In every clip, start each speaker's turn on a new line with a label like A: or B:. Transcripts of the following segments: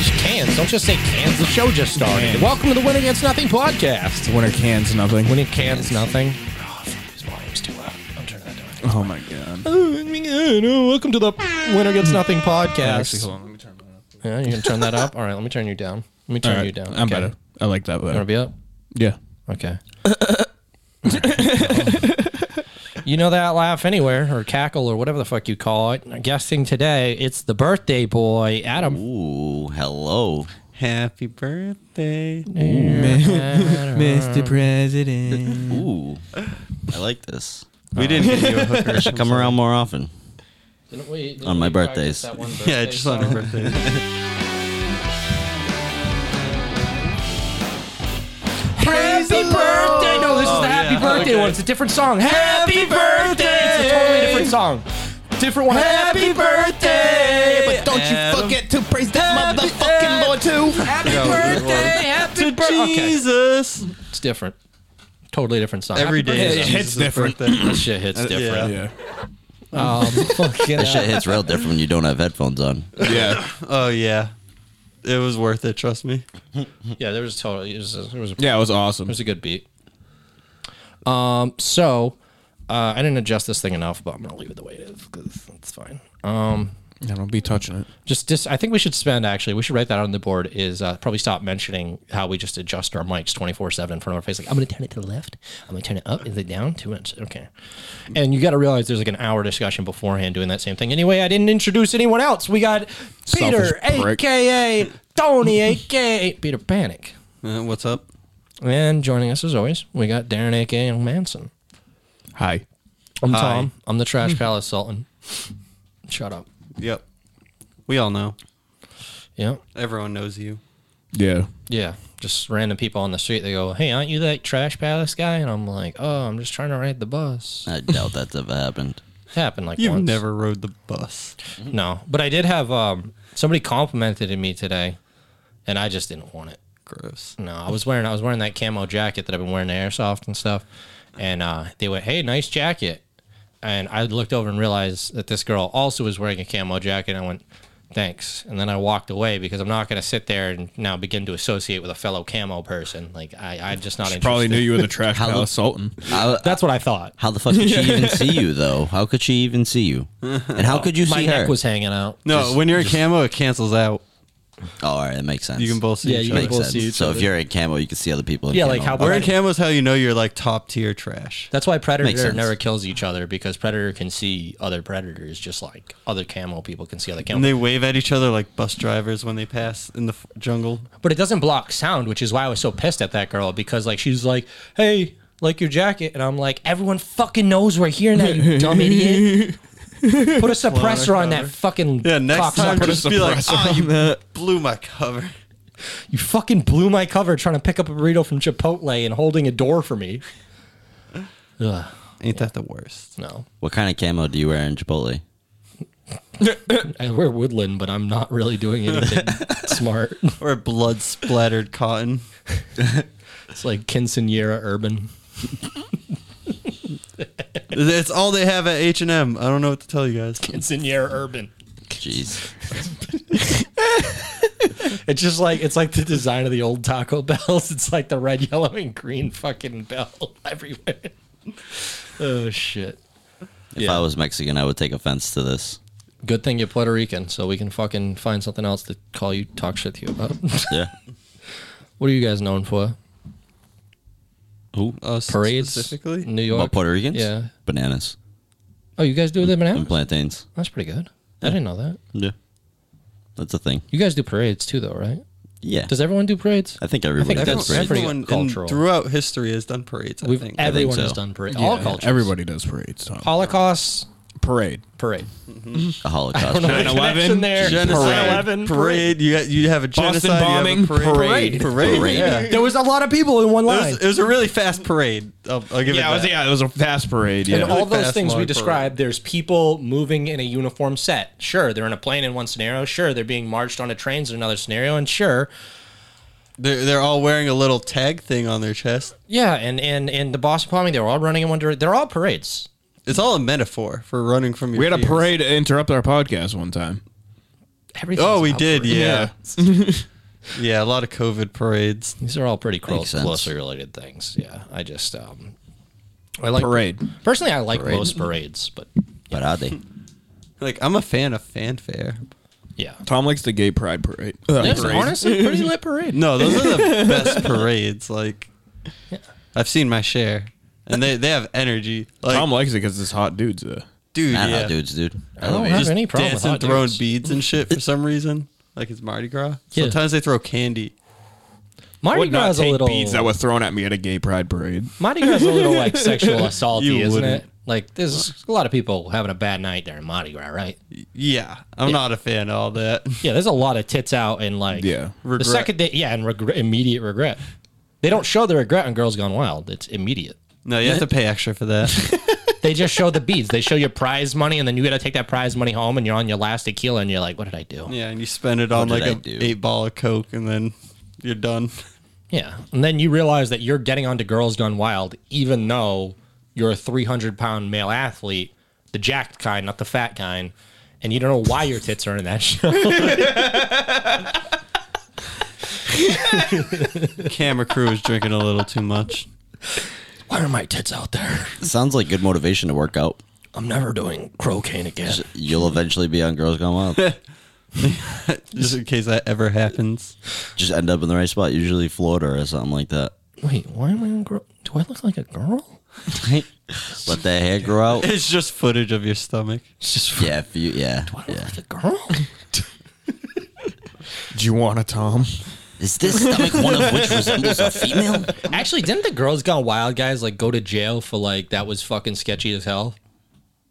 A: Don't just say cans. The show just started.
B: Man.
A: Welcome to the Win Against Nothing podcast.
B: Winner cans nothing.
A: When it cans nothing. Oh, fuck, this volume's too loud. I'm turning that down.
B: Oh my god.
A: Oh, it's me again. Oh, welcome to the Win Against Nothing
B: Actually,
A: podcast.
B: hold on. Let me turn that up.
A: Yeah, you can turn that up. All right, let me turn you down. Let me turn
B: All right,
A: you down.
B: I'm
A: Okay.
B: better. I like that
A: You want to
B: better.
A: be up?
B: Yeah.
A: Okay. you know that laugh anywhere or cackle or whatever the fuck you call it. I'm guessing today it's the birthday boy, Adam.
C: Ooh, hello. Happy birthday.
B: Mr. President.
C: Ooh. I like this. We didn't get you a hooker. I should come around more often.
A: Didn't we- didn't
C: On my
A: we practice
C: birthdays.
A: that one
C: yeah,
A: birthday
C: just on
A: song?
C: her birthday.
A: Happy birthday! No, this is the happy birthday one. It's a different song. Oh, Happy birthday! It's a totally different song. Different one. Happy birthday! But don't you forget to praise that motherfucking Lord too. Happy birthday! Happy birthday! Okay,
C: Jesus.
A: it's different. Totally different song.
C: Every
A: Happy birthday.
C: day. is
B: It hits
C: Jesus'
B: different.
C: birthday.
A: That shit hits different.
B: Yeah.
A: Um, fucking
C: That shit
A: hell.
C: hits real different when you don't have headphones on.
B: Yeah.
D: Oh yeah, it was worth it. Trust me.
A: yeah, there was totally. It was a, there was a, it
B: Yeah, it was awesome.
A: was a good beat. Um, so uh, I didn't adjust this thing enough, but I'm gonna leave it the way it is because it's fine. Um.
B: I don't be touching it.
A: just dis- I think we should spend actually we should write that on the board is uh, probably stop mentioning how we just adjust our mics 24/7 in front of our face like I'm going to turn it to the left I'm going to turn it up is it down too much okay and you got to realize there's like an hour discussion beforehand doing that same thing anyway I didn't introduce anyone else we got Peter
B: Selfish prick.
A: aka Tony aka Peter Panic
D: Uh, what's up?
A: and joining us as always we got Darren aka Young Manson
B: Hi.
A: I'm
D: Hi.
A: Tom I'm the
B: Hmm.
A: Trash Palace Sultan shut up
D: Yep. We all know.
A: yeah
D: Everyone knows you.
B: Yeah.
A: Yeah, just random people on the street. They go, "Hey, aren't you that trash palace guy?" And I'm like, "Oh, I'm just trying to ride the bus."
C: I doubt that's ever happened.
A: It happened like
D: You've
A: once.
D: never rode the bus.
A: no, but I did have um somebody complimented me today, and I just didn't want it.
D: Gross.
A: No, I was wearing I was wearing that camo jacket that I've been wearing to airsoft and stuff, and uh, they went, "Hey, nice jacket," and I looked over and realized that this girl also was wearing a camo jacket. And I went, "Thanks," and then I walked away because I'm not going to sit there and now begin to associate with a fellow camo person. Like I, I'm just not interested.
B: Probably knew you were the trash
C: How-
B: palace sultan.
C: How,
A: That's what I thought.
C: how the fuck did she even see you, though? How could she even see you? And how could you
A: My
C: see
A: neck
C: her?
A: was hanging out.
D: No, when you're in camo, it cancels out.
C: oh, all right, that makes sense.
D: You can both see.
A: Yeah,
D: each
A: you
D: other.
A: can both
C: Makes
A: see
C: sense.
A: each
C: So
A: other.
C: if you're in camo, you can see other people. In
A: Yeah,
C: camo.
A: like how-
D: Wearing camo is how you know you're like top tier trash.
A: That's why predator
C: sense.
A: never kills each other because predator can see other predators just like other camo people can see other camo.
D: And they wave at each other like bus drivers when they pass in the f- jungle.
A: but it doesn't block sound, which is why I was so pissed at that girl because like she's like, "Hey, like your jacket," and I'm like, "Everyone fucking knows we're here now, you dumb idiot." Put a suppressor on that fucking
D: Yeah, next time
A: cocksucker.
D: just be like,
B: suppressor
D: oh, you
B: on that."
D: blew my cover.
A: You fucking blew my cover trying to pick up a burrito from Chipotle and holding a door for me. Ugh,
D: Ain't that the worst?
A: no.
C: what kind of camo do you wear in Chipotle?
A: I wear woodland, but I'm not really doing anything smart.
D: Or blood splattered cotton.
A: It's like quinceanera urban.
D: It's all they have at H and M. I don't know what to tell you guys.
A: Quinceanera urban.
C: Jeez.
A: It's just like it's like the design of the old Taco Bells. It's like the red, yellow, and green fucking bell everywhere. Oh shit!
C: If I was Mexican, I would take offense to this.
A: Good thing you're Puerto Rican, so we can fucking find something else to call you talk shit to you about.
C: Yeah.
A: what are you guys known for?
C: Who?
D: Us
A: Parades,
D: specifically.
A: New York.
C: About Puerto Ricans?
A: Yeah.
C: Bananas
A: Oh, you guys do the
C: and
A: banana?
C: plantains.
A: That's pretty good. I didn't know that.
C: Yeah. That's a thing.
A: You guys do parades too, though, right?
C: Yeah.
A: Does everyone do parades?
C: I think everybody
A: that's
C: does parades.
A: pretty
D: Everyone in-
A: cultural.
D: throughout history has done parades. I
A: We've
D: think.
A: everyone
C: so.
A: has done parade. All cultures.
B: Everybody does parades. Tom.
A: Holocaust
B: Parade.
A: parade.
C: A Holocaust.
A: know.
C: parade.
B: 9/11,
A: Connection there.
D: Genocide,
A: 9/11,
D: parade. You, got, you have a
B: Boston
D: genocide.
B: bombing,
D: you have a
B: parade.
D: parade. Parade.
C: Parade.
D: Yeah.
A: There was a lot of people in one
D: It,
A: line.
D: was, it was a really fast parade. I'll, I'll give
B: Yeah, it
D: it
B: was,
D: that.
B: yeah, it was a fast parade.
A: And
B: Yeah.
A: all those
D: fast
A: things we
D: line
A: described, there's people moving in a uniform set. Sure, they're in a plane in one scenario. Sure, they're being marched on a train in another scenario. And sure,
D: They're, they're all wearing a little tag thing on their chest.
A: yeah, and and and the Boston bombing, they were all running in one direction. They're all parades.
D: It's all a metaphor for running from your
B: we had a
D: fears.
B: parade interrupt our podcast one time.
A: Everything's
D: Oh, we
A: about
D: did,
A: parades.
D: yeah. Yeah, a lot of COVID parades.
A: These are all pretty close,
C: Makes sense.
A: closely related things. Yeah, I just um, I like
B: Parade.
A: Personally, I like
C: Parade.
A: most parades, but
C: But are they?
D: Like I'm a fan of fanfare.
A: yeah,
B: Tom likes the gay pride parade.
A: That's
B: Parade.
A: honestly pretty lit parade.
D: No, those are the best parades. Like I've seen my share, and they they have energy. Like
B: Tom likes it because it's hot dudes. Uh,
D: dude,
C: I don't
D: yeah,
C: know, dudes, dude.
A: I don't have
D: Just
A: any problem with
D: dancing,
A: hot
D: throwing
A: dudes.
D: beads and shit for some reason. Like it's Mardi Gras.
A: Yeah.
D: Sometimes they throw candy.
A: Mardi Gras is a little
B: beads that were thrown at me at a gay pride parade.
A: Mardi Gras is a little like sexual assaulty,
D: You
A: isn't
D: wouldn't.
A: it? Like there's a lot of people having a bad night during Mardi Gras, right?
D: Yeah, I'm not a fan of all that.
A: Yeah, there's a lot of tits out and like
B: Yeah.
A: The
D: Regret.
A: second day, yeah, and regret, immediate regret. They don't show the regret on Girls Gone Wild. It's immediate.
D: No, you have to pay extra for that.
A: They just show the beads. They show your prize money, and then you got to take that prize money home, and you're on your last tequila, and you're like, "What did I do?"
D: yeah, and you spend it on
C: What
D: like
C: did I
D: a
C: do?
D: eight ball of coke, and then you're done.
A: Yeah. And then you realize that you're getting onto Girls Gone Wild, even though you're a 300 pound male athlete, the jacked kind, not the fat kind. And you don't know why your tits are in that show.
D: Camera crew is drinking a little too much.
A: why are my tits out there?
C: Sounds like good motivation to work out.
A: I'm never doing crocaine again.
C: You'll eventually be on Girls Gone Wild.
D: Just in case that ever happens.
C: Just end up in the right spot, usually Florida or something like that.
A: Wait, why am I on girl? Do I look like a girl?
C: Let that hair grow out.
D: It's just footage of your stomach.
A: It's just
C: Yeah, if you, yeah,
A: I look
C: yeah.
A: like a girl.
B: Do you want a Tom?
C: Is this stomach one of which resembles a female?
A: Actually, didn't the Girls Gone Wild guys like go to jail for like that was fucking sketchy as hell?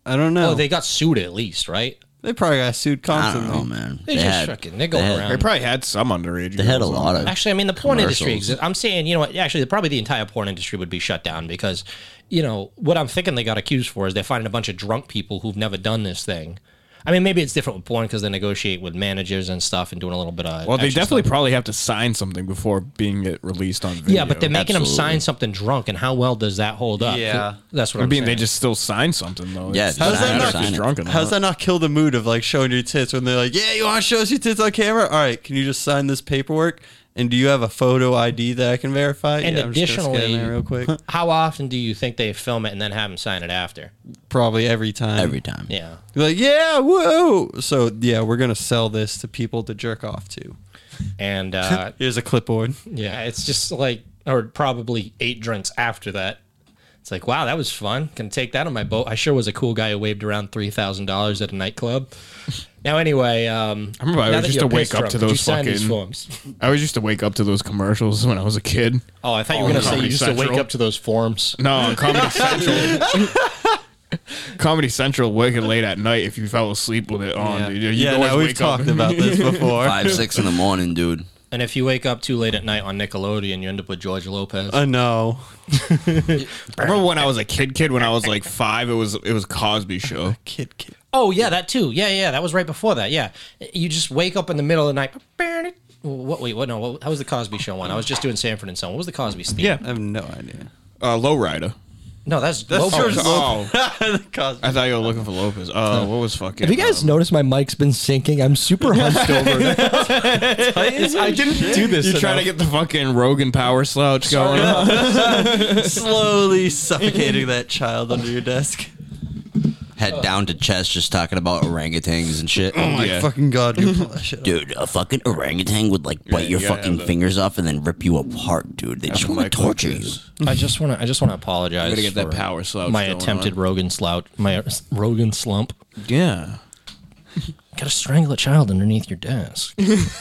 D: I don't know.
A: Oh,
D: they,
A: they got sued at least, right?
D: probably got sued
C: I don't
D: constantly.
C: know, man.
A: They just fucking- they go
C: had-
A: around.
B: They probably had some underage.
C: They had a
B: girls on
C: lot of.
A: Actually, I mean the porn industry.
C: Commercials.
A: Exists. I'm saying, you know, what? actually, probably the entire porn industry would be shut down because, you know, what I'm thinking they got accused for is they're finding a bunch of drunk people who've never done this thing. I mean, maybe it's different with porn because they negotiate with managers and stuff and doing a little bit of.
B: Well, they
A: extra
B: definitely
A: stuff.
B: probably have to sign something before being it released on video.
A: Yeah, but they're making them
C: Absolutely.
A: sign something drunk, and how well does that hold up?
D: Yeah.
A: that's what
B: I
A: I'm
B: mean, they
A: saying.
B: just still sign something though.
C: Yeah,
B: It's-
C: just
B: doesn't
D: sign it,
B: matter if
C: sign
B: he's
C: it.
B: drunk or
D: How's
B: not.
D: that not kill the mood of like showing your tits when they're like, yeah, you want to show us your tits on camera? All right, can you just sign this paperwork? And do you have a photo ID that I can verify?
A: And
D: yeah, I'm just gonna scan
A: additionally-
D: that real quick.
A: how often do you think they film it and then have them sign it after?
D: Probably every time.
C: Every time.
A: Yeah,
D: You're like, yeah, whoa. So yeah, we're gonna sell this to people to jerk off to.
A: and uh,
D: Here's a clipboard.
A: Yeah, Uh, it's just like, or probably eight drinks after that. It's like, wow, that was fun. Can take that on my boat. I sure was a cool guy who waved around three thousand dollars at a nightclub. Now, anyway, um,
B: I remember I
A: now
B: was
A: that
B: used
A: you're
B: to wake
A: pissed
B: up
A: drunk,
B: to
A: did you
B: those
A: sign these
B: fucking-
A: forms?
B: I always used to wake up to those commercials when I was a kid.
A: Oh, I thought you were gonna say you used to wake
B: Central.
A: up to those forms.
B: No, on Comedy Central. Comedy Central working late at night if you fell asleep with it on. dude. You
D: yeah,
B: always
D: no, we've
B: wake up-
D: talked about this before.
C: Five, six in the morning, dude.
A: And if you wake up too late at night on Nickelodeon, you end up with George Lopez.
D: I know.
B: Remember when I was a kid? Kid when I was like five, it was it was Cosby Show.
D: Kid, kid.
A: oh yeah, that too. Yeah, yeah, that was right before that. Yeah, you just wake up in the middle of the night. What? Wait, what? No, what, how was the Cosby Show one? I was just doing Sanford and Son. What was the Cosby theme?
D: I have no idea.
B: Uh, Lowrider.
A: No, that's
D: That's
A: Lopez.
D: George
B: Oh,
D: Cosby.
B: I thought you were looking for Lopez. Oh, what was fucking?
E: Have you guys
B: um,
E: noticed my mic's been sinking? I'm super hunched over.
B: I didn't do this. You're trying to get the fucking Rogan power slouch going. on.
D: Slowly suffocating that child under your desk.
C: Head down to chest, just talking about orangutans and shit.
B: Uh. Oh my Yeah.
D: fucking god, you pull that shit up.
C: Dude, a fucking orangutan would like bite
B: you
C: your
B: gotta
C: fucking
B: have that.
C: fingers off and then rip you apart, dude. They just
B: what
C: want to
B: my
C: torture
B: clip
C: you.
B: is.
A: I just want to. I just want to apologize.
B: Gotta get that
A: for
B: power slouch
A: My
B: going
A: attempted
B: on.
A: Rogan slouch. My Rogan slump.
B: Yeah.
A: Gotta strangle a child underneath your desk.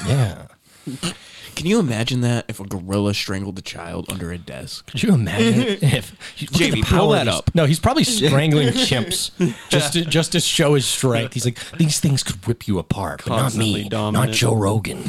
A: yeah.
B: Can you imagine that if a gorilla strangled a child under a desk?
A: Could you imagine if look at
B: Jamie,
A: the power
B: pull that
A: he's-
B: up.
A: No, he's probably strangling chimps just to, just to show his strength. He's like, these things could rip you apart, but not
D: Constantly
A: me,
D: dominant.
A: not Joe Rogan.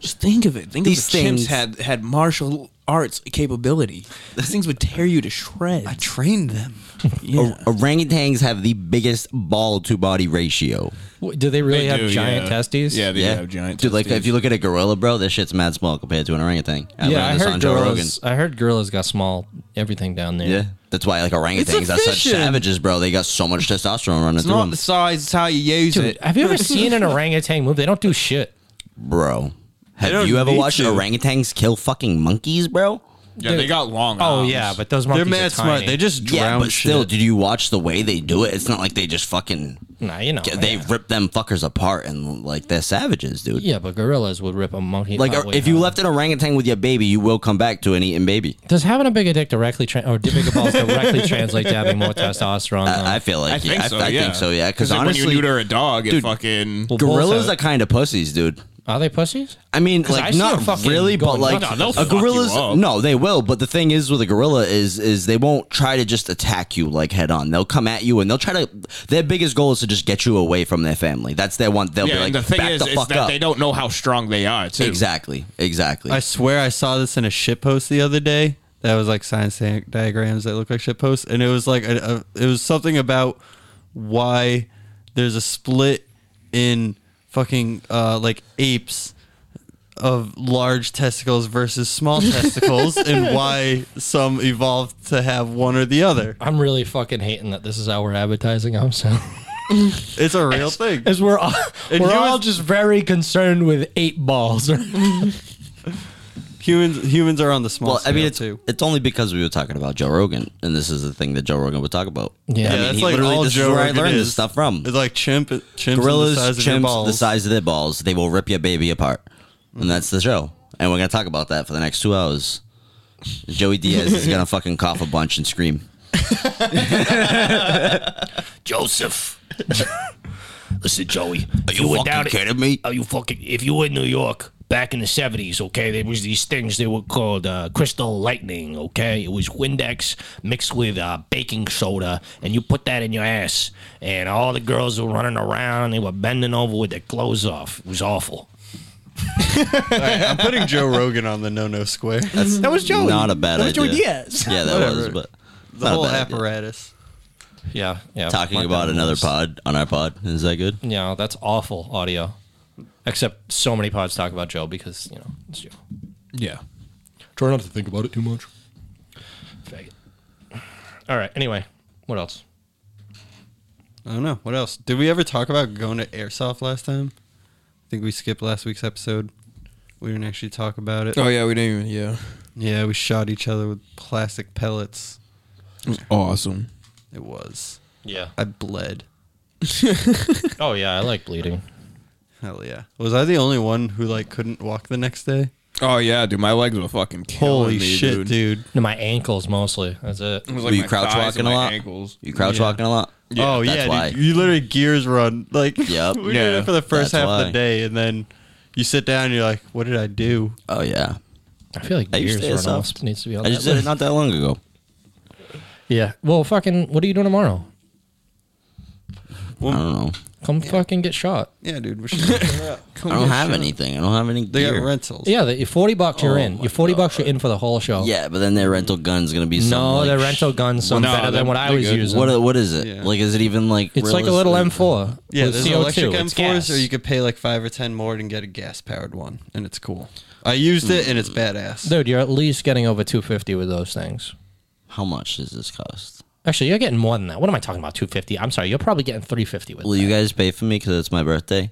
B: Just think of it. Think
E: These
B: if the chimps
E: things-
B: had had martial arts capability. These things would tear you to shreds.
D: Train them.
C: oh,
B: Yeah.
C: Orangutans have the biggest ball to body ratio.
A: What, Do they really have giant testes?
B: Yeah, they
C: yeah,
B: have giant.
C: Dude, like if you look at a gorilla, bro, this shit's mad small compared to an orangutan. I
A: Yeah,
C: learned
A: I
C: this
A: heard
C: on Joe Rogan.
A: gorillas. I heard gorillas got small. Everything down there.
C: Yeah, that's why like orangutans are such
D: efficient.
C: savages, bro. They got so much testosterone running through them,
B: size; it's how you use
A: Dude, have you ever seen an orangutan move? They don't do shit.
C: bro. Have
D: don't
C: you ever
D: need
C: watched
D: to.
C: orangutans kill fucking monkeys, bro?
B: Yeah, they got long.
A: Oh
B: arms.
A: yeah, but those monkeys
D: They're mad smart. They just drown
C: Yeah, but
D: shit.
C: still, did you watch the way they do it? It's not like they just fucking
A: nah, you know
C: they
A: Oh, yeah.
C: rip them fuckers apart and like they're savages, dude.
A: Yeah, but gorillas would rip a monkey.
C: Like
A: out way
C: if you
A: high.
C: left an orangutan with your baby, you will come back to an eaten baby.
A: does having a bigger dick directly tra- or bigger balls directly translate to having more testosterone? though?
C: I feel like
B: I think
C: yeah,
B: so.
C: I, I
B: yeah,
C: think so. Yeah, because
B: like,
C: honestly,
B: when you neuter a dog, it
C: dude,
B: fucking
A: Well,
C: gorillas
A: bullseye.
C: are kind of pussies, dude.
A: Are they pussies?
C: I mean,
A: I
C: like
A: see
C: not
A: them fucking
C: really, but
A: going
C: like
A: nuts.
B: No,
C: a
B: they'll fuck
C: gorilla's
B: you up.
C: no, they will. But the thing is with a gorilla is is they won't try to just attack you like head on. They'll come at you and they'll try to. Their biggest goal is to just get you away from their family. That's their one. They'll
B: yeah.
C: be like,
B: and the thing
C: back
B: is,
C: the
B: is
C: fuck
B: that
C: up.
B: they don't know how strong they are. Too.
C: exactly, exactly.
D: I swear I saw this in a shit post the other day. That was like science di- diagrams that look like shit posts, and it was like a, a, it was something about why there's a split in fucking uh, like apes of large testicles versus small testicles, and why some evolved to have one or the other.
A: I'm really fucking hating that this is how we're advertising. I'm so
D: It's a real thing.
A: as we're all,
D: And
A: we're
D: you
A: all
D: was-
A: just very concerned with eight balls.
D: Humans humans are on the small.
C: well, I mean, it's
D: too.
C: it's only because we were talking about Joe Rogan, and this is the thing that Joe Rogan would talk about.
A: Yeah,
C: I mean,
D: that's
C: he
D: like
C: literally,
D: all
C: this
D: Joe
C: is where I
D: Rogan
C: learned
D: is.
C: this stuff from.
D: It's like chimp, chimps,
C: gorillas,
D: gorillas, the size of your
C: chimps,
D: balls.
C: the size of their balls, they will rip your baby apart, and that's the show. And we're gonna talk about that for the next two hours. Joey Diaz is gonna fucking cough a bunch and scream.
F: Joseph. Listen, Joey. Are
C: You fucking kidding me?
F: Are you fucking? If you were in New York back in the seventies, okay, there was these things they were called uh, crystal lightning. Okay, it was Windex mixed with uh, baking soda, and you put that in your ass, and all the girls were running around. They were bending over with their clothes off. It was awful.
D: I'm putting Joe Rogan on the no no square.
C: That was Joey. Not a bad idea.
E: Joey Diaz.
C: Yeah, that was.
D: Whatever.
C: But
D: the
C: not a
D: whole
C: bad idea.
D: apparatus.
A: yeah, yeah.
C: Talking
A: mark
C: about
A: that
C: another
A: list.
C: pod on our pod is that good?
A: Yeah, that's awful audio. Except so many pods talk about Joe because you know it's Joe.
B: Yeah.
E: Try not to think about it too much.
A: Faggot. All right. Anyway, what else?
D: I don't know. What else? Did we ever talk about going to airsoft last time? I think we skipped last week's episode. We didn't actually talk about it.
B: Oh yeah, we didn't even. Yeah,
D: Yeah, we shot each other with plastic pellets.
B: it was Oh, awesome.
D: It was.
A: Yeah.
D: I bled.
A: Oh yeah, I like bleeding.
D: Hell yeah. Was I the only one who like couldn't walk the next day?
B: Oh yeah, dude, my legs were fucking killing me,
D: Holy shit, dude.
A: No, my ankles mostly. That's it.
B: It was
C: Were you
B: my
C: crouch
B: thighs and
C: walking a
B: my
C: lot?
B: Ankles.
C: You crouch
D: Yeah.
C: walking a lot.
D: oh
C: that's
D: yeah,
C: why.
D: dude. You literally gears run. Like
C: Yep.
D: we did
B: Yeah,
D: it for the first
C: that's
D: half of
C: why.
D: the day and then you sit down and you're like, What did I do?
C: Oh yeah,
A: I feel like
C: I used
A: years
C: to
A: run
C: airsoft.
A: almost needs to be on
C: I
A: that
C: just did it
A: list.
C: not that long ago.
A: Yeah. Well, fucking. What are you doing tomorrow?
C: I don't know.
A: Come fucking get shot.
D: Yeah, dude. We should
C: I don't have anything. I don't have any
D: They got
C: gear.
D: rentals.
A: Yeah, the, your forty bucks you're
C: Oh
A: in.
C: my
A: Your forty bucks you're in for the whole show.
C: Yeah, but then their rental gun's gonna be some,
A: No,
C: like,
A: the rental gun's some
B: Well, no,
A: better than
B: they're-
A: what I
B: they're
A: was
B: good.
A: using.
C: What what is it?
D: Yeah.
C: Like, is it even like?
A: it's like a little
C: realistic?
A: M4.
D: Yeah,
A: with
D: there's
A: CO2.
D: electric
A: It's gas.
D: M4s, or you could pay like five or ten more and get a gas powered one, and it's cool. I used it, and it's badass.
A: Dude, you're at least getting over 250 with those things.
C: How much does this cost?
A: Actually, you're getting more than that. What am I talking about? 250? I'm sorry, you're probably getting 350 with
C: Will
A: that.
C: you guys pay for me because it's my birthday?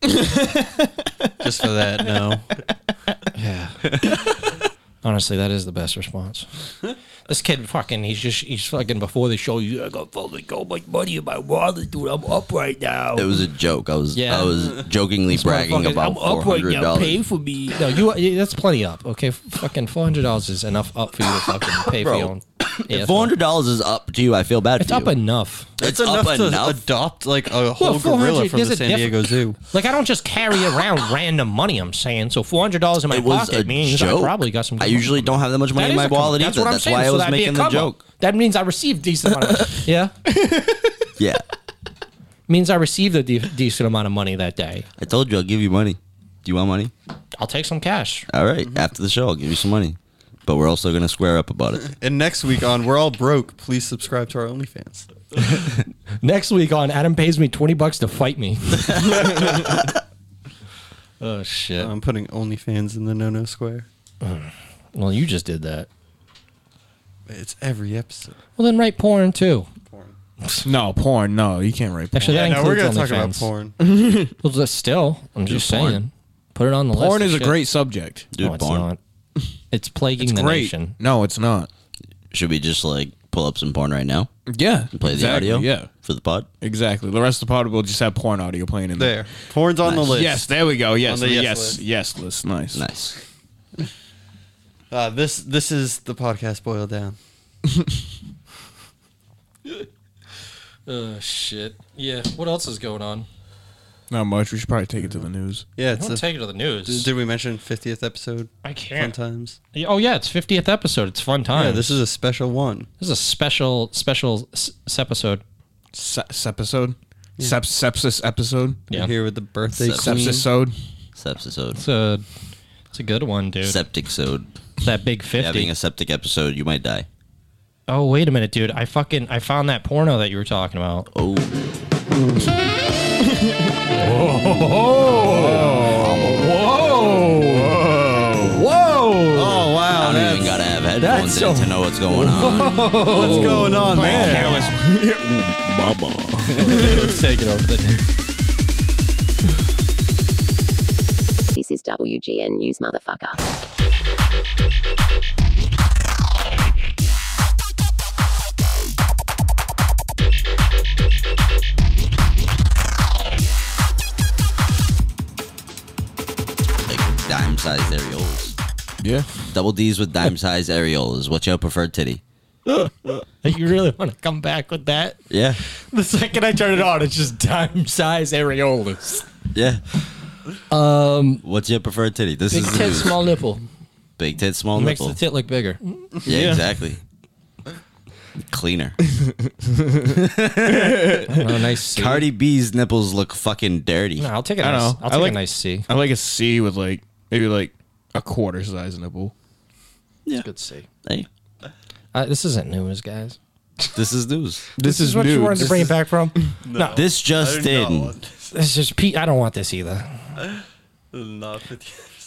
D: Just for that, no.
A: Yeah. Honestly, that is the best response. This kid fucking, he's just, he's fucking before the show, you
F: I got fucking so much money in my wallet, dude. I'm up right now.
C: It was a joke. I was
A: Yeah.
C: I was jokingly bragging
F: Motherfuckers,
C: about
F: I'm
C: four
F: up right
C: hundred
F: now. Pay
C: dollars.
F: for me.
A: No, you you- that's plenty up. Okay, fucking four hundred dollars is enough up for you to fucking pay for
C: Bro,
A: your own. Yeah,
C: Four hundred dollars is up to you. I feel bad
A: It's
C: for you.
A: up enough.
C: it's up
D: to
C: enough.
D: adopt like a whole
A: 400
D: gorilla from
A: there's
D: the
A: a
D: San
A: diff-
D: Diego Zoo.
A: Like I don't just carry around random money. I'm saying so. Four hundred dollars in my
C: it was
A: pocket
C: a
A: means
C: joke.
A: I probably got some.
C: I usually don't have that much money
A: That is
C: in my
A: a com-
C: wallet
A: that's
C: either.
A: what I'm
C: That's
A: saying,
C: why I
A: so
C: was
A: that'd be a
C: making the
A: cover.
C: joke.
A: That means I received decent amount. Of money. Yeah,
C: Yeah,
A: means I received a de- decent amount of money that day.
C: I told you I'll give you money. Do you want money?
A: I'll take some cash.
C: All right, after the show I'll give you some money, but we're also gonna square up about it.
D: And next week on, we're all broke. Please subscribe to our OnlyFans.
A: Next week on Adam pays me twenty bucks to fight me. oh shit!
D: I'm putting OnlyFans in the no no square.
A: Well, you just did that.
D: It's every episode.
A: Well, then write porn too.
B: No porn. No, you can't rape.
A: Actually,
D: yeah,
A: that
D: no, we're
A: includes
D: gonna
A: only fans.
D: talk about porn.
A: Well, that's still, I'm just
B: porn.
A: saying, porn. Put it on the list.
B: Porn
A: of
B: is a
A: shit.
B: great subject.
A: No,
C: Dude,
A: it's
C: porn.
A: not. It's plaguing the
B: Great.
A: nation.
B: No, it's not.
C: Should we just like pull up some porn right now?
B: Yeah.
C: Play
B: exactly,
C: the audio?
B: Yeah.
C: For the pod?
B: Exactly. The rest of the pod will just have porn audio playing in
D: There. Porn's on the list.
B: Yes, there we go. Yes,
D: On the yes
B: yes,
D: list.
B: yes list. Nice.
C: Nice.
D: Uh, this this is the podcast boiled down.
A: Oh shit. Yeah. What else is going on?
B: Not much. We should probably take it to the news.
D: Yeah,
A: I
D: it's
A: don't
D: a,
A: take it to the news.
D: did we mention 50th episode?
A: I
D: Fun
A: can't.
D: times.
A: Yeah, Oh yeah, it's 50th episode. It's fun time.
D: Yeah, this is a special one.
A: this is a special special s- s- episode.
B: Se- episode. Sep- sepsis episode.
A: Yeah.
D: We're here with the birthday
C: Sex.
D: queen.
B: Sepsisode.
C: Sepsisode.
A: It's a it's a good one, dude.
C: Septic sode.
A: that big 50.
C: Having a septic episode, you might die.
A: oh wait a minute, dude. I fucking I found that porno that you were talking about.
C: Oh,
D: Oh wow,
C: I don't even gotta have headphones in to know what's going on.
D: what's going on there?
A: Take it over the
G: This is WGN News, motherfucker.
C: Like dime-sized areolas.
B: Yeah.
C: Double D's with dime-sized areolas. What's your preferred titty?
A: You really want to come back with that?
C: Yeah,
A: The second I turn it on, it's just dime size areolas.
C: yeah. Um, what's your preferred titty? This
A: Big
C: is
A: tit, small nipple.
C: big tit, small
A: Makes
C: nipple.
A: the tit look bigger.
C: yeah, exactly. Cleaner.
A: Oh, nice C.
C: Cardi B's nipples look fucking dirty.
A: No, I'll take a
B: I
A: nice.
B: know.
A: I'll
B: I
A: take
B: like-
A: a nice C.
B: I like a C with like maybe like a quarter size nipple.
A: Good C.
C: Hey,
A: Uh, this isn't news, guys.
C: this is news.
B: This, is, news.
A: bring it back from? no.
C: This just in.
A: This is Pete. I don't want this either.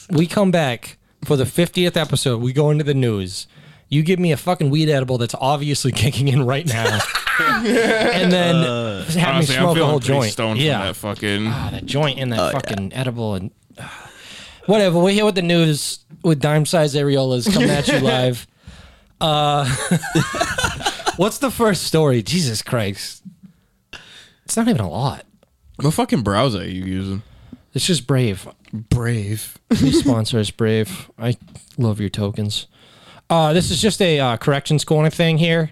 A: We come back for the 50th episode. We go into the news. You give me a fucking weed edible that's obviously kicking in right now. and then have
B: Uh, Honestly,
A: me smoke
B: I'm
A: a
B: feeling
A: whole
B: pretty
A: joint.
B: stoned
A: yeah.
B: from that fucking.
A: Ah, that joint and that fucking edible and ah. whatever. We're here with the news with dime size areolas coming at you live. Uh, what's the first story? Jesus Christ. It's not even a lot.
B: What fucking browser are you using?
A: It's just Brave.
B: Brave.
A: Please sponsor us, Brave. I love your tokens. Uh, this is just a uh, corrections corner thing here.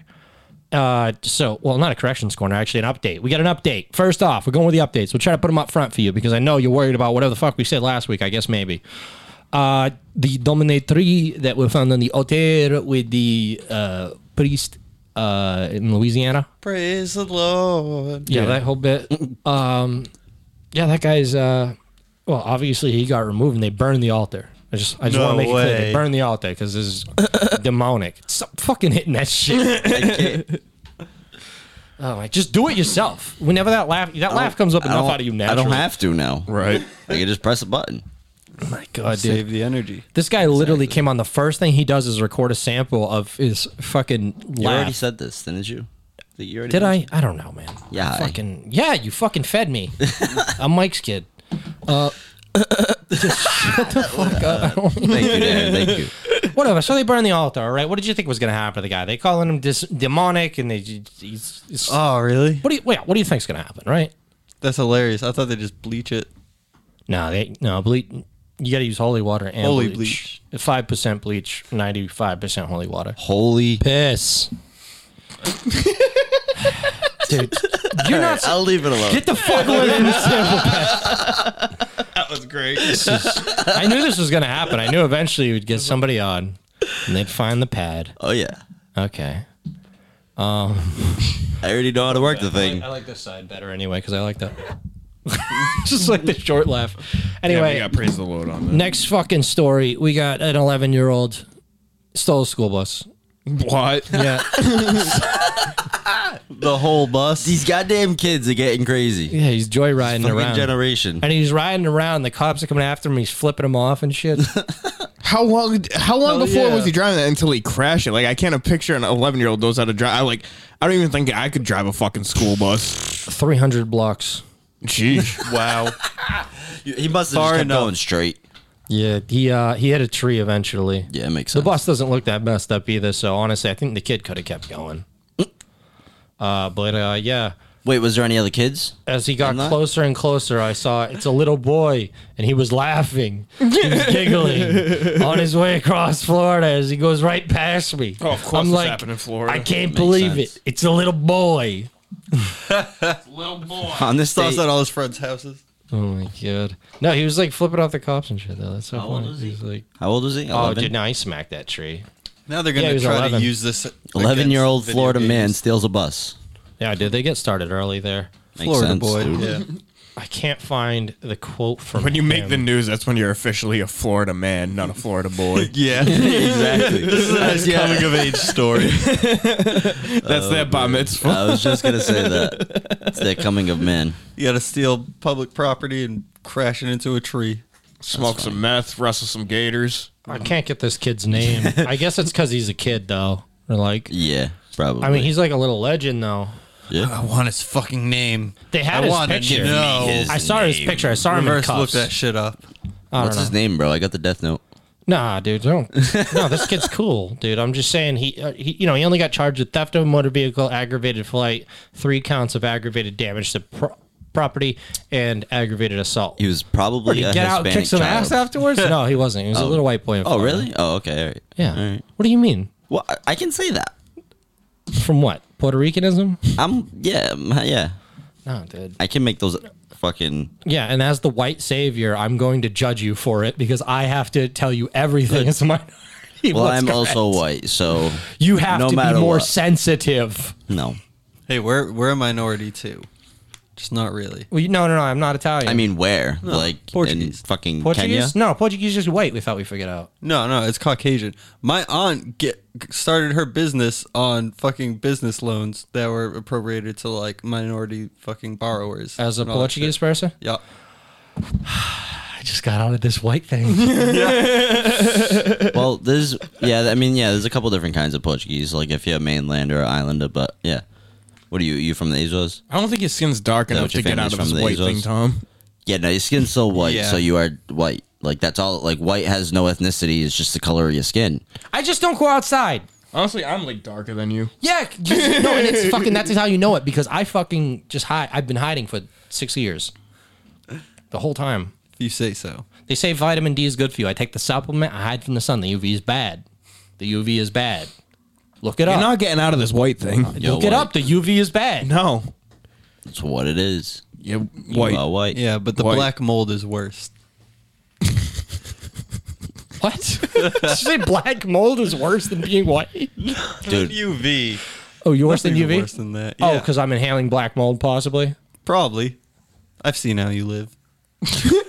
A: Uh, so, well, not a corrections corner, actually, an update. We got an update. First off, we're going with the updates. We'll try to put them up front for you because I know you're worried about whatever the fuck we said last week. I guess maybe. Uh, the dominatrix that were found on the altar with the uh, priest uh, in Louisiana.
D: Praise the Lord.
A: Yeah, that whole bit. Um, yeah, that guy's. Uh, well, obviously he got removed, and they burned the altar. I just, I just
D: No
A: want to make it clear they
D: way.
A: burned the altar because this is demonic. Stop fucking hitting that shit. oh my, just do it yourself. Whenever that laugh, that laugh comes up
C: I
A: enough
C: don't-
A: out of you
C: I
A: naturally.
C: don't have to now.
B: Right.
C: I can just press a button.
A: My God, dude.
D: Save the energy.
A: This guy literally came on. The first thing he does is record a sample of his fucking
C: You already
A: laugh.
C: said this, didn't you? Did, you already
A: Did I? I don't know, man.
C: Yeah, I-
A: Fucking yeah, you fucking fed me. I'm Mike's kid.
C: Thank you, Darren. Thank you.
A: Whatever. So they burn the altar. All right. What did you think was going to happen to the guy? They calling him dis- demonic, and they he's, he's-
D: Oh really?
A: what do you wait? What do you think's going to happen? Right?
D: That's hilarious. I thought they just bleach it.
A: No, they no bleach. You got to use holy water and
D: Holy
A: bleach. Five percent bleach, ninety-five percent holy water.
C: Holy.
A: Piss. Dude, you're not.
C: I'll leave it alone.
A: Get the fuck away from the sample That was great. I knew this was going to happen. I knew eventually we'd get somebody on, and they'd find the pad.
C: Oh yeah,
A: Okay.
C: I already know how to work the thing.
A: I like this side better anyway because I like that. Just like the short laugh. Anyway,
B: Yeah, we got praise the Lord on that.
A: next fucking story. We got an 11 year old stole a school bus.
B: What?
A: Yeah.
D: The whole bus.
C: These goddamn kids are getting crazy.
A: yeah, he's joyriding
C: Fucking
A: around.
C: generation.
A: and he's riding around. The cops are coming after him. He's flipping him off and shit.
B: How long? How long
D: Hell
B: before
D: yeah.
B: was he driving that until he crashed it? Like I can't picture an 11 year old knows how to drive. I like. I don't even think I could drive a fucking school bus.
A: 300 blocks.
B: Jeez.
D: Wow.
C: He must have
D: Far
C: just kept
D: enough.
C: going straight.
A: Yeah, he uh, he hit a tree eventually.
C: Yeah, it makes
A: The
C: sense.
A: bus doesn't look that messed up either. So honestly, I think the kid could have kept going. Uh, but uh, yeah,
C: Wait, was there any other kids?
A: as he got
C: I'm not-
A: closer and closer, I saw it's a little boy, and he was laughing, he was giggling on his way across Florida as he goes right past me.
B: Oh, of course it's happened in Florida.
A: I can't
C: Makes
A: believe
C: sense.
A: it. It's a little boy.
C: On this
D: Thoughts
C: date-
D: at all his friends' houses.
A: Oh my god! No, he was like flipping off the cops and shit. Though that's so
C: How old
A: funny.
C: was
A: he
C: he?
A: was like,
C: How old was he?
A: "Oh,
C: 11?
A: dude, now he smacked that tree."
D: Now they're
A: Yeah, he
D: gonna
A: was
D: try
A: 11.
D: to use this.
C: 11 year old
D: against
C: Florida
D: video
C: man
D: games.
C: steals a bus.
A: Yeah, dude, they get started early there.
C: Makes
D: Florida
C: sense,
D: boy.
C: dude.
D: Yeah.
A: I can't find the quote from
B: When you make
A: him.
B: the news, that's when you're officially a Florida man, not a Florida boy.
D: Yeah, exactly. this is a nice
C: Yeah.
D: coming of age story.
B: That's their bar mitzvah.
C: I was just going to say that. It's their coming of men.
D: You got to steal public property and crash it into a tree.
B: Smoke some meth, wrestle some gators.
A: I can't get this kid's name. I guess it's because he's a kid, though. Or like,
C: Yeah, probably.
A: I mean, he's like a little legend, though.
D: I want his fucking name.
A: They had
D: I
A: his
D: wanna
A: picture.
D: know.
A: I saw his picture. I saw him in
D: Reverse look
A: cuffs.
D: that shit up.
A: I don't
C: What's
A: know.
C: his name, bro? I got the death note.
A: Nah, dude, don't. no, this kid's cool, dude. I'm just saying he, uh, he, you know, he only got charged with theft of a motor vehicle, aggravated flight, three counts of aggravated damage to pro- property, and aggravated assault.
C: He was probably
A: Did he
C: a
A: get out,
C: Hispanic
A: and kick some
C: child.
A: ass afterwards? no, he wasn't. He was a little white boy. in
C: Oh,
A: Florida.
C: really? Oh, okay. All right.
A: Yeah.
C: All right.
A: What do you mean?
C: Well, I- I can say that.
A: From what? Puerto Ricanism?
C: I'm, yeah, I'm- yeah.
A: No, dude.
C: I can make those fucking.
A: Yeah, and as the white savior, I'm going to judge you for it because I have to tell you everything as a minority.
C: Well,
A: what's
C: I'm also
A: correct.
C: white, so
A: You have
C: no
A: to be
C: matter
A: more
C: what.
A: sensitive.
C: no.
D: Hey, we're we're a minority too, just not really.
A: Well, you, no, no, no. I'm not Italian.
C: I mean, where? like
D: Portuguese.
C: in fucking Kenya?
A: Portuguese? No, Portuguese is white. We thought we figured out.
D: No, no, it's Caucasian. My aunt get started her business on fucking business loans that were appropriated to like minority fucking borrowers.
A: As a
D: and all that
A: Portuguese
D: shit.
A: person,
D: yeah.
A: I just got out of this white thing.
C: Well, there's yeah, I mean yeah, there's a couple different kinds of Portuguese. Like if you're a mainlander or islander, but yeah, what are you? You from the Azores?
B: I don't think his skin's dark enough
C: what your
B: to get out
C: family's
B: of
C: from,
B: this
C: the
B: white thing,
C: Azores?
B: Tom.
C: Yeah, no, your skin's so white,
D: Yeah.
C: so you are white. Like that's all. Like white has no ethnicity; it's just the color of your skin.
A: I just don't go outside.
B: Honestly, I'm like darker than you.
A: Yeah, just, no, and it's fucking. That's how you know it because I fucking just hide. I've been hiding for six years, the whole time.
D: If you say so.
A: They say vitamin D is good for you. I take the supplement. I hide from the sun. The UV is bad. The UV is bad. Look it
B: You're
A: up.
B: not getting out of this white thing.
C: You're
A: Look it
C: white.
A: up. The UV is bad.
B: No.
C: That's what it is.
B: You're
C: You are
B: white.
C: white.
D: Yeah, but the
B: White.
D: black mold is worse.
A: What? Did you say black mold is worse than being white?
C: dude.
D: UV.
A: Oh, you're worse than
D: Nothing's
A: UV?
D: Worse than that.
A: Oh,
D: Yeah,
A: because I'm inhaling black mold, possibly.
D: probably. I've seen how you live.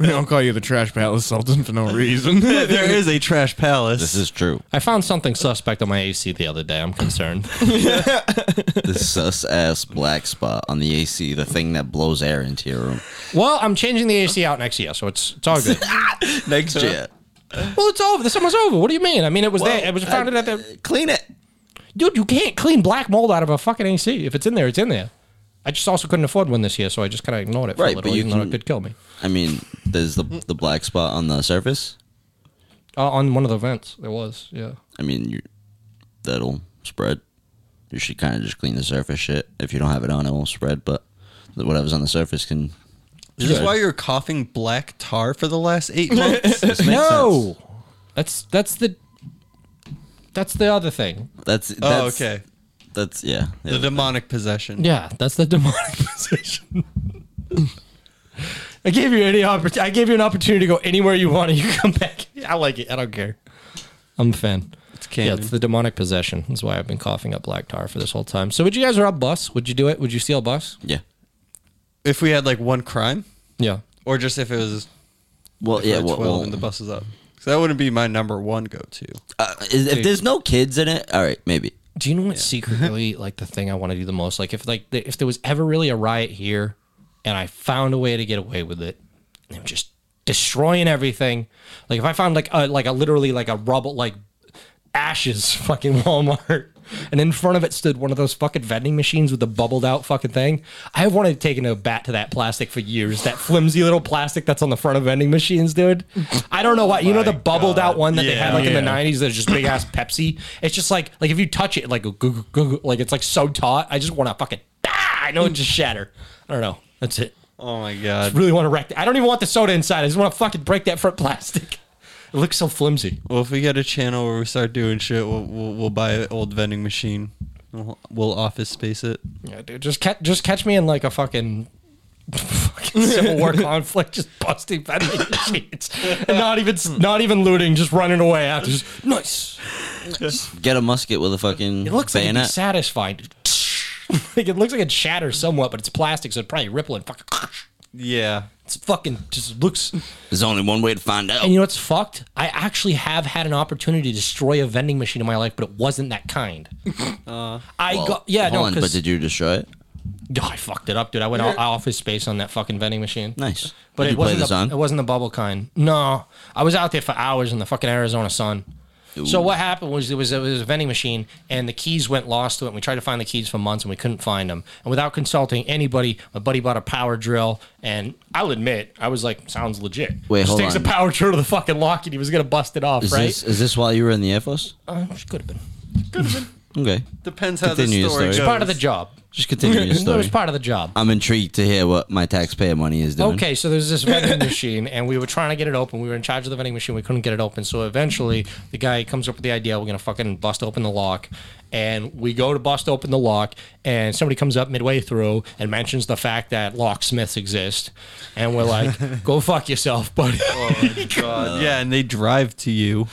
B: We don't call you the trash palace sultan for no reason.
D: there is a trash palace.
C: This is true.
A: I found something suspect on my AC the other day. I'm concerned.
C: The sus ass black spot on the AC, the thing that blows air into your room.
A: well, I'm changing the AC out next year, so it's it's all good.
C: Next year,
A: well, it's over. The summer's over. What do you mean? I mean, it was there. It was founded at the
C: clean it.
A: dude. You can't clean black mold out of a fucking AC. If it's in there, it's in there. I just also couldn't afford one this year, so I just kind of ignored it for
C: Right,
A: a little,
C: but you
A: even though
C: can-
A: it could kill me
C: I mean, there's the the black spot on the surface.
A: uh, on one of the vents. There was, yeah.
C: I mean, you that'll spread. You should kind of just clean the surface shit. If you don't have it on, it won't spread. But whatever's on the surface can.
D: Is this
C: Good.
D: why you're coughing black tar for the last eight months?
C: This makes
A: No, that's that's the that's the other thing.
C: sense. That's, that's
D: oh, okay.
C: That's yeah. yeah.
D: The demonic possession.
A: Yeah, that's the demonic possession. I gave you any opportunity. I gave you an opportunity to go anywhere you want, and you come back. I like it. I don't care. I'm a fan. It's
D: canon.
A: Yeah, it's the demonic possession. That's why I've been coughing up black tar for this whole time. So, would you guys rob bus? Would you do it? Would you steal a bus?
C: yeah.
D: If we had like one crime,
A: Yeah.
D: or just if it was
C: Well, yeah.
D: at
C: Well,
D: 12
C: well, mm.
D: and the bus is up. So that wouldn't be my number one go to.
C: uh, is- if there's no kids in it, all right, maybe.
A: Do you know what secretly like the thing I want to do the most? Like if like the, if there was ever really a riot here, and I found a way to get away with it, and I'm just destroying everything. Like if I found like a like a literally like a rubble like ashes fucking Walmart, and in front of it stood one of those fucking vending machines with the bubbled out fucking thing. I have wanted to take a bat to that plastic for years. That flimsy little plastic that's on the front of vending machines, dude. I don't know why. You know the bubbled out one that they had like in the nineties. There's just big ass Pepsi. It's just like like if you touch it, like go, go, go, go, go, like it's like so taut. I just want to fucking. Ah, I know it just shatter. I don't know. That's it
D: Oh my god.
A: really want to wreck. It. I don't even want the soda inside. I just want to fucking break that front plastic. It looks so flimsy.
D: Well, if we get a channel where we start doing shit, we'll we'll, we'll buy an old vending machine. We'll, we'll office space it.
A: Yeah, dude. Just catch, just catch me in like a fucking. Fucking civil war conflict, just busting vending machines, and not even not even looting, just running away after. Just, nice.
C: Get a musket with a fucking
A: It looks like it'd be
C: bayonet.
A: satisfying. like it looks like it shatters somewhat, but it's plastic, so it probably ripple and fucking.
D: Yeah.
A: It's fucking just looks.
C: There's only one way to find out.
A: And you know what's fucked? I actually have had an opportunity to destroy a vending machine in my life, but it wasn't that kind. I got yeah
C: Uh, Hold
A: no
C: on, but
A: because
C: did you destroy it?
A: oh, I fucked it up, dude. I went out office space on that fucking vending machine.
C: Nice.
A: but
C: did
A: it
C: you play
A: wasn't
C: the
A: the,
C: song?
A: it wasn't the bubble kind. No, I was out there for hours in the fucking Arizona sun. So what happened was there was there was a vending machine and the keys went lost to it. And we tried to find the keys for months and we couldn't find them. And without consulting anybody, my buddy bought a power drill. And I'll admit, I was like, sounds legit.
C: Wait,
A: Just
C: hold
A: takes
C: on.
A: a power drill to the fucking lock and he was gonna bust it off,
C: Is
A: right?
C: this is this while you were in the Air Force?
A: Uh, could have been
C: Okay.
D: Depends how
C: Continue your
D: the story
C: story.
D: goes.
C: It's
A: part of the job.
C: Just continue your
A: It
C: story.
A: was part of the job.
C: I'm intrigued to hear what my taxpayer money is doing.
A: Okay, so there's this vending machine, and we were trying to get it open. We were in charge of the vending machine. We couldn't get it open. So eventually, the guy comes up with the idea we're going to fucking bust open the lock. And we go to bust open the lock, and somebody comes up midway through and mentions the fact that locksmiths exist. And we're like, go fuck yourself, buddy.
D: Oh God. Yeah, and they drive to you.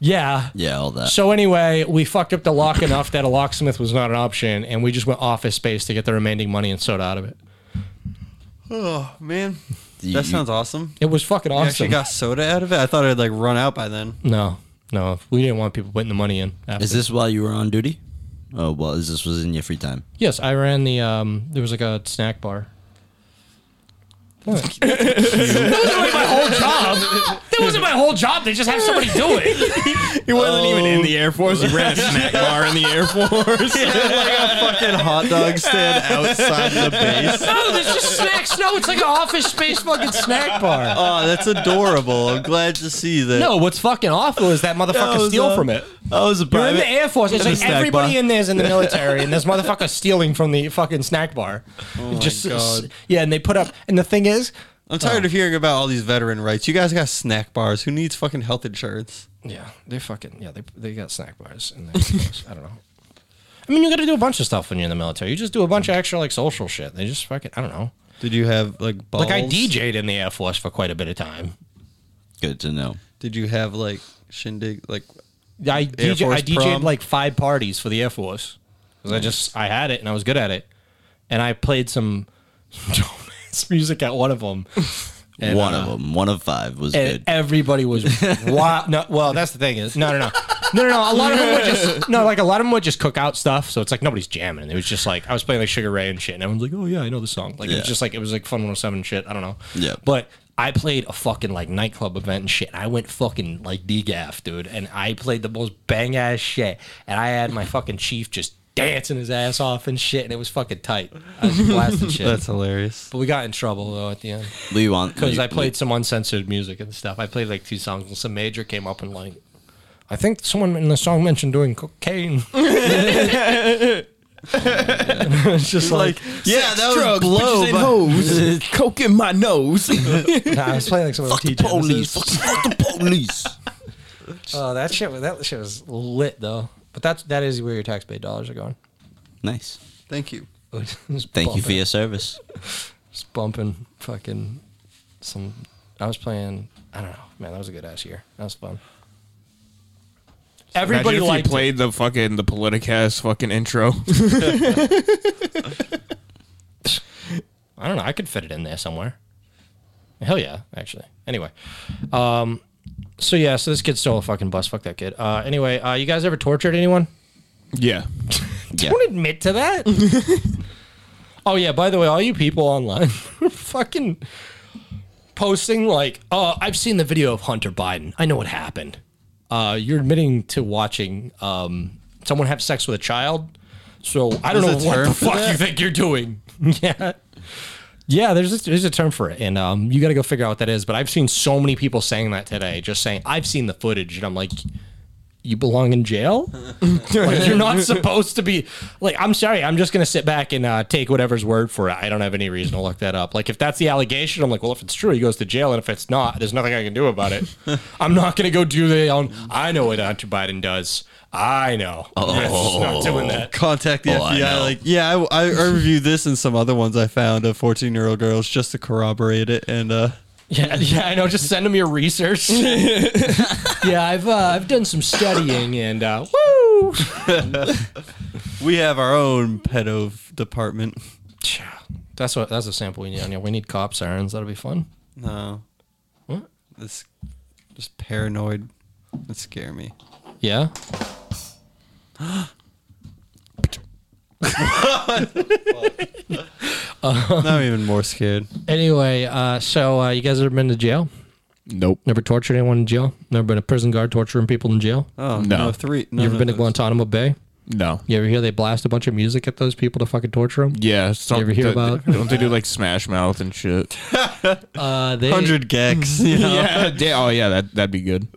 A: yeah.
C: Yeah, all that.
A: So anyway, we fucked up the lock enough that a locksmith was not an option, and we just went office space to get the remaining money and soda out of it.
D: Oh man,
C: You-
D: that sounds awesome.
A: It was fucking
D: You actually
A: awesome.
D: got soda out of it. I thought I'd like run out by then.
A: no, no, we didn't want people putting the money in. After.
C: Is this while you were on duty? Oh well, is this was in your free time?
A: Yes, I ran the. Um, there was like a snack bar. that wasn't like my whole job. That wasn't my whole job. They just have somebody do it.
B: He wasn't even in the Air Force. He ran a snack bar in the Air Force.
D: Fucking hot dog stand outside the base.
A: No, there's just snacks. No, it's like an office space fucking snack bar.
D: Oh, that's adorable. I'm glad to see that.
A: No, what's fucking awful is that motherfucker
D: was,
A: steal
D: uh,
A: from it.
D: I was
A: You're in
D: a
A: the
D: private.
A: Air Force. It's
D: the
A: like
D: snack
A: everybody
D: bar.
A: in there's in the military, and this motherfucker stealing from the fucking snack bar. just
D: Oh God.
A: yeah, and they put up. And the thing is,
D: I'm tired of hearing about all these veteran rights. You guys got snack bars. Who needs fucking health insurance?
A: Yeah, they fucking yeah they they got snack bars in there. I don't know. I mean, you got to do a bunch of stuff when you're in the military. You just do a bunch of extra like social shit. They just fucking I don't know.
D: Did you have like balls?
A: Like I DJ'd in the Air Force for quite a bit of time.
C: Good to know.
D: Did you have like shindig like
A: I
D: Air
A: DJ,
D: Force
A: I DJ'd
D: prom?
A: like five parties for the Air Force because I just I had it and I was good at it, and I played some dumbass music at one of them. And,
C: one
A: uh,
C: of them, one of five was
A: and
C: good.
A: everybody was wow. No, well, that's the thing is no, no, no, no, no, no. A lot of them would just no, like a lot of them would just cook out stuff. So it's like nobody's jamming. It was just like I was playing like Sugar Ray and shit, and everyone's like, oh yeah, I know the song. Like it
C: Yeah.
A: was just like it was like Fun 107 shit. I don't know.
C: Yeah.
A: but. I played a fucking like nightclub event and shit. I went fucking like degaff, dude, and I played the most bang ass shit. And I had my fucking chief just dancing his ass off and shit, and it was fucking tight. I was blasting shit.
D: That's hilarious.
A: but we got in trouble though at the end.
C: What do you want?
A: Because
C: you-
A: I played some uncensored music and stuff. I played like two songs, and some major came up and like, I think someone in the song mentioned doing cocaine. it's just like,
D: Yeah, that was
B: blow hose. Coke in my nose.
A: nah, I was playing like some
C: Fuck the
A: OT Genesis.
C: police. Fuck, fuck the police.
A: Oh, that shit! was- That shit was lit though. But that's that is where your taxpayer dollars are going.
C: Nice.
D: Thank you.
A: Thank
C: Thank you for your service.
A: just bumping fucking some. I was playing. I don't know, man. That was a good ass year. That was fun.
B: Everybody
A: Everybody
B: if
A: liked
B: you
A: it.
B: played the fucking the Politicast fucking intro.
A: I don't know. I could fit it in there somewhere. Hell yeah, actually. Anyway, um, so yeah, so this kid stole a fucking bus. Fuck that kid. Uh, anyway, uh, you guys ever tortured anyone?
B: yeah.
C: Yeah.
A: Don't admit to that. oh yeah. By the way, all you people online, were fucking posting like, oh, I've seen the video of Hunter Biden. I know what happened. Uh, you're admitting to watching um, someone have sex with a child. So I don't
D: There's
A: know
D: a
A: what
D: term
A: the
D: for
A: fuck
D: that?
A: you think you're doing. yeah. Yeah, there's a, there's a term for it, and um, you got to go figure out what that is. But I've seen so many people saying that today, just saying I've seen the footage, and I'm like, you belong in jail. like you're not supposed to be. Like I'm sorry, I'm just gonna sit back and uh, take whatever's word for it. I don't have any reason to look that up. Like if that's the allegation, I'm like, well, if it's true, he goes to jail, and if it's not, there's nothing I can do about it. I'm not gonna go do the. own- I know what Hunter Biden does. I know. Oh, not doing that.
D: Contact the
C: Oh, I
D: FBI.
C: know.
D: Like, yeah, I, I I reviewed this and some other ones I found of 14 year old girls just to corroborate it. And uh,
A: Yeah, yeah, I know. Just send them your research. yeah, I've uh, I've done some studying and uh, woo.
D: we have our own pedo f- department.
A: That's what that's a sample we need. on here. We need cop sirens. That'll be fun.
D: No.
A: What?
D: This just paranoid. That scare me.
A: Yeah.
D: Now I'm even more scared.
A: Anyway, uh, so uh, you guys ever been to jail?
B: Nope.
A: Never tortured anyone in jail? Never been a prison guard torturing people in jail?
D: Oh
B: No.
D: no, three. No,
A: you ever
D: no,
A: been to
D: no.
A: Guantanamo Bay?
B: No.
A: You ever hear they blast a bunch of music at those people to fucking torture them?
B: Yeah. Some,
A: ever
B: don't-
A: hear about-
B: Don't they do like Smash Mouth and shit?
A: Uh, they,
D: hundred gex? You know?
B: yeah. da- Oh yeah. That that'd be good.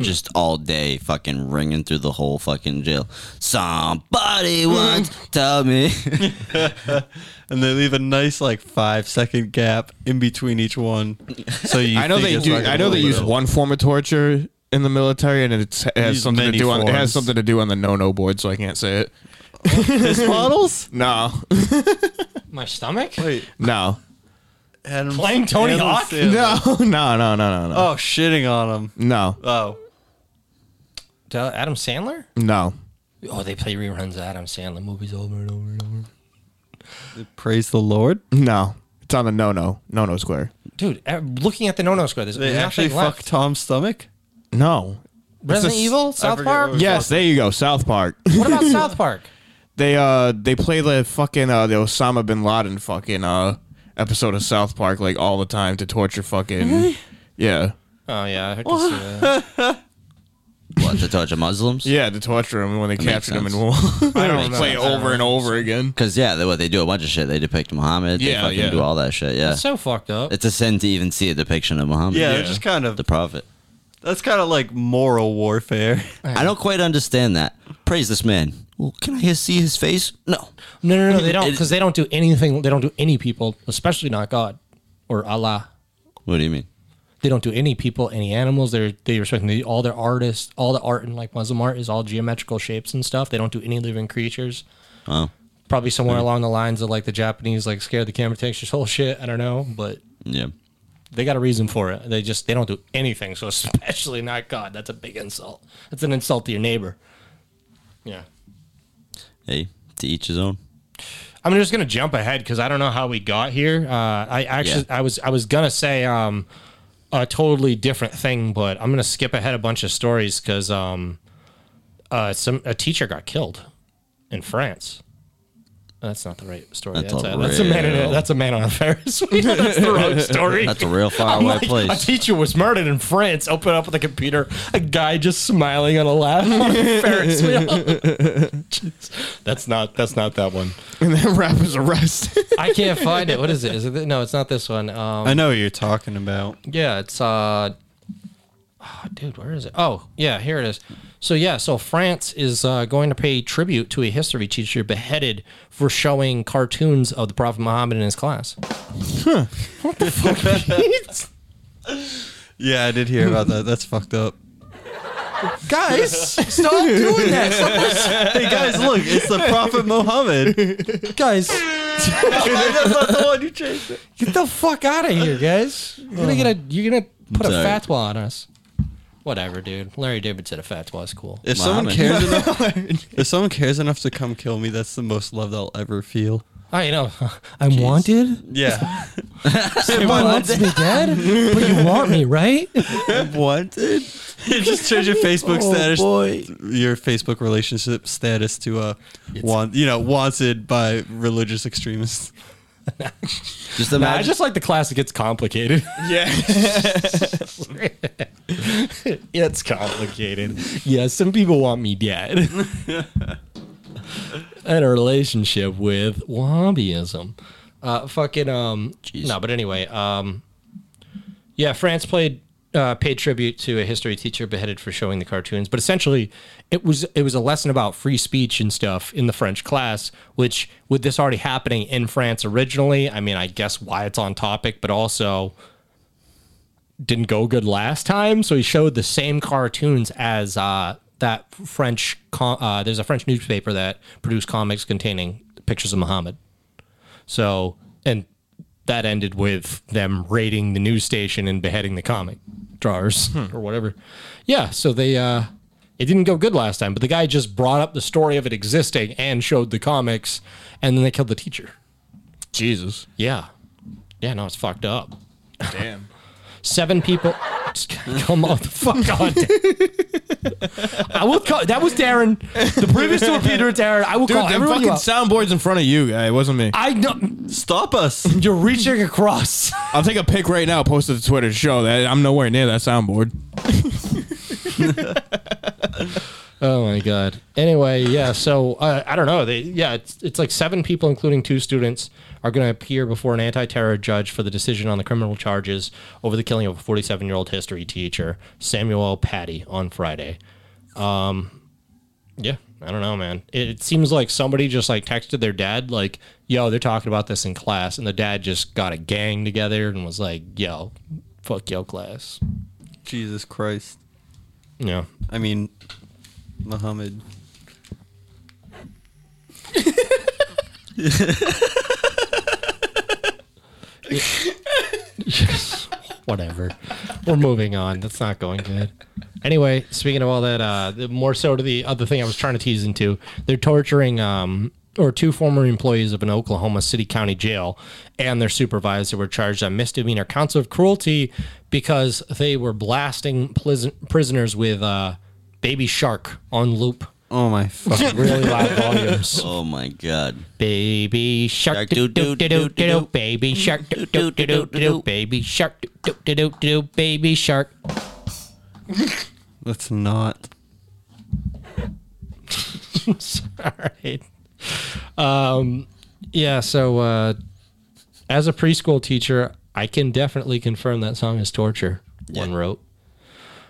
C: just all day fucking ringing through the whole fucking jail. Somebody once tell me.
D: and they leave a nice like five second gap in between each one. So you,
B: I know
D: think
B: they
D: it's
B: do.
D: like a
B: I know they
D: little
B: use
D: bit.
B: one form of torture in the military, and it's, it has
D: Use
B: something to
D: many
B: do on. It
D: forms.
B: has something to do on the no-no board, so I can't say it.
D: piss models.
B: No,
A: my stomach?
D: Wait,
B: no,
D: Adam,
A: Playing Tony
D: Adam
A: Hawk?
D: Sandler.
B: no, no, no, no, no, no,
D: Oh, shitting on him.
B: no,
D: Oh,
A: Tell- Adam Sandler?
B: no.
A: Oh, they play reruns of Adam Sandler movies over and over and over.
D: praise the Lord.
B: No, it's on the no no no no square.
A: Dude, uh, looking at the no no square, there's
D: They
A: nothing
D: actually
A: left.
D: fuck Tom's stomach.
B: No.
A: Resident
B: It's a-
A: Evil, South
D: forget
A: Park.
D: what
A: What,
D: it
B: Yes, there you go. South Park.
A: about South Park?
B: they uh they play the fucking uh the Osama bin Laden fucking uh episode of South Park like all the time to torture fucking. Yeah.
A: Oh yeah, I heard to see that.
C: what to torture Muslims?
B: Yeah, to torture him when they
C: makes
B: captured him in
C: sense.
B: war. I
A: don't know.
B: play it over and over again.
C: Because yeah, they what they do a bunch of shit. They depict Muhammad.
B: Yeah,
C: they fucking
B: yeah.
C: do all that shit. Yeah,
A: It's so fucked up.
C: it's a sin to even see a depiction of Muhammad.
D: Yeah,
B: Yeah.
D: just kind of.
C: the prophet.
D: That's kind of like moral warfare.
C: I don't quite understand that. Praise this man. Well, can I see his face? No.
A: No, no, no, they don't
C: It-
A: because they don't do anything. They don't do any people, especially not God or Allah.
C: What do you mean?
A: They don't do any people, any animals. They're they respect the, all their artists. All the art in like Muslim art is all geometrical shapes and stuff. They don't do any living creatures.
C: Oh,
A: Probably somewhere along the lines of like the Japanese like scared the camera takes your whole shit. I don't know, but
C: yeah.
A: they got a reason for it. They just they don't do anything. So especially not God. That's a big insult. That's an insult to your neighbor. Yeah.
C: Hey, to each his own.
A: I'm just gonna jump ahead because I don't know how we got here. Uh, I actually
C: Yeah.
A: I was I was gonna say um, a totally different thing, but I'm gonna skip ahead a bunch of stories because um, uh, some a teacher got killed in France. That's not the right story.
C: That's
A: That's, a,
C: a
A: that's a man. In a,
C: real-
A: that's a man on a Ferris wheel. That's the wrong story.
C: That's a real
A: I'm
C: faraway
A: like, A
C: place.
A: teacher was murdered in France. Open up the computer. A guy just smiling on a laugh on a Ferris wheel. Jeez. that's not. That's not that one.
B: And then rappers arrest.
A: I can't find it. What is it? Is it th- no? It's not this one. Um,
D: I know what you're talking about.
A: yeah, it's uh, oh, dude, where is it? Oh, yeah, here it is. So yeah, so France is uh, going to pay tribute to a history teacher beheaded for showing cartoons of the Prophet Muhammad in his class.
D: Yeah, I did hear about that. That's fucked up.
A: Guys, stop doing that,
D: Hey guys, look, it's the Prophet Muhammad. Oh,
A: guys.
D: That's not the one you changed. It.
A: Get the fuck out of here, guys. You're gonna get a, you're gonna put
C: Sorry.
A: a fatwa on us. Whatever, dude. Larry David said a fatwa is cool.
D: If
C: Muhammad.
D: someone cares enough, if someone cares enough to come kill me, that's the most love I'll ever feel.
A: I know. I'm wanted.
D: Yeah,
A: Someone wants me dead, but you want me, right?
D: wanted. Oh, just change your Facebook status, your Facebook relationship status to uh, want you know wanted by religious extremists.
C: Just
A: Nah, I
C: imagine.
A: just like the classic. It's complicated.
B: Yeah.
A: it's complicated. Yeah, some people want me dead. and a relationship with Wahhabism. Uh, fucking um. No, but anyway, um, yeah, France played uh, paid tribute to a history teacher beheaded for showing the cartoons, but essentially, it was it was a lesson about free speech and stuff in the French class. Which, with this already happening in France originally, I mean, I guess why it's on topic, but also didn't go good last time, so he showed the same cartoons as uh, that French. Com- uh, there's a French newspaper that produced comics containing pictures of Muhammad. So, and that ended with them raiding the news station and beheading the comic drawers or whatever. Yeah, so they uh, it didn't go good last time, but the guy just brought up the story of it existing and showed the comics, and then they killed the teacher.
B: Jesus.
A: Yeah, yeah, no, it's fucked up
B: Damn.
A: seven people. Just Come on, the fuck on. I will call. That was Darren. The previous two were Peter and Darren. I will
B: Dude,
A: call
B: the
A: everyone.
B: fucking
A: You out.
B: soundboard's in front of you, guy. It wasn't me.
A: I know
D: Stop us.
A: you're reaching across.
B: I'll take a pic right now, post it to Twitter to show that I'm nowhere near that soundboard.
A: Oh my god. Anyway, yeah. So uh, I don't know. They, yeah, it's it's like seven people, including two students, are going to appear before an anti-terror judge for the decision on the criminal charges over the killing of a 47-year-old history teacher, Samuel Patty, on Friday. Um, yeah, I don't know, man. It, it seems like somebody just like texted their dad, like, "Yo, they're talking about this in class," and the dad just got a gang together and was like, "Yo, fuck yo class."
D: Jesus Christ.
A: Yeah.
D: I mean, Muhammad.
A: whatever. We're moving on. That's not going good. Anyway, speaking of all that, uh, the- more so to the other thing I was trying to tease into, they're torturing um, or two former employees of an Oklahoma City County jail and their supervisor were charged on misdemeanor counts of cruelty because they were blasting plis- prisoners with uh, Baby Shark on loop.
D: Oh my fucking.
A: Really loud volumes.
C: oh my god.
A: Baby shark,
C: Shark
A: do do
C: doo
A: do do
C: doo doo doo
A: do.
C: doo.
A: Baby shark, do do do do
C: doo
A: do.
C: doo.
A: Baby shark, do do do do do. Baby shark.
D: That's not.
A: Sorry. Um, yeah. So, uh, as a preschool teacher, I can definitely confirm that song is torture. One wrote.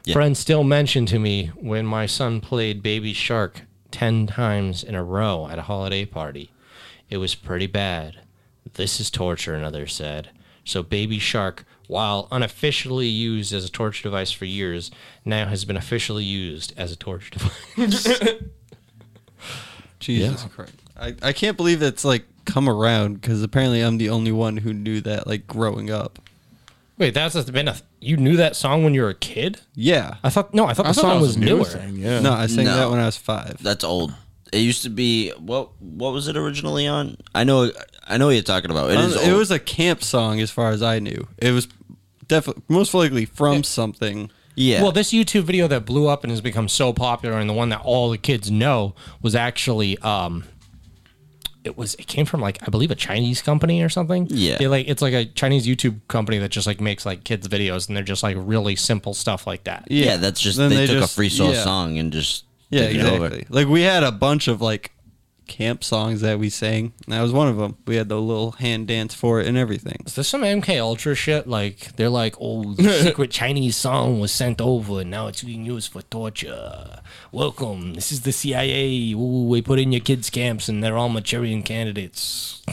C: Yeah.
A: Friends still mention to me when my son played Baby Shark ten times in a row at a holiday party. It was pretty bad. This is torture, another said. So Baby Shark, while unofficially used as a torture device for years, now has been officially used as a torture device.
D: Jesus Christ. I, I can't believe that's like come around because apparently I'm the only one who knew that like growing up.
A: Wait, that's just been a. You knew that song when you were a kid?
D: Yeah.
A: I thought no, I thought the song was, newer.
B: Yeah.
D: No, I sang
C: No.
D: that when I was five.
C: That's old. It used to be what? What was it originally on? I know. I know what you're talking about. It
D: I
C: is.
D: don't- Uh, It
C: old.
D: was a camp song as far as I knew. It was definitely most likely from something.
C: yeah.
A: Well, this YouTube video that blew up and has become so popular, and the one that all the kids know was actually um, it was it came from like I believe a Chinese company or something.
C: Yeah.
A: they like it's like a Chinese YouTube company that just like makes like kids videos, and they're just like really simple stuff like that.
C: yeah, That's just they,
D: Then they
C: took
D: just-
C: a free soul
D: yeah.
C: song and just
D: Yeah,
C: took it over.
D: exactly. Like we had a bunch of like camp songs that we sang. and That was one of them. We had the little hand dance for it and everything.
A: Is this some MK Ultra shit? Like they're like, oh, the secret Chinese song was sent over, and now it's being used for torture. Welcome, this is the CIA. Ooh, we put in your kids' camps, and they're all Manchurian candidates.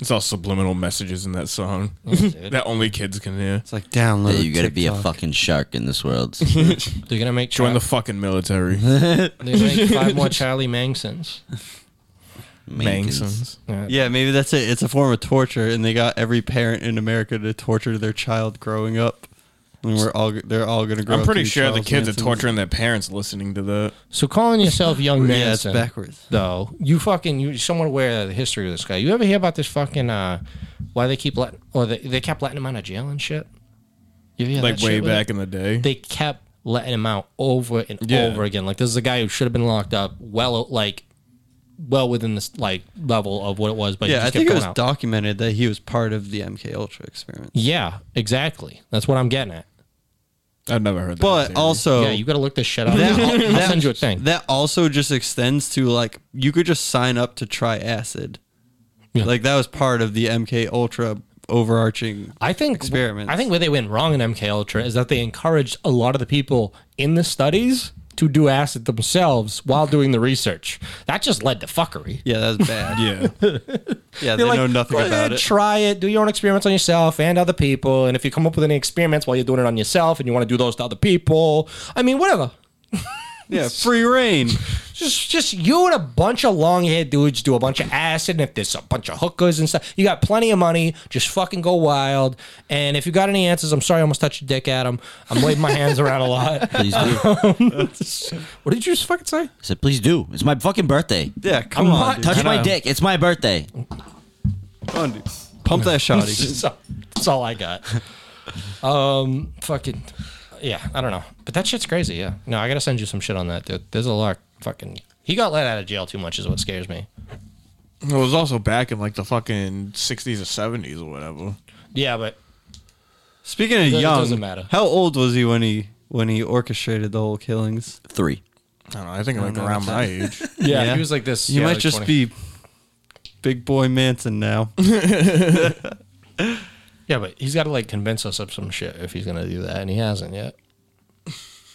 B: It's all subliminal messages in that song that only kids can hear.
D: It's like download.
C: Yeah, you gotta be a
D: TikTok.
C: fucking shark in this world.
A: They're gonna make
B: Join
A: Char-
B: the fucking military.
A: they're gonna make five more Charlie Mansons.
B: Mangsons.
D: Yeah, maybe that's it. It's a form of torture, and they got every parent in America to torture their child growing up. And we're all they're all gonna grow.
B: I'm
D: up
B: pretty
D: to be
B: sure the
D: Charles
B: kids
D: Mansons.
B: are torturing their parents listening to that.
A: So calling yourself young
D: Yeah, it's
A: Manson,
D: backwards.
A: though you fucking you someone aware of the history of this guy. You ever hear about this fucking uh, why they keep letting or they, they kept letting him out of jail and shit? You ever hear
B: Like
A: that
B: way
A: shit with it?
B: back in the day.
A: they kept letting him out over and
B: Yeah.
A: over again. Like this is a guy who should have been locked up well like well within this like level of what it was, but he
D: Yeah,
A: just
D: I
A: kept
D: think it
A: going
D: was
A: out.
D: documented that he was part of the MK Ultra experiment.
A: yeah, exactly. That's what I'm getting at.
B: I've never heard that.
D: But
B: theory.
D: also,
A: yeah, you got to look this shit up.
D: that,
A: I'll, I'll
D: that-
A: send you a thing.
D: That also just extends to like you could just sign up to try acid.
A: Yeah.
D: Like that was part of the MK Ultra overarching.
A: I think
D: experiments.
A: I think where they went wrong in MK Ultra is that they encouraged a lot of the people in the studies to do acid themselves while doing the research. That just led to fuckery.
D: yeah, that's bad. yeah, yeah, they
A: They're like,
D: know nothing
A: "Go
D: about
A: ahead,
D: it.
A: Try it. Do your own experiments on yourself and other people. And if you come up with any experiments while you're doing it on yourself and you want to do those to other people, I mean, whatever.
D: yeah, free reign.
A: Just, just you and a bunch of long haired dudes do a bunch of acid, and if there's a bunch of hookers and stuff, you got plenty of money. Just fucking go wild. And if you got any answers, I'm sorry, I almost touched your dick, Adam. I'm waving my hands around a lot.
C: Please do.
A: What did you just fucking say?
C: I said, please do. It's my fucking birthday.
D: Yeah, come
A: I'm
D: on,
A: not
D: dude.
C: Touch
A: I
C: my
A: know.
C: dick. It's my birthday.
D: Come on, dude. Pump that shotty.
A: That's all- that's all I got. Um, fucking, yeah, I don't know, but that shit's crazy. Yeah, no, I gotta send you some shit on that, dude. There's a lot. Fucking, he got let out of jail too much is what scares me.
B: it was also back in like the fucking sixties or seventies or whatever.
A: Yeah, but
D: Speaking of
A: It
D: young,
A: doesn't matter.
D: How old was he when he when he orchestrated the whole killings?
C: Three.
B: I don't know. I think like around my age.
A: yeah,
D: Yeah.
A: he was like this.
D: You
A: yeah,
D: might
A: like
D: just
A: 20.
D: be big boy Manson now.
A: Yeah, but he's got to like convince us of some shit if he's gonna do that, and he hasn't yet.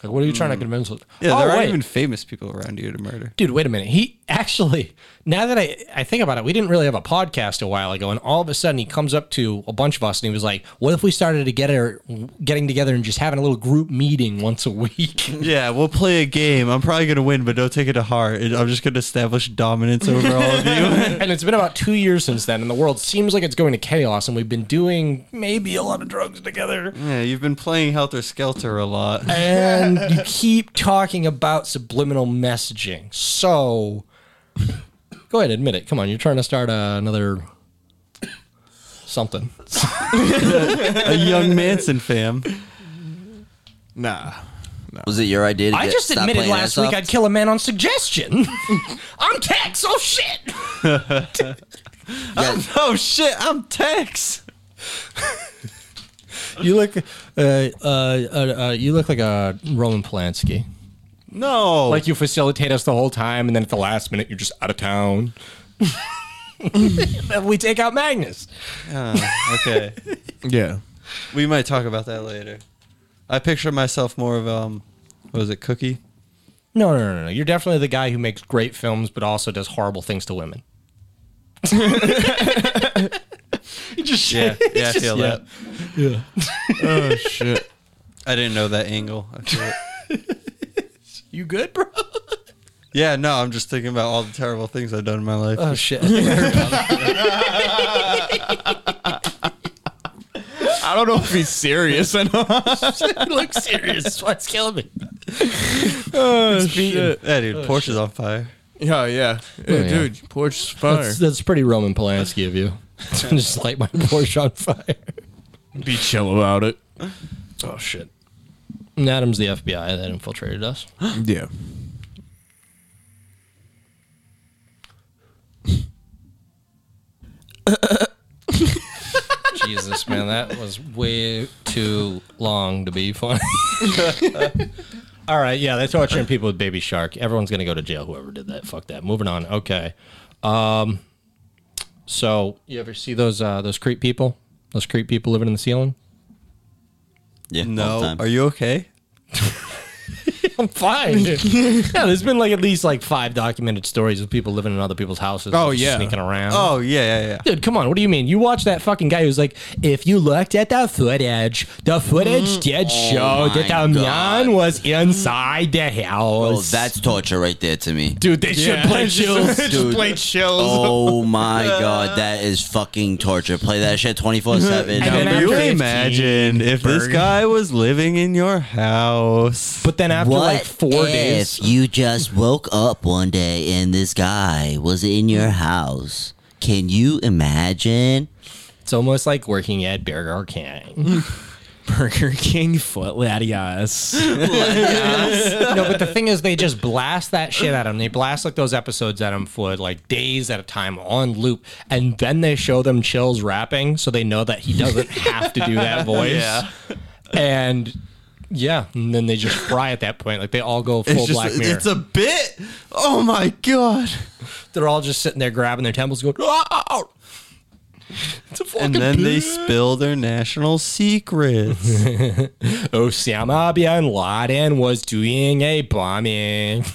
A: Like, what are you trying to convince us?
D: Yeah,
A: Oh,
D: there aren't
A: wait.
D: even famous people around you to murder.
A: dude wait a minute he actually now that I, I think about it we didn't really have a podcast a while ago and all of a sudden he comes up to a bunch of us and he was like what if we started to get our, getting together and just having a little group meeting once a week
D: Yeah, we'll play a game. I'm probably gonna win, but don't take it to heart. And I'm just gonna establish dominance over all of you.
A: and it's been about two years since then and the world seems like it's going to chaos and we've been doing maybe a lot of drugs together
D: yeah, you've been playing Helter Skelter a lot.
A: and you keep talking about subliminal messaging so go ahead admit it come on you're trying to start uh, another something
D: a young Manson fam.
B: nah.
C: Was it your idea to
A: I
C: get,
A: just
C: stop
A: admitted
C: playing
A: last
C: Airsoft?
A: week I'd kill a man on suggestion. I'm Tex. Oh shit!
C: Yeah,
D: Oh shit, I'm Tex.
A: You look, uh, uh, uh, uh, you look like a Roman Polanski.
D: No,
A: Like you facilitate us the whole time, and then at the last minute you're just out of town. Then we take out Magnus.
D: okay.
B: Yeah.
D: We might talk about that later. I picture myself more of um, what was it, Cookie?
A: No, no, no, no. You're definitely the guy who makes great films, but also does horrible things to women. You just
D: Yeah, yeah, I feel
A: yeah.
D: that.
B: Oh shit.
D: I didn't know that angle. I feel it.
A: You good, bro?
D: yeah, no, I'm just thinking about all the terrible things I've done in my life.
A: Oh shit! I think I heard about that.
B: I don't know if he's serious or not.
A: You look serious. What's killing me?
B: Oh shit.
D: yeah, dude, Porsche's on fire.
B: Yeah, yeah. Hey,
A: yeah.
B: Dude, Porsche's fire.
A: That's, that's pretty Roman Polanski of you. Just light my Porsche on fire.
B: Oh, Be chill about it.
A: Oh shit. And Adam's the FBI that infiltrated us.
B: yeah.
A: Jesus, man, that was way too long to be funny. All right, yeah, they're torturing people with Baby Shark. Everyone's gonna go to jail. Whoever did that, fuck that. Moving on. Okay. Um, so you ever see those uh, those creep people? Those creep people living in the ceiling?
C: yeah, all the
D: No,
C: time.
D: are you okay?
A: I'm fine. dude. yeah, there's been like at least like five documented stories of people living in other people's houses.
B: Oh,
A: just
B: yeah.
A: sneaking around.
D: Oh yeah, yeah, yeah.
A: Dude, come on. What do you mean? You watch that fucking guy who's like, if you looked at the footage, the
B: Mm.
A: footage did show
B: Oh
C: my
A: that the
C: God.
A: man was inside the house.
C: Oh, that's torture right there to me.
A: dude. They should play chills.
C: Dude.
B: chills.
C: Oh my god, that is fucking torture. Play that shit 24
A: Mm-hmm.
C: 7.
A: And then
D: Can
A: after
D: you
A: 15
D: imagine if this guy was living in your house?
A: But then after
C: What
A: like four
C: if
A: days,
C: you just woke up one day and this guy was in your house? Can you imagine?
A: it's almost like working at Burger King.
H: Burger King foot latias.
A: no, but the thing is, they just blast that shit at them. They blast like those episodes at them for like days at a time on loop, and then they show them Chills rapping, so they know that he doesn't have to do that voice. And yeah, and then they just fry at that point. Like they all go full
D: It's just,
A: Black Mirror.
D: it's a bit. Oh my god!
A: They're all just sitting there grabbing their temples, going, "Ow!" It's a fucking
D: And then they spill their national secrets.
A: Osama bin Laden was doing a bombing.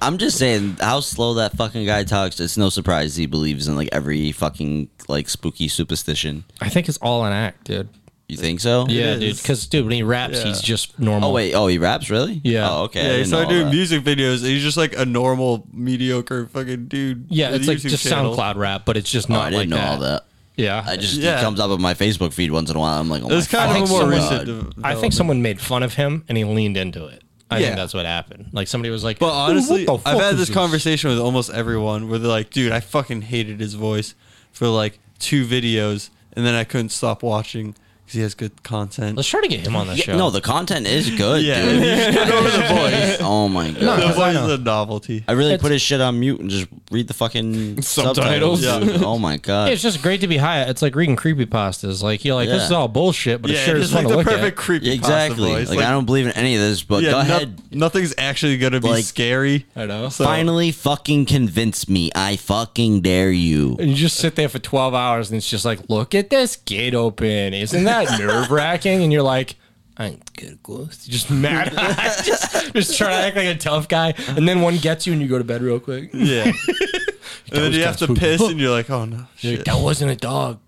C: I'm just saying how slow that fucking guy talks. It's no surprise he believes in like every fucking like spooky superstition.
A: I think it's all an act, dude.
C: You think so?
A: Yeah,
D: is.
A: dude. Because dude, when he raps, he's just normal.
C: Oh wait. Oh, he raps really?
A: Yeah.
C: Oh, okay. I
D: yeah, he
C: didn't
D: started
C: know all
D: doing
C: that.
D: music videos. And he's just like a normal, mediocre fucking dude.
A: Yeah,
D: with
A: it's
D: a
A: like
D: YouTube
A: just
D: channel.
A: SoundCloud rap, but it's just
C: Oh,
A: not
C: I didn't
A: like
C: know all that.
A: Yeah,
C: I just
D: Yeah.
C: he comes up on my Facebook feed once in a while. I'm like, oh
D: It was
C: my
D: kind of a
C: fucking
D: more
C: God.
D: recent. de-
A: I think someone made fun of him and he leaned into it. I
D: Yeah.
A: think that's what happened. Like somebody was like,
D: But honestly,
A: "What the
D: I've
A: fuck
D: had
A: is
D: this conversation with almost everyone where they're like, dude, I fucking hated his voice for like two videos and then I couldn't stop watching because he has good content.
A: Let's try to get him on the show."
C: No, the content is good,
D: Yeah.
C: dude. over the voice. Oh my god.
D: the voice is a novelty.
C: I really put his shit on mute and just read the fucking
B: Subtitles.
C: subtitles. dude. Oh my god.
A: it's just great to be high. It's like reading creepypastas. Like you're like,
C: Yeah.
A: this is all bullshit, but it sure is
D: it's
A: fun
D: like
A: to
D: the
A: look at.
D: perfect creepy
C: Yeah, exactly.
D: voice.
C: Like, I don't believe in any of this, but
D: yeah,
C: go
D: no-
C: ahead.
D: nothing's actually gonna be
C: Like-
D: scary.
A: I know.
D: So,
C: Finally, fucking convince me. I fucking dare you.
A: And you just sit there for 12 hours and it's just like, look at this gate open. Isn't that nerve wracking? And you're like, I ain't good close. You're Just mad. just, just trying to act like a tough guy. And then one gets you and you go to bed real quick.
D: yeah. and then you have to piss and you're like, oh no, shit.
A: That wasn't a dog.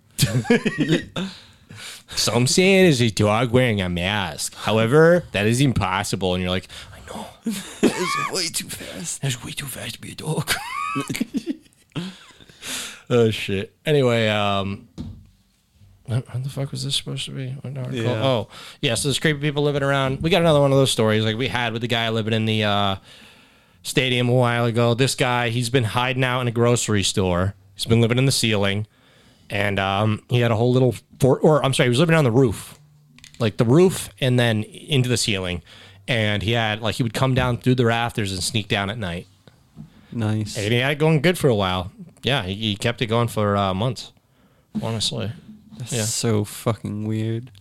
A: Some say it is a dog wearing a mask. However, that is impossible. And you're like, I know. It's way too fast. It's way too fast to be a dog. oh shit. Anyway, um, what what the fuck was this supposed to be? What article?
D: Yeah.
A: Oh, yeah. So there's creepy people living around. We got another one of those stories like we had with the guy living in the uh, stadium a while ago. This guy, he's been hiding out in a grocery store. He's been living in the ceiling, and um, he had a whole little fort. Or I'm sorry, he was living on the roof, like the roof, and then into the ceiling. And he had like he would come down through the rafters and sneak down at night.
D: nice.
A: And he had it going good for a while. Yeah, he, he kept it going for uh, months. Honestly, yeah.
D: So fucking weird.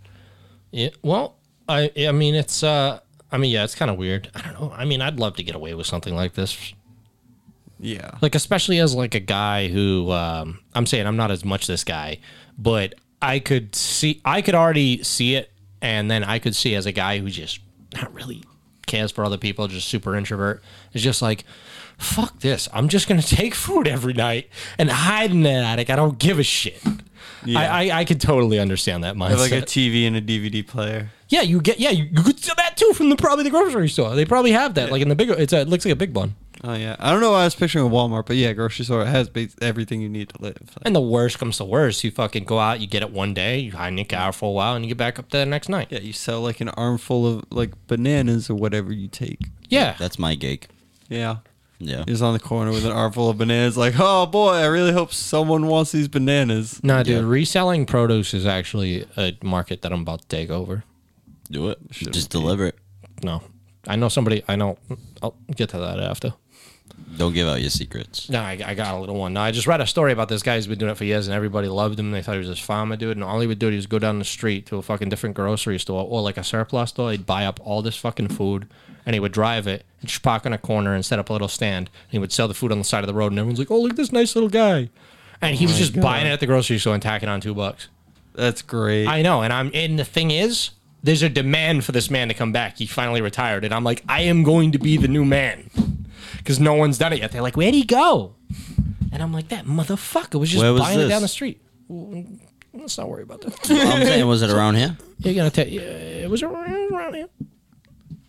A: yeah. Well, I I mean it's uh I mean yeah it's kind of weird. I don't know. I mean I'd love to get away with something like this.
D: Yeah.
A: Like especially as like a guy who um I'm saying I'm not as much this guy, but I could see I could already see it, and then I could see as a guy who just not really cares for other people, just super introvert. It's just like. Fuck this. I'm just going to take food every night and hide in that attic. I don't give a shit. I, I, I could totally understand that mindset.
D: Have like a TV and a DVD player.
A: Yeah, you get yeah, you, you could sell that too from the probably the grocery store. They probably have that like in the big. It's a, it looks like a big one.
D: Oh yeah, I don't know why I was picturing a Walmart, but yeah, grocery store it has bas- everything you need to live. Like,
A: And the worst comes to worst, you fucking go out, you get it one day, you hide in your car for a while, and you get back up there the next night. Yeah,
D: yeah, you sell like an armful of like bananas or whatever you take.
C: That's my gig.
D: Yeah,
C: Yeah.
D: he's on the corner with an armful of bananas. Like, oh boy, I really hope someone wants these bananas.
A: no, dude, reselling produce is actually a market that I'm about to take over.
C: Do it. Just deliver it.
A: No, I know somebody. I know. I'll get to that after.
C: Don't give out your secrets.
A: No, I, I got a little one. No, I just read a story about this guy who's been doing it for years, and everybody loved him. They thought he was this farmer dude, and all he would do is go down the street to a fucking different grocery store or like a surplus store. He'd buy up all this fucking food, and he would drive it and just park on a corner and set up a little stand. And he would sell the food on the side of the road, and everyone's like, "Oh, look at this nice little guy," and he was just buying it at the grocery store and tacking on two bucks.
D: That's great.
A: I know, and I'm and the thing is, there's a demand for this man to come back. He finally retired, and I'm like, I am going to be the new man because no one's done it yet. They're like, where'd he go? And I'm like, that motherfucker was just
C: Where was
A: buying it
C: this?
A: down the street. Well, Let's not worry about that.
C: All I'm saying, was it around here?
A: You're gonna tell. Yeah, it was around around here.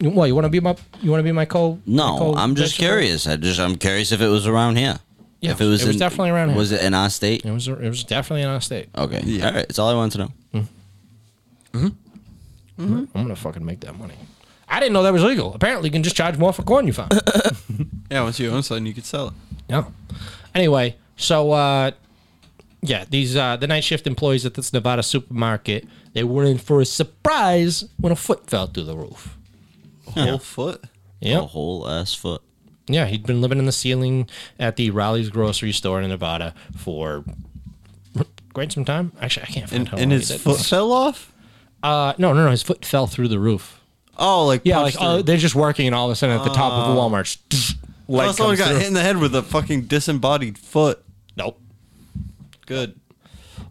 A: Well, you want to be my you want to be my co? my
C: No,
A: co-
C: I'm just
A: vegetable?
C: curious. I just I'm curious if it was around here.
A: Yeah,
C: if it was,
A: it was
C: in-
A: definitely around here.
C: Was it in our state?
A: It was it was definitely in our state.
C: Okay. All right. It's all I wanted to know.
A: I'm gonna fucking make that money. I didn't know that was legal. Apparently, you can just charge more for corn you found.
D: yeah, once you own something, you could sell it.
A: No. Anyway, so uh yeah, these uh, the night shift employees at this Nevada supermarket they were in for a surprise when a foot fell through the roof.
D: Whole foot.
A: Yep.
C: A
D: Oh.
C: whole ass foot.
A: Yeah, he'd been living in the ceiling at the Raleigh's grocery store in Nevada for quite some time. Actually, I can't find
D: And,
A: how
D: and
A: long
D: his
A: he did.
D: foot fell off?
A: Uh, no, no, no. His foot fell through the roof.
D: Oh, like
A: Yeah,
D: punched
A: like oh,
D: through.
A: they're just working, and all of a sudden at the top of a Walmart,
D: Oh,
A: leg
D: someone
A: comes
D: got
A: through.
D: hit in the head with a fucking disembodied foot.
A: Nope.
D: Good.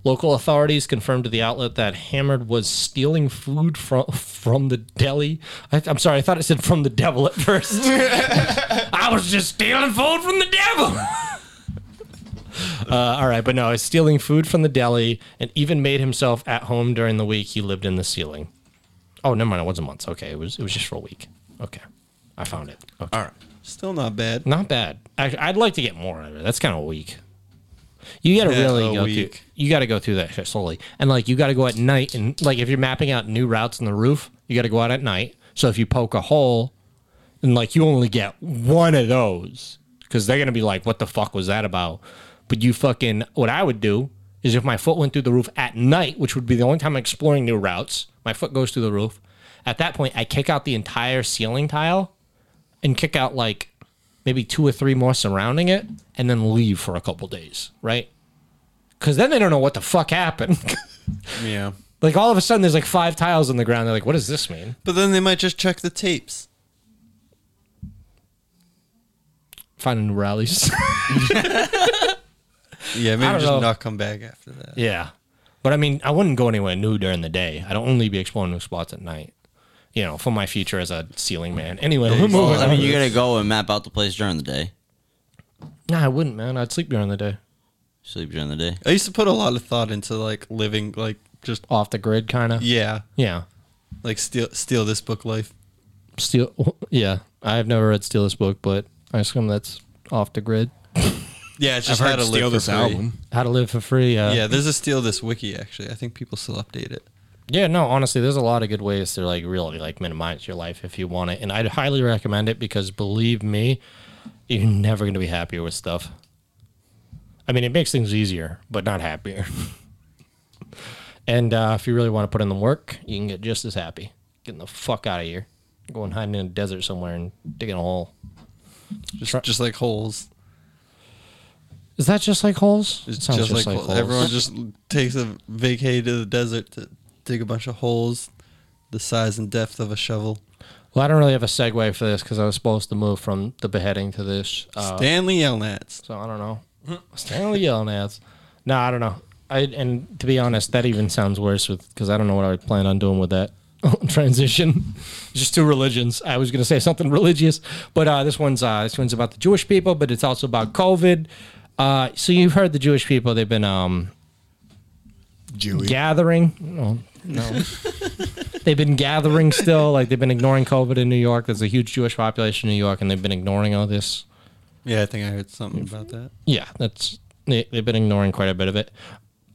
A: Local authorities confirmed to the outlet that Hammered was stealing food from from the deli. I, I'm sorry, I thought it said from the devil at first. I was just stealing food from the devil. uh, all right, but no, he's stealing food from the deli and even made himself at home during the week he lived in the ceiling. Oh, never mind, it wasn't months. Okay, it was it was just for a week. Okay, I found it. Okay. All right.
D: Still not bad.
A: Not bad. I, I'd like to get more out of it. That's kind of weak. You got to
D: Yeah,
A: really
D: a
A: go
D: week.
A: through. You got to go through that shit slowly, and like you got to go at night, and like if you're mapping out new routes in the roof, you got to go out at night. So if you poke a hole, and like you only get one of those, because they're gonna be like, "What the fuck was that about?" But you fucking what I would do is if my foot went through the roof at night, which would be the only time I'm exploring new routes, my foot goes through the roof. At that point, I kick out the entire ceiling tile and kick out like maybe two or three more surrounding it and then leave for a couple days, right? Because then they don't know what the fuck happened.
D: Yeah.
A: like all of a sudden, there's like five tiles on the ground. They're like, what does this mean?
D: But then they might just check the tapes.
A: Finding new rallies.
D: Yeah,
A: I
D: maybe
A: don't
D: just
A: know.
D: not come back after that.
A: yeah. But I mean, I wouldn't go anywhere new during the day. I'd only be exploring new spots at night, you know, for my future as a ceiling man. Anyway, we're moving
C: I
A: on.
C: mean, you gotta go and map out the place during the day.
A: nah, I wouldn't, man. I'd sleep during the day.
C: Sleep during the day.
D: I used to put a lot of thought into like living like just
A: Off the grid, kind of.
D: yeah,
A: Yeah.
D: like steal steal this book life.
A: Steal. Yeah. I've never read Steal This Book, but I assume that's off the grid.
D: Yeah, it's just how to live for free.
A: How to Live for Free. Uh,
D: Yeah, there's a steal this wiki actually. I think people still update it.
A: Yeah, no, honestly, there's a lot of good ways to like really like minimize your life if you want it, and I'd highly recommend it because believe me, you're never going to be happier with stuff. I mean, it makes things easier, but not happier. and uh, if you really want to put in the work, you can get just as happy getting the fuck out of here, going hiding in a desert somewhere and digging a hole.
D: Just
A: Try-
D: just like holes.
A: Is that just like holes?
D: It's
A: It sounds
D: just, like, holes. everyone just takes a vacay to the desert to dig a bunch of holes the size and depth of a shovel.
A: Well, I don't really have a segue for this because I was supposed to move from the beheading to this. Uh,
D: Stanley Yelnats.
A: So I don't know. Stanley yelling ass. No, I don't know. I and to be honest, that even sounds worse with because I don't know what I would plan on doing with that transition. It's Just two religions. I was going to say something religious, but uh, this one's uh, this one's about the Jewish people, but it's also about COVID. Uh, so you've heard the Jewish people; they've been um,
E: Jewy.
A: gathering. No, no. they've been gathering still. Like they've been ignoring COVID in New York. There's a huge Jewish population in New York, and they've been ignoring all this.
D: Yeah, I think I heard something about that.
A: Yeah, that's they, they've been ignoring quite a bit of it.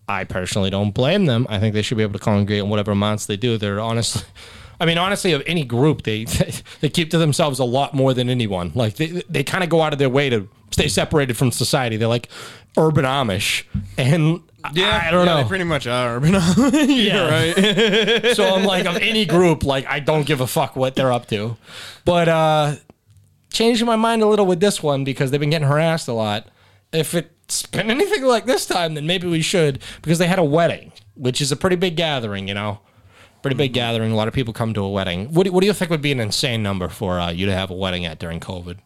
A: I personally don't blame them. I think they should be able to congregate in whatever amounts they do. They're honestly, I mean, honestly, of any group, they they keep to themselves a lot more than anyone. Like they they kind of go out of their way to stay separated from society. They're like urban Amish, and I, I
B: Yeah,
A: don't know
B: They pretty much are. But no.
A: yeah. right. so I'm like, of any group, like I don't give a fuck what they're up to. But uh changing my mind a little with this one because they've been getting harassed a lot. If it's been anything like this time, then maybe we should because they had a wedding, which is a pretty big gathering, you know. Pretty big gathering. A lot of people come to a wedding. What do, what do you think would be an insane number for uh, you to have a wedding at during COVID?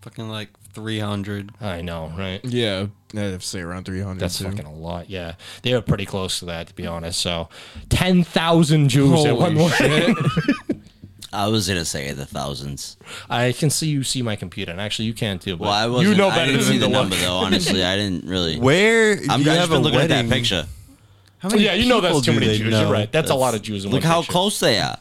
D: Fucking like 300.
A: I know, right?
B: yeah, Mm-hmm. I'd have to say around three hundred.
A: That's fucking a lot. Yeah, they were pretty close to that, to be honest. So, ten thousand Jews at one wedding.
C: I was gonna say the thousands.
A: I can see you see my computer, and actually you can too. But
C: Well, I was.
A: You know
C: I
A: better
C: didn't
A: than
C: see the
A: to look.
C: number though. Honestly, I didn't really.
D: Where
C: I'm
D: you
C: just
D: have
C: been
D: a
C: looking
D: wedding,
C: at that picture.
A: yeah, you know
D: people
A: that's too
D: do
A: many
D: they
A: Jews.
D: know?
A: You're right. That's, a lot of Jews in
C: Look
A: one
C: how
A: picture.
C: close they are.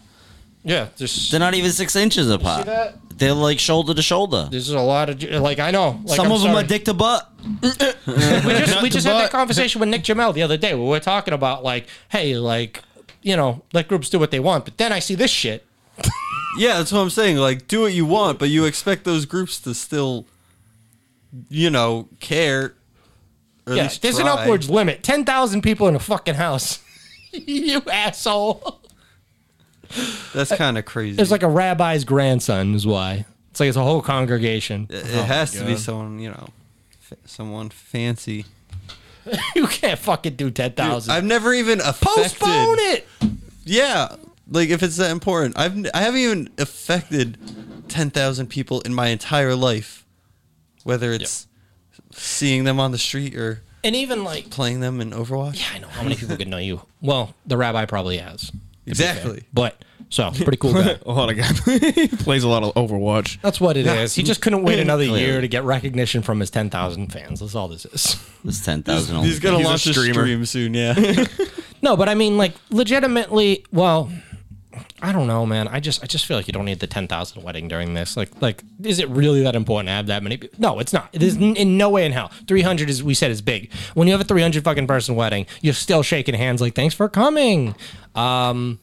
A: Yeah, there's
C: They're not even six inches apart.
A: that?
C: They're like shoulder to shoulder.
A: there's a lot of Jew- like I know. Like,
C: Some
A: I'm
C: of them
A: sorry.
C: are dick to butt.
A: We just we just had that conversation with Nick Jamel the other day where we are talking about like, hey, like, you know, let groups do what they want, but then I see this shit.
D: Yeah, that's what I'm saying. Like, do what you want, but you expect those groups to still, you know, care or at
A: Yeah,
D: least
A: there's an
D: try.
A: upwards limit. Ten thousand people in a fucking house. you asshole.
D: That's kind of crazy.
A: It's uh, like a rabbi's grandson is why. It's like it's a whole congregation.
D: it it has to be someone you know, fa- someone fancy.
A: You can't fucking do ten
D: I've
A: thousand.
D: never even affected.
A: Postpone it.
D: Yeah, like if it's that important, I've n- I haven't even affected ten thousand people in my entire life, whether it's seeing them on the street or
A: And even like,
D: playing them in Overwatch.
A: I know how many people could know you. Well, the rabbi probably has. to be fair.
D: Exactly.
A: But so pretty cool guy.
B: Oh, hold on, guy plays a lot of Overwatch.
A: That's what it is. He just couldn't wait another
C: Clearly.
A: year to get recognition from his ten thousand fans. That's all this is.
C: This ten thousand.
D: He's gonna
B: He's a
D: launch a,
B: streamer.
D: stream soon. Yeah,
A: No, but I mean, like, legitimately. Well, I don't know, man. I just, I just feel like you don't need the ten thousand wedding during this. Like, like, is it really that important to have that many? people? No, it's not. It is n- in no way in hell. Three hundred is we said is big. When you have a three hundred fucking person wedding, you're still shaking hands like, thanks for coming. Um,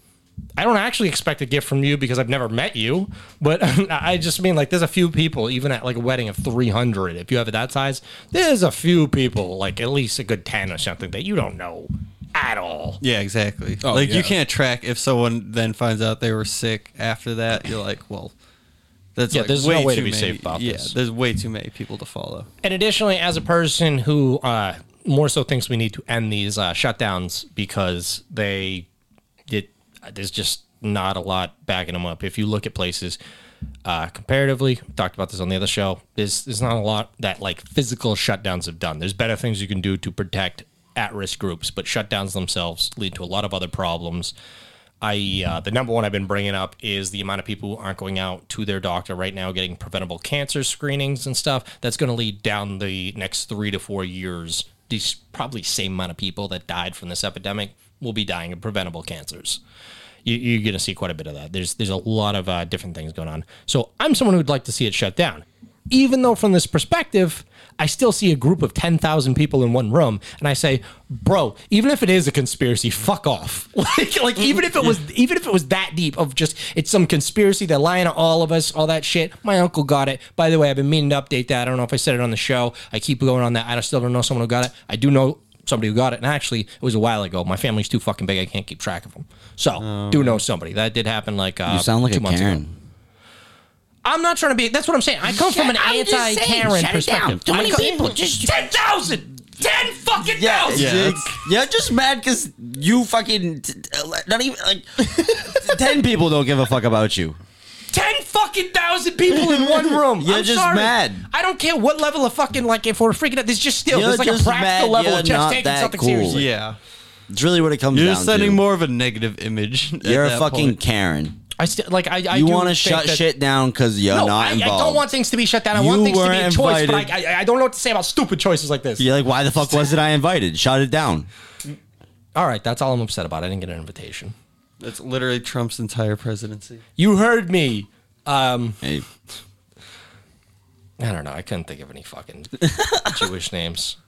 A: I don't actually expect a gift from you because I've never met you, but I just mean like there's a few people even at like a wedding of 300. If you have it that size, there's a few people like at least a good 10 or something that you don't know at all.
D: yeah, exactly.
A: Oh,
D: like
B: yeah.
D: you can't track if someone then finds out they were sick after that. You're like, well, that's
A: Yeah,
D: like
A: there's no
D: way
A: way to
D: too
A: be
D: many-
A: safe about
D: yeah,
A: this.
D: there's way too many people to follow.
A: And additionally, as a person who uh, more so thinks we need to end these uh, shutdowns because they, it, there's just not a lot backing them up. If you look at places, uh, comparatively, we talked about this on the other show. There's there's not a lot that like physical shutdowns have done. There's better things you can do to protect at-risk groups, but shutdowns themselves lead to a lot of other problems. I.e., uh, the number one I've been bringing up is the amount of people who aren't going out to their doctor right now, getting preventable cancer screenings and stuff. That's going to lead down the next three to four years. These probably same amount of people that died from this epidemic will be dying of preventable cancers you, you're going to see quite a bit of that. There's there's a lot of uh, different things going on. So I'm someone who'd like to see it shut down. Even though from this perspective, I still see a group of 10,000 people in one room and I say, "Bro, even if it is a conspiracy, fuck off." Like like even if it was even if it was that deep of just it's some conspiracy they're lying to all of us, all that shit. My uncle got it. By the way, I've been meaning to update that. I don't know if I said it on the show. I keep going on that. I still don't know someone who got it. I do know somebody who got it. And actually, it was a while ago. My family's too fucking big. I can't keep track of them. So do know somebody that did happen. Like uh,
C: Oh. You sound like
A: two
C: a
A: months ago.
C: Karen.
A: I'm not trying to be. That's what I'm saying. I come from an anti-Karen perspective.
C: How many people?
A: Just ten thousand. Ten fucking
C: Yeah,
A: thousand.
C: yeah, yeah. Just mad because you fucking t- t- not even like ten people don't give a fuck about you.
A: Ten fucking thousand people in one room.
C: You're
A: I'm
C: just
A: sorry.
C: mad.
A: I don't care what level of fucking like if we're freaking out. There's just still
C: You're
A: there's like
C: just
A: a practical
C: mad
A: level
C: you're
A: of
C: not
A: just taking
C: that
A: something
C: cool.
A: seriously.
D: Yeah,
C: It's really what it comes
D: you're
C: down
D: just sending
C: to.
D: more of a negative image. at
C: You're a
D: that
C: fucking
D: point.
C: Karen.
A: I still like I. I
C: You
A: do
C: want to
A: think
C: shut
A: that-
C: shit down because you're
A: No,
C: not
A: I, I
C: involved.
A: don't want things to be shut down. I
C: You
A: want things to be a
C: weren't
A: choice, but
C: invited.
A: I, I, I don't know what to say about stupid choices like this.
C: You're like, why the fuck wasn't I invited? Shut it down.
A: All right, that's all I'm upset about. I didn't get an invitation.
D: That's literally Trump's entire presidency.
A: You heard me. Um,
C: Hey,
A: I don't know. I couldn't think of any fucking Jewish names.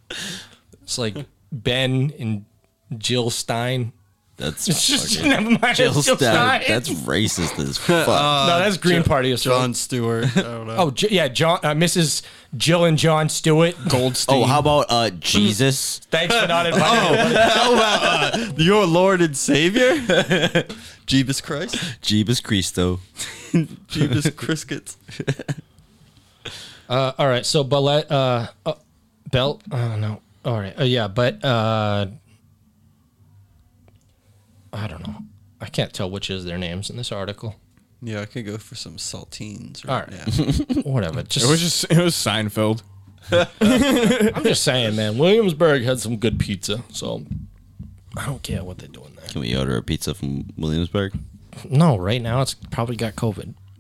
A: It's like Ben and Jill Stein.
C: that's
A: It's just Uh,
C: fucking
A: never mind. Jill,
C: Jill
A: Jill Stein.
C: Stein. That's racist as fuck.
A: no, that's Green Party. Is
D: John Stewart. I don't know.
A: Oh J- yeah, John, uh, Mrs. Jill and John Stewart.
B: Goldstein.
C: oh, how about uh
A: Hmm.
C: Jesus?
A: Thanks for not inviting. me.
D: How about uh, your Lord and Savior, Jeebus Christ,
C: Jeebus Christo.
D: Jeebus Criskets?
A: Uh, all right, so Bellet, uh, uh, Belt. Oh no. All right. Uh, yeah, but uh, I don't know. I can't tell which is their names in this article.
D: Yeah, I could go for some saltines
A: All
D: right,
A: right.
D: now.
A: Whatever. Just,
B: It was just it was Seinfeld.
A: I'm just saying, man. Williamsburg had some good pizza, so I don't care what they're doing there.
C: Can we order a pizza from Williamsburg?
A: No, right now it's probably got COVID.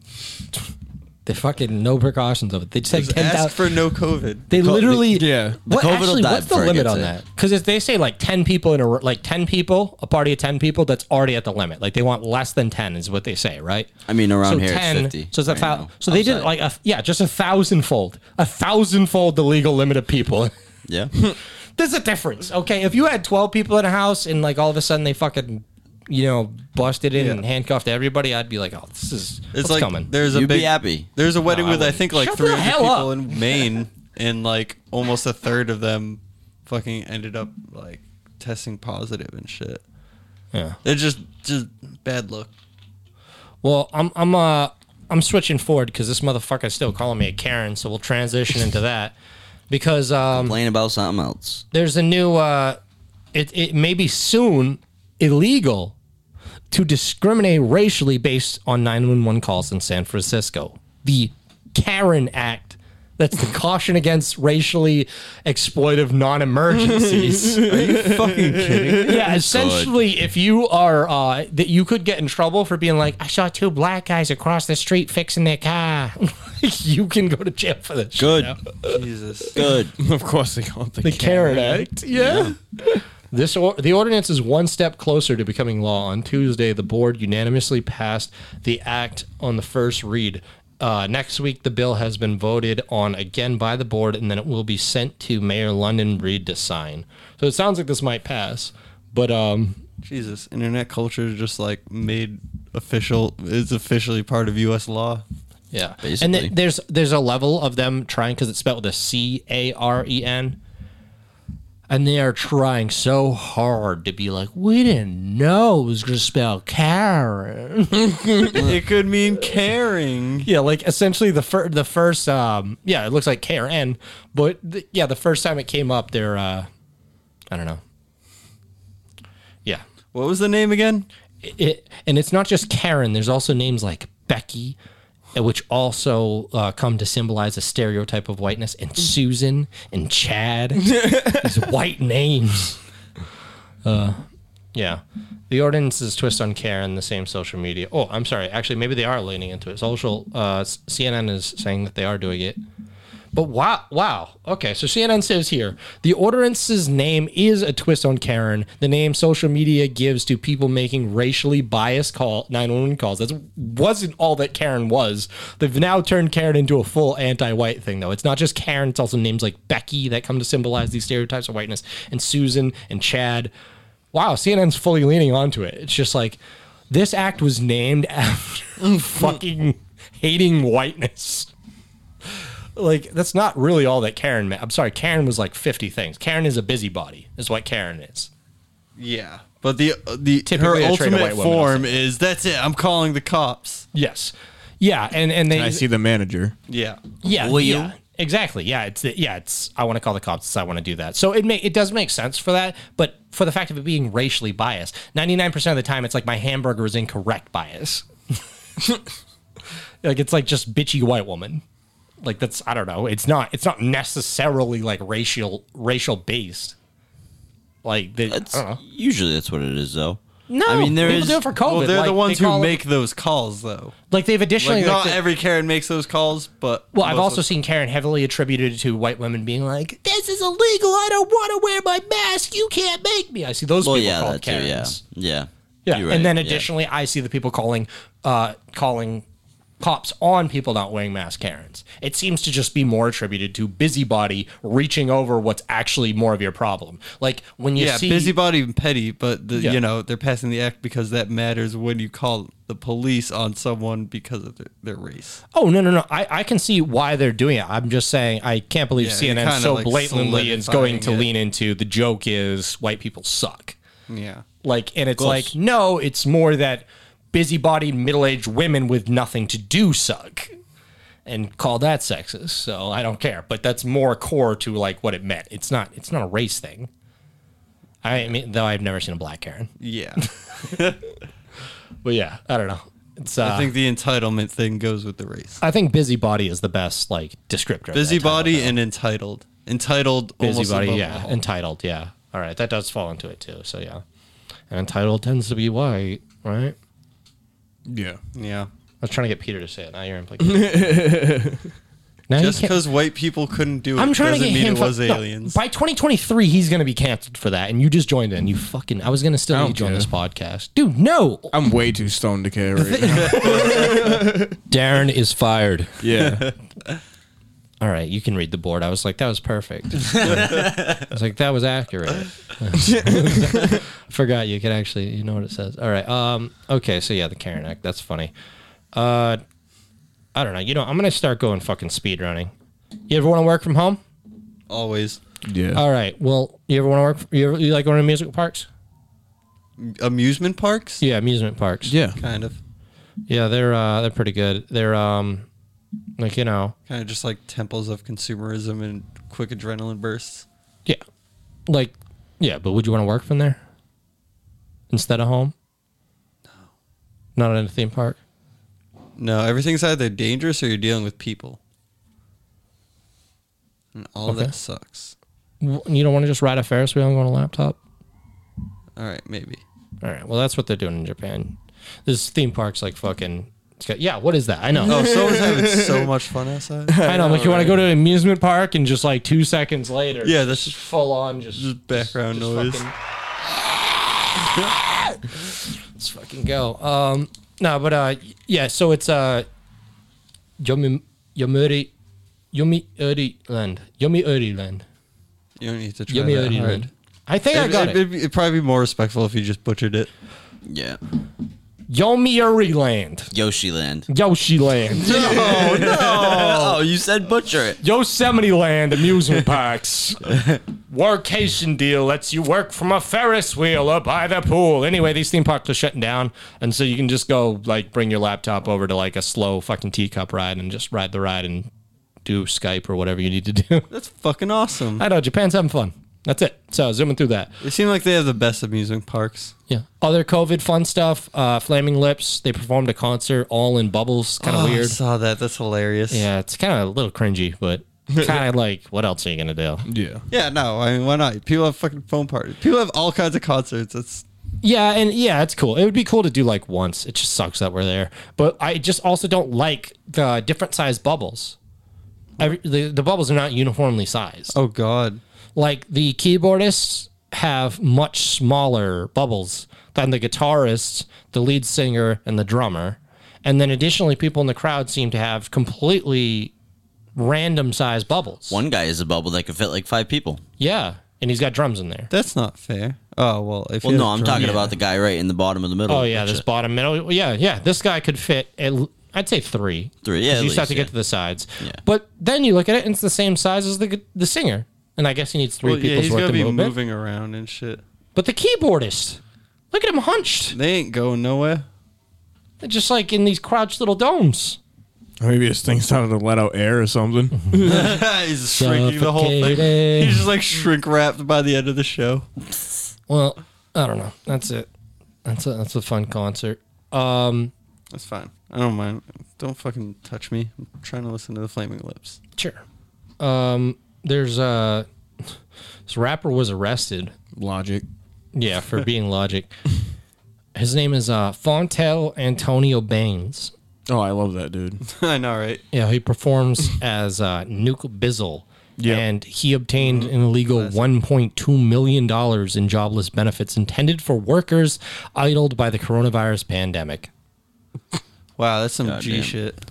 A: They fucking no precautions of it. They said
D: Just
A: ten
D: ask
A: thousand.
D: for no COVID.
A: They literally,
B: yeah.
C: The
A: What,
C: COVID will
A: actually,
C: die
A: what's the
C: before it
A: limit
C: gets
A: on
C: it.
A: that? Because if they say like ten people in a r- like ten people, a party of ten people, that's already at the limit. Like they want less than ten is what they say, right?
C: I mean, around
A: so
C: here it's
A: 10,
C: 50
A: So it's a
C: right
A: thou-
C: now,
A: So they did
C: outside.
A: like a yeah, just a thousandfold, a thousandfold the legal limit of people.
C: Yeah.
A: There's a difference, okay? If you had 12 people in a house and like all of a sudden they fucking, you know, busted in and handcuffed everybody, I'd be like, oh, this is
D: It's
A: what's
D: like
A: coming.
D: there's a
C: You'd be
D: big,
C: happy.
D: There's a wedding
A: No, I
D: with I
A: wouldn't.
D: think like
A: Shut the
D: 300
A: hell
D: people
A: up.
D: in Maine, and like almost a third of them fucking ended up like testing positive and shit.
A: Yeah.
D: It's just just bad luck.
A: Well, I'm I'm uh I'm switching forward because this motherfucker's still calling me a Karen, so we'll transition into that because um
C: Playing about something else.
A: there's a new uh it it may be soon illegal to discriminate racially based on 911 calls in San Francisco. The Karen Act. That's the caution against racially exploitive non-emergencies.
D: fucking kidding.
A: yeah, essentially, if you are uh, that, you could get in trouble for being like, I saw two black guys across the street fixing their car. you can go to jail for this.
C: Good.
D: Jesus.
C: Good.
B: Of course, they call it the,
A: The Karen Act. Yeah. This or, the ordinance is one step closer to becoming law. On Tuesday, the board unanimously passed the act on the first read. Uh, next week, the bill has been voted on again by the board, and then it will be sent to Mayor London Reed to sign. So it sounds like this might pass, but um,
D: Jesus. Internet culture is just like made official is officially part of US law.
A: Yeah, and
C: Basically.
A: th- there's there's a level of them trying because it's spelled with a C A R E N, and they are trying so hard to be like, we didn't know it was gonna spell Karen.
D: it could mean caring.
A: yeah, like essentially the fir- the first um yeah it looks like Karen, but th- yeah the first time it came up they're uh I don't know. Yeah,
D: What was the name again?
A: it, and it's not just Karen. There's also names like Becky, uh, which also uh, come to symbolize a stereotype of whiteness, and Susan and Chad. These white names. Uh, yeah. The ordinances twist on Karen, the same social media. Oh, I'm sorry. Actually, maybe they are leaning into it. Social uh, s- CNN is saying that they are doing it. But wow, wow. Okay, so CNN says here the ordinance's name is a twist on Karen, the name social media gives to people making racially biased call 911 calls. That wasn't all that Karen was. They've now turned Karen into a full anti-white thing, though. It's not just Karen; it's also names like Becky that come to symbolize these stereotypes of whiteness, and Susan and Chad. Wow, CNN's fully leaning onto it. It's just like this act was named after fucking hating whiteness like that's not really all that Karen meant. I'm sorry, Karen was like 50 things. Karen is a busybody. Is what Karen is.
D: Yeah. But the uh, the
A: Typically
D: her
A: a trait of white
D: ultimate
A: women also.
D: form is that's it. I'm calling the cops.
A: Yes. Yeah, and and they
B: I see the manager.
D: Yeah.
A: yeah,
C: Will you?
A: yeah. Exactly. Yeah, it's the, yeah, it's I want to call the cops. it's I want to do that. So it may it does make sense for that, but for the fact of it being racially biased, 99% of the time it's like my hamburger is incorrect bias. like it's like just bitchy white woman. Like that's I don't know. It's not it's not necessarily like racial racial based. Like the, I
C: That's,
A: don't know.
C: usually that's what it is, though.
A: No,
C: I mean, there
A: people
C: is-
A: do it for COVID.
D: Well, they're
A: like,
D: the ones
A: they
D: who
A: call-
D: make those calls, though.
A: like they've additionally.
D: Like,
A: like,
D: not
A: they-
D: every Karen makes those calls, but
A: well, I've
D: most
A: also
D: of-
A: seen Karen heavily attributed to white women being like, "This is illegal. I don't want to wear my mask. You can't make me." I see those
C: Well,
A: people
C: yeah,
A: called
C: that too. Yeah,
A: Karens.
C: yeah,
A: Yeah,
C: You're
A: and
C: right,
A: then
C: yeah.
A: additionally, I see the people calling, uh, calling cops on people not wearing mask Karens. It seems to just be more attributed to busybody reaching over what's actually more of your problem. Like when you
D: yeah,
A: see
D: busybody and petty, but the,
A: E Yeah.
D: you know they're passing the act because that matters when you call the police on someone because of their, their race.
A: Oh no no no! I, I can see why they're doing it. I'm just saying I can't believe
D: Yeah, you're
A: CNN
D: kinda,
A: so
D: like,
A: blatantly is going to
D: solidifying it.
A: lean into the joke is white people suck.
D: Yeah,
A: Like and it's like no, it's more that busybodied middle aged women with nothing to do suck, and call that sexist. So I don't care, but that's more core to like what it meant. It's not it's not a race thing. I mean, though I've never seen a black Karen,
D: yeah.
A: but yeah, I don't know. It's uh,
D: I think the entitlement thing goes with the race.
A: I think busybody is the best like descriptor. of that title.
D: Busybody and entitled, entitled, almost
A: busybody,
D: above
A: yeah,
D: all.
A: entitled, yeah. All right, that does fall into it too. So yeah, and entitled tends to be white, right?
B: Yeah.
D: yeah.
A: I was trying to get Peter to say it. Now you're implicating. now you
D: Just
A: can't-
D: because white people couldn't do it
A: I'm trying to
D: doesn't
A: get
D: mean
A: him
D: it
A: fu-
D: was
A: no,
D: aliens.
A: by 2023, he's gonna be canceled for that, and you just joined in. You fucking. I was gonna still
B: don't
A: let you join
B: care.
A: this podcast, dude. No,
B: I'm way too stoned to care right now.
A: Darren is fired.
B: Yeah.
A: All right, you can read the board. I was like, that was perfect. I was like, that was accurate. Forgot you could actually, you know what it says. All right. Um. Okay. So yeah, the Karen Act. That's funny. Uh, I don't know. You know, I'm gonna start going fucking speed running. You ever want to work from home?
D: Always.
B: Yeah.
A: All right. Well, you ever want to work? You, ever, you like going to amusement parks?
D: Amusement parks?
A: Yeah, amusement parks.
B: yeah.
D: Kind of.
A: Yeah, they're uh, they're pretty good. They're um, like you know,
D: Kind of just like temples of consumerism and quick adrenaline bursts.
A: yeah, like yeah. But would you want to work from there instead of home? No. Not at a theme park.
D: No, everything's either dangerous or you're dealing with people. And all
A: Okay.
D: that sucks.
A: W- You don't want to just ride a Ferris wheel and go on a laptop.
D: All right, maybe.
A: All right. Well, that's what they're doing in Japan. This theme park's like fucking. It's got, yeah. What is that? I know.
D: Oh, someone's having so much fun outside.
A: I know. Like you want to go to an amusement park and just like two seconds later.
D: Yeah, that's
A: just full on just,
D: Just background
A: just
D: noise.
A: fucking- Let's fucking go. Um, no, but uh, yeah. So it's uh, Yomi Yomuri Yomiuri Land Yomiuri Land
D: You don't need to try that
A: Yomiuri
D: hard.
A: Land. I think I got it.
D: would probably be more respectful if you just butchered it.
C: Yeah.
A: Yomiuri Land.
C: Yoshi Land.
A: Yoshi Land.
C: Oh, you said butcher it.
A: Yosemite Land amusement parks. Workation deal lets you work from a Ferris wheel or by the pool. Anyway, these theme parks are shutting down, and so you can just go like bring your laptop over to like a slow fucking teacup ride and just ride the ride and do Skype or whatever you need to do.
D: That's fucking awesome.
A: I know Japan's having fun. That's it. So zooming through that.
D: It seems like they have the best amusement parks.
A: Yeah. Other COVID fun stuff. Uh, Flaming Lips. They performed a concert all in bubbles. Kind of
D: Oh, I
A: weird.
D: saw that. That's hilarious.
A: Yeah, it's kind of a little cringy, but kind of like what else are you gonna do?
B: Yeah.
D: Yeah, no, I mean, why not? People have fucking phone parties. People have all kinds of concerts. It's
A: Yeah, and yeah, it's cool. It would be cool to do like once. It just sucks that we're there. But I just also don't like the different sized bubbles. Every, the, the bubbles are not uniformly sized.
D: oh god.
A: Like the keyboardists have much smaller bubbles than the guitarists, the lead singer, and the drummer. And then additionally, people in the crowd seem to have completely random sized bubbles.
C: One guy is a bubble that could fit like five people.
A: Yeah, and he's got drums in there.
D: That's not fair. Oh well. If
C: Well,
D: you
C: no, I'm
D: have drunk-
C: talking about the guy right in the bottom of the middle.
A: Oh yeah,
C: That's
A: this
C: it.
A: bottom middle. Yeah, yeah. This guy could fit. At, l- I'd say three.
C: Three, yeah,
A: 'Cause
C: at
A: You start
C: least,
A: to
C: yeah.
A: get to the sides. But then you look at it, and it's the same size as the gu- the singer. And I guess he needs three
D: Well, yeah,
A: people's
D: he's
A: worth
D: gonna
A: of
D: be
A: movement.
D: moving around and shit.
A: But the keyboardist, look at him hunched,
D: They ain't going nowhere.
A: They're just like in these crouched little domes.
B: Or maybe this thing started to let out air or something.
D: he's shrinking the whole thing.
A: Suffocating.
D: He's just like shrink wrapped by the end of the show.
A: Well, I don't know. That's it. That's a, that's a fun concert. Um,
D: That's fine. I don't mind. Don't fucking touch me. I'm trying to listen to the Flaming Lips.
A: sure. Um, there's uh, this rapper was arrested
B: Logic.
A: Yeah, for being logic. His name is uh, Fontel Antonio Baines.
B: Oh, I love that dude.
D: I know, right?
A: Yeah, he performs as uh, Nuke Bizzle.
B: Yeah.
A: And he obtained
D: Mm-hmm.
A: an illegal $1.2 million in jobless benefits intended for workers idled by the coronavirus pandemic.
D: Wow, that's some G
C: damn.
D: shit.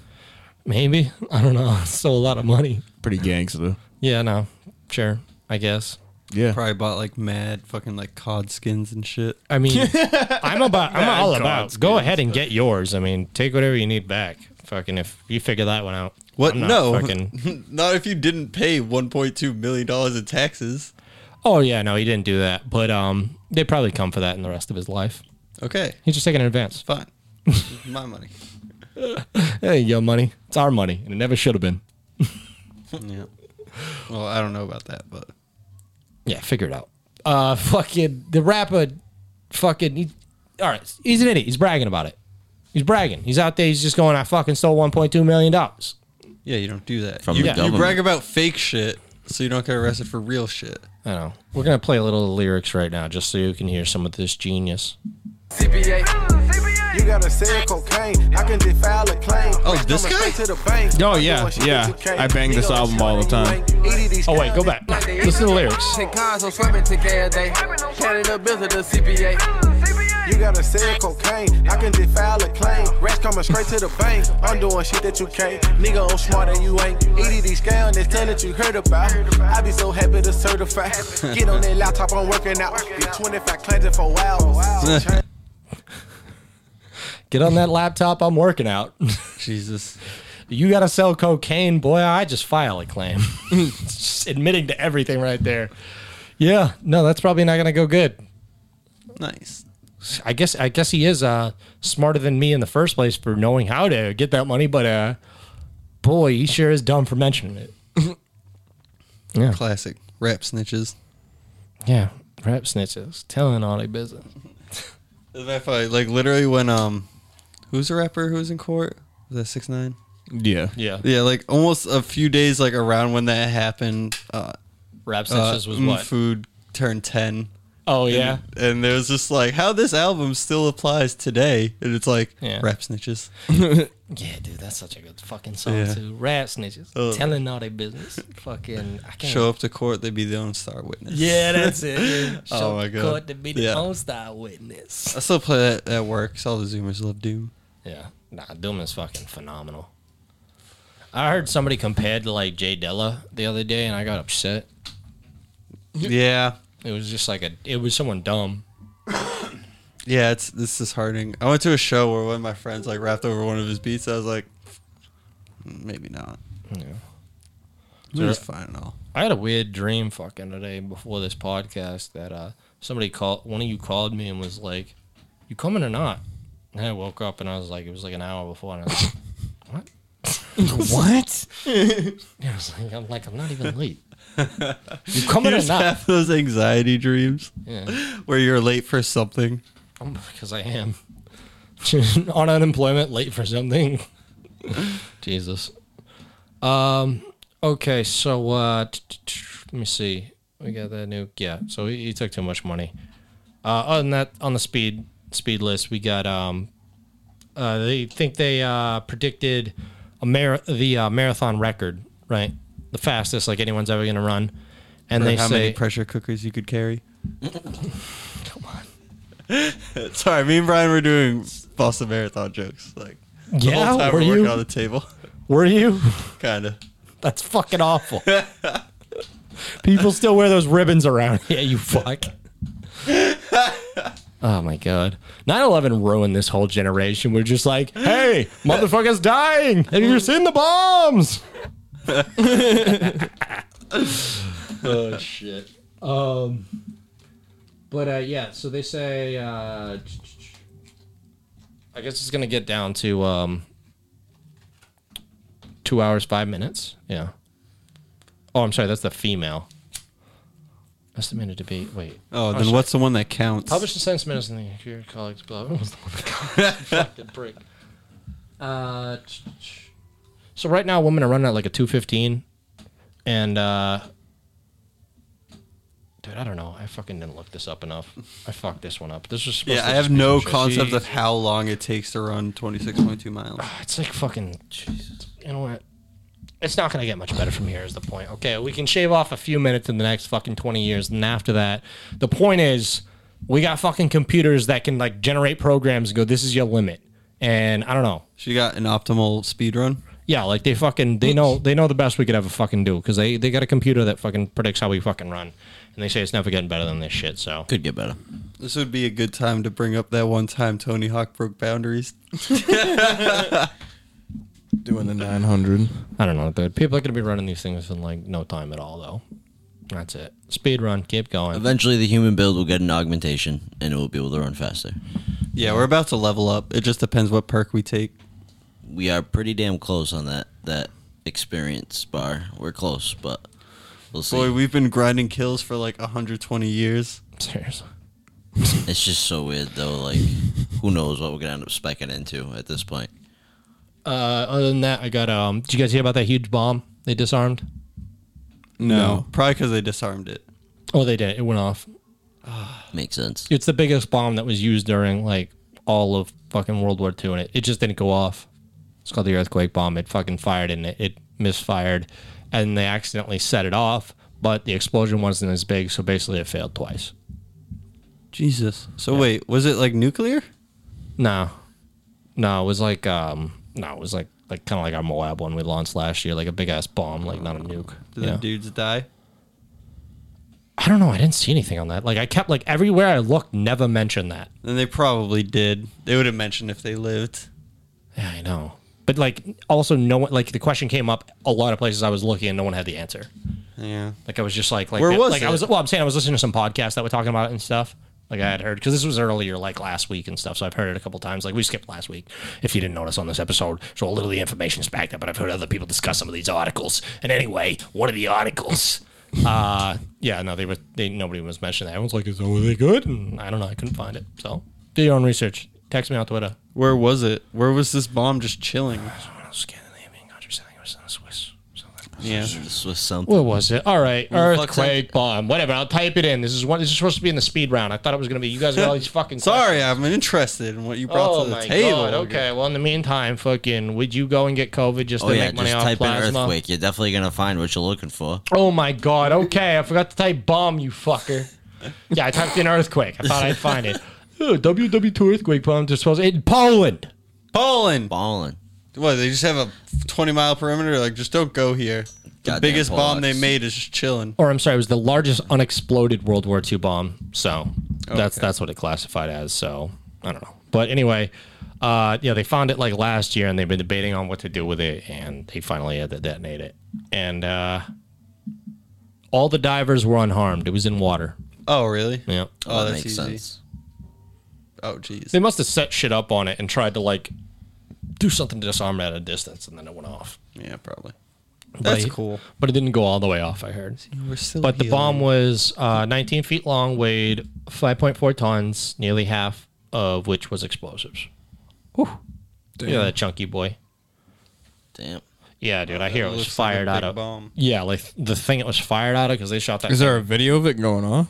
A: Maybe. I don't know. It's still a lot of money.
B: Pretty gangster.
A: Yeah, no. Sure. I guess.
B: Yeah.
D: Probably bought like mad fucking like cod skins and shit.
A: I mean, I'm about, I'm all about. Go ahead and get yours. I mean, take whatever you need back. Fucking if you figure that one out.
D: What?
A: I'm not
D: no,
A: Fucking,
D: not if you didn't pay 1.2 million dollars in taxes.
A: Oh yeah, no, he didn't do that. But um, they probably come for that in the rest of his life.
D: Okay,
A: He's just taking an advance.
D: fine. My money.
A: Hey, yo, money. It's our money, and it never should have been.
D: Yeah. Well, I don't know about that, but
A: Yeah, figure it out. Uh, fucking the rapper, fucking. He, all right, he's an idiot. He's bragging about it. He's bragging. He's out there. He's just going. I fucking stole one point two million dollars.
D: yeah, you don't do that.
C: From
D: you,
C: the
D: you
C: government.
D: brag about fake shit, so you don't get arrested for real shit.
A: I know. We're gonna play a little of the lyrics right now, just so you can hear some of this genius.
I: You gotta sell cocaine. I can defile a claim.
D: Oh, this guy?
B: Oh, yeah, yeah. I bang this album all the time.
A: Oh wait, go back. Listen to the lyrics.
I: You gotta sell cocaine. I can defile a claim. Rats coming straight to the bank. I'm doing shit that you can't. Nigga, I'm smarter than you ain't. EDD scam, this thing that you heard about. I be so happy to certify. Get on that laptop, I'm working out. Be 25 cleansing for hours.
A: Get on that laptop. I'm working out.
D: Jesus.
A: You got to sell cocaine, boy. I just file a claim. It's just admitting to everything right there. Yeah, no, that's probably not going to go good.
D: Nice.
A: I guess I guess he is uh, smarter than me in the first place for knowing how to get that money, but uh, boy, he sure is dumb for mentioning it. yeah,
D: Classic rap snitches.
A: yeah. Rap snitches telling all their business.
D: That fight, like literally when um, who's a rapper who was in court? Was that six nine?
B: Yeah.
A: Yeah,
D: Yeah, like almost a few days like around when that happened. Uh,
A: rap
D: uh,
A: snitches was
D: Mm
A: what?
D: food turned ten.
A: Oh yeah,
D: And there was just like how this album still applies today, and it's like
A: Yeah.
D: rap snitches.
A: yeah, dude. That's such a good fucking song
D: Yeah.
A: too. Rap snitches
D: Oh.
A: telling all their business. fucking, I can't.
D: Show up to court, they'd be the own star witness.
A: Yeah, that's it. Yeah.
D: Oh,
A: Show
D: my God.
A: Court to be the
D: Yeah.
A: own star witness.
D: I still play that at work. 'cause All the Zoomers love Doom.
A: Yeah. Nah, Doom is fucking phenomenal. I heard somebody compared to like Jay Dilla the other day and I got upset.
D: Yeah,
A: It was just like a it was someone dumb.
D: yeah. It's this is disheartening. I went to a show where one of my friends like rapped over one of his beats. I was like, "Mm, maybe not.
A: Yeah.
D: It was fine and all.
A: I had a weird dream fucking today before this podcast that uh somebody called one of you called me and was like, You coming or not? And I woke up and I was like it was like an hour before and I was like, What?
H: What?
A: I was like, I'm like, I'm not even late. You coming or
D: Just
A: not?
D: have those anxiety dreams
A: Yeah.
D: where you're late for something.
A: Because Oh, I am on unemployment, late for something. Jesus. Um. Okay. So uh, t- t- t- let me see. We got that new. Yeah. So he, he took too much money. Uh, other than that, on the speed speed list, we got um. Uh, they think they uh, predicted a mar- the uh, marathon record, right? The fastest like anyone's ever gonna run, and
D: Or
A: they
D: how
A: say
D: many pressure cookers you could carry. Come on. Sorry, me and Brian were doing Boston Marathon jokes. Like the
A: Yeah,
D: whole time
A: were
D: we're working
A: you?
D: on the table.
A: were you?
D: Kinda.
A: That's fucking awful. People still wear those ribbons around. Yeah, you fuck. oh my god. 9-11 ruined this whole generation. We're just like, hey, motherfuckers dying. Have you seen the bombs? oh shit. Um but uh yeah, so they say uh I guess it's gonna get down to um two hours five minutes. Yeah. Oh, I'm sorry. That's the female. Estimated to be wait.
D: Oh, then what's the one that counts?
A: Published and sent minutes in the your colleagues. Blah. What was the one that- Fucking prick. Uh, ch- ch- so right now, women are running at like a two fifteen, and uh, dude, I don't know. I fucking didn't look this up enough. I fucked this one up. This was supposed
D: yeah,
A: to
D: I
A: just
D: have
A: be
D: no
A: some shit.
D: concept of how long it takes to run 26.2 miles.
A: It's like fucking. Jesus. You know what? It's not going to get much better from here, is the point. Okay, we can shave off a few minutes in the next fucking 20 years. And after that, the point is, we got fucking computers that can like generate programs and go, this is your limit. And I don't know.
D: She got an optimal speed run.
A: Yeah, like they fucking they know they know the best we could ever fucking do because they they got a computer that fucking predicts how we fucking run, and they say it's never getting better than this shit. So
C: Could get better.
D: This would be a good time to bring up that one time Tony Hawk broke boundaries.
B: Doing the 900.
A: I don't know, dude. People are gonna be running these things in like no time at all, though. That's it. Speed run, keep going.
C: Eventually, the human build will get an augmentation, and it will be able to run faster.
D: Yeah, we're about to level up. It just depends what perk we take.
C: We are pretty damn close on that that experience bar. We're close, but we'll see.
D: Boy, we've been grinding kills for like 120 years.
A: Seriously.
C: It's just so weird though. Like, who knows what we're gonna end up specking into at this point?
A: Uh, other than that, I got. Um, did you guys hear about that huge bomb they disarmed?
D: No, probably because they disarmed it.
A: Oh, they did. It went off.
C: Makes sense.
A: It's the biggest bomb that was used during like all of fucking World War II, and it, it just didn't go off. It's called the earthquake bomb. It fucking fired and it, it misfired, and they accidentally set it off. But the explosion wasn't as big, so basically it failed twice.
D: Jesus. So wait, was it like nuclear?
A: No, no, it was like um, no, it was like like kind of like our Moab one we launched last year, like a big ass bomb, like not a nuke.
D: Did
A: Yeah.
D: the dudes die?
A: I don't know. I didn't see anything on that. Like I kept like everywhere I looked, never mentioned that.
D: Then they probably did. They would have mentioned if they lived.
A: Yeah, I know. But like, also no one like the question came up a lot of places I was looking and no one had the answer.
D: Yeah.
A: Like I was just like, like
D: Where was
A: like I
D: it?
A: was well, I'm saying I was listening to some podcasts that were talking about it and stuff. Like I had heard because this was earlier, like last week and stuff. So I've heard it a couple times. Like we skipped last week, if you didn't notice on this episode. So a little of the information's backed up, but I've heard other people discuss some of these articles. And anyway, one of the articles. uh yeah, no, they were they nobody was mentioning that. Everyone's like, is oh, are they good? And I don't know, I couldn't find it. So do your own research. Text me on Twitter.
D: Where was it? Where was this bomb just chilling?
A: Scandinavian country, I think it was in the Swiss.
D: Yeah.
C: This was something.
A: What was it? All right,
D: the fuck's
A: earthquake bomb, whatever. I'll type it in. This is one. This is supposed to be in the speed round. I thought it was going to be. You guys are all these fucking.
D: Sorry, I'm interested in what you brought
A: Oh
D: to the
A: my
D: table.
A: god. Okay. Well, in the meantime, fucking, would you go and get COVID just
C: Oh
A: to
C: yeah,
A: make money
C: just
A: off
C: type in
A: plasma?
C: earthquake. You're definitely gonna find what you're looking for.
A: Oh my god. Okay, I forgot to type bomb. You fucker. yeah, I typed in earthquake. I thought I'd find it. Oh, WW2 earthquake bomb. They're supposed in Poland.
D: Poland.
C: Ballin'.
D: What? They just have a 20 mile perimeter. Like, just don't go here. The
C: Goddamn
D: biggest bomb they
C: Polacks.
D: made is just chilling.
A: Or I'm sorry, it was the largest unexploded World War II bomb. So that's that's what it classified as. So I don't know. But anyway, uh, yeah, they found it like last year, and they've been debating on what to do with it, and they finally had to detonate it. And uh, all the divers were unharmed. It was in water.
D: Oh, really?
A: Yeah.
D: Oh,
C: that
D: that's
C: makes
D: easy.
C: sense.
D: Oh, jeez.
A: They must have set shit up on it and tried to like do something to disarm it at a distance, and then it went off.
D: Yeah, probably.
A: But
D: That's
A: I-
D: cool.
A: But it didn't go all the way off. I heard.
D: We're still
A: But the bomb was uh, 19 feet long, weighed 5.4 tons, nearly half of which was explosives. Yeah, that chunky boy.
C: Damn.
A: Yeah, dude, I hear it was
D: looks like a
A: fired
D: big
A: out of.
D: bomb.
A: Yeah, like the thing it was fired out of because they shot that.
B: Is there a video of it going on?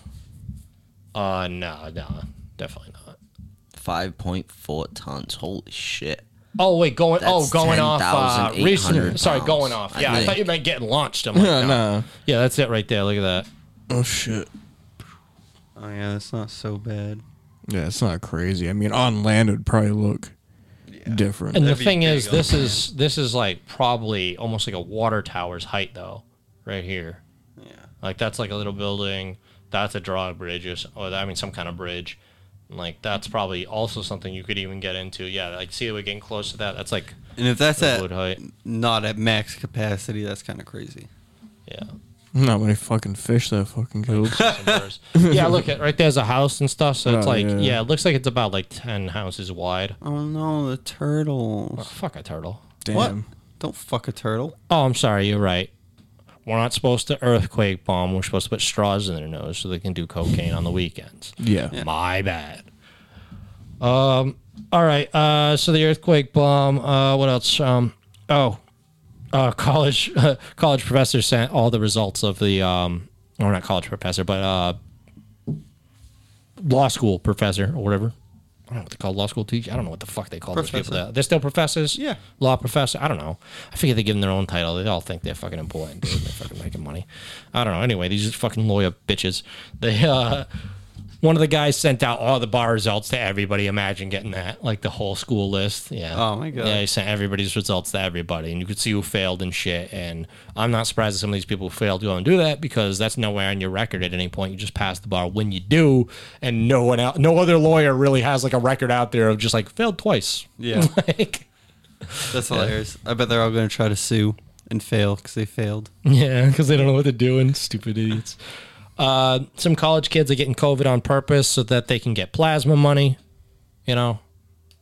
A: Uh, no, no, definitely not.
C: Five point four tons. Holy shit.
A: Oh wait, going. oh,
C: That's
A: going off. Uh,
C: 10,800
A: recent. Sorry,
C: pounds,
A: going off.
C: I
A: Yeah, I,
C: think.
A: thought you meant getting launched. I'm like, no.
B: no.
A: Yeah, that's it right there. Look at that.
B: Oh shit.
D: Oh, yeah, that's not so bad.
B: Yeah, it's not crazy. I mean, on land it would probably look different.
A: And the
D: be
A: thing
D: big
A: is,
D: on
A: this is this is like probably almost like a water tower's height though, right here. Yeah. Like that's like a little building. That's a drawbridge or, s- or I mean some kind of bridge. And, Like that's probably also something you could even get into. Yeah, like see we're getting close to that. That's like
D: And if that's
A: the wood
D: at
A: height.
D: not at max capacity, that's kind of crazy.
A: Yeah.
B: Not many fucking fish that fucking killed.
A: Some doors. yeah, look at right there's a house and stuff. So it's
B: Oh,
A: like
B: yeah.
A: yeah. it looks like it's about like ten houses wide.
D: Oh, no, the turtles.
A: Fuck a turtle.
B: Damn.
D: What? Don't fuck a turtle.
A: Oh, I'm sorry. You're right. We're not supposed to earthquake bomb. We're supposed to put straws in their nose so they can do cocaine on the weekends.
B: Yeah.
A: My bad. Um. All right. Uh. So the earthquake bomb. Uh. What else? Um. Oh. Uh. College. college professor sent all the results of the. Um. Or not college professor, but uh. Law school professor or whatever. I don't know what they call law school teacher. I don't know what the fuck they call those people.
D: Professor.
A: That, they're still professors.
D: Yeah.
A: Law professor. I don't know. I figure they give them their own title. They all think they're fucking important. Dude. They're fucking making money. I don't know. Anyway, these are fucking lawyer bitches. They uh, one of the guys sent out all the bar results to everybody. Imagine getting that, like the whole school list. Yeah.
D: Oh, my God.
A: Yeah, he sent everybody's results to everybody, and you could see who failed and shit. And I'm not surprised that some of these people who failed go and do that because that's nowhere on your record at any point. You just pass the bar when you do, and no one out, no other lawyer really has like a record out there of just like failed twice.
D: Yeah.
A: like,
D: That's hilarious. I bet they're all going to try to sue and fail because they failed.
A: Yeah, because they don't know what they're doing. Stupid idiots. Uh, some college kids are getting COVID on purpose so that they can get plasma money. You know,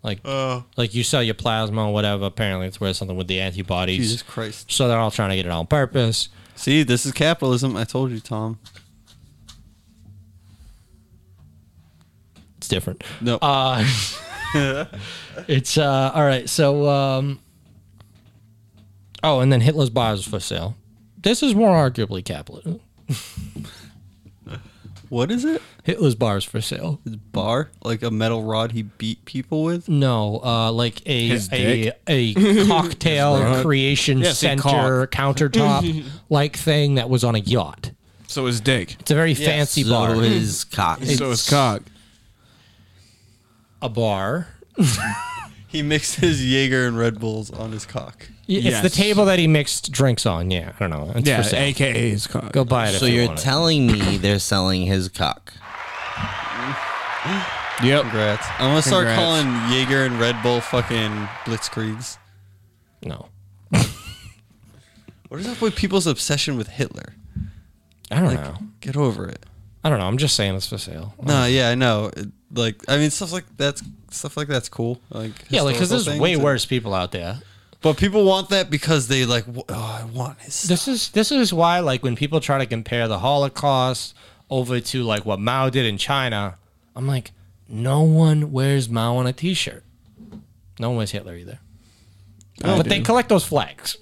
A: like like you sell your plasma or whatever. Apparently, it's worth something with the antibodies.
D: Jesus Christ.
A: So they're all trying to get it on purpose.
D: See, this is capitalism. I told you, Tom.
A: It's different.
D: No.
A: It's uh, all right. So um, oh, and then Hitler's bar is for sale. This is more arguably capital.
D: what is it?
A: Hitler's bar is for sale.
D: His bar? Like a metal rod he beat people with?
A: No, uh, like a
B: His
A: a, a cocktail creation
B: Yes, a
A: center countertop like thing that was on a yacht.
B: So is dick.
A: It's a very fancy bar.
C: So is cock.
B: so is cock.
A: a bar.
D: He mixed his Jaeger and Red Bulls on his cock.
A: Y- It's the
B: Yes.
A: table that he mixed drinks on. Yeah, I don't know. It's
B: Yeah,
A: for sale.
B: aka is cock.
A: Go buy it.
C: So
A: if you
C: you're
A: want it.
C: telling me they're selling his cock?
B: Yep.
D: Congrats. I'm going to start
B: Congrats.
D: calling Jaeger and Red Bull fucking blitzkriegs.
A: No.
D: What is up with people's obsession with Hitler?
A: I don't
D: Like,
A: know.
D: get over it.
A: I don't know. I'm just saying it's for sale.
D: No, yeah, I know. It- Like, I mean, stuff like that's stuff like that's cool. Like,
A: yeah, like because
D: historical
A: there's
D: things
A: way
D: and-
A: worse people out there.
D: But people want that because they like. w- Oh, I want his.
A: This is this is why like when people try to compare the Holocaust over to like what Mao did in China, I'm like, no one wears Mao on a T-shirt. No one wears Hitler either. but they collect those flags.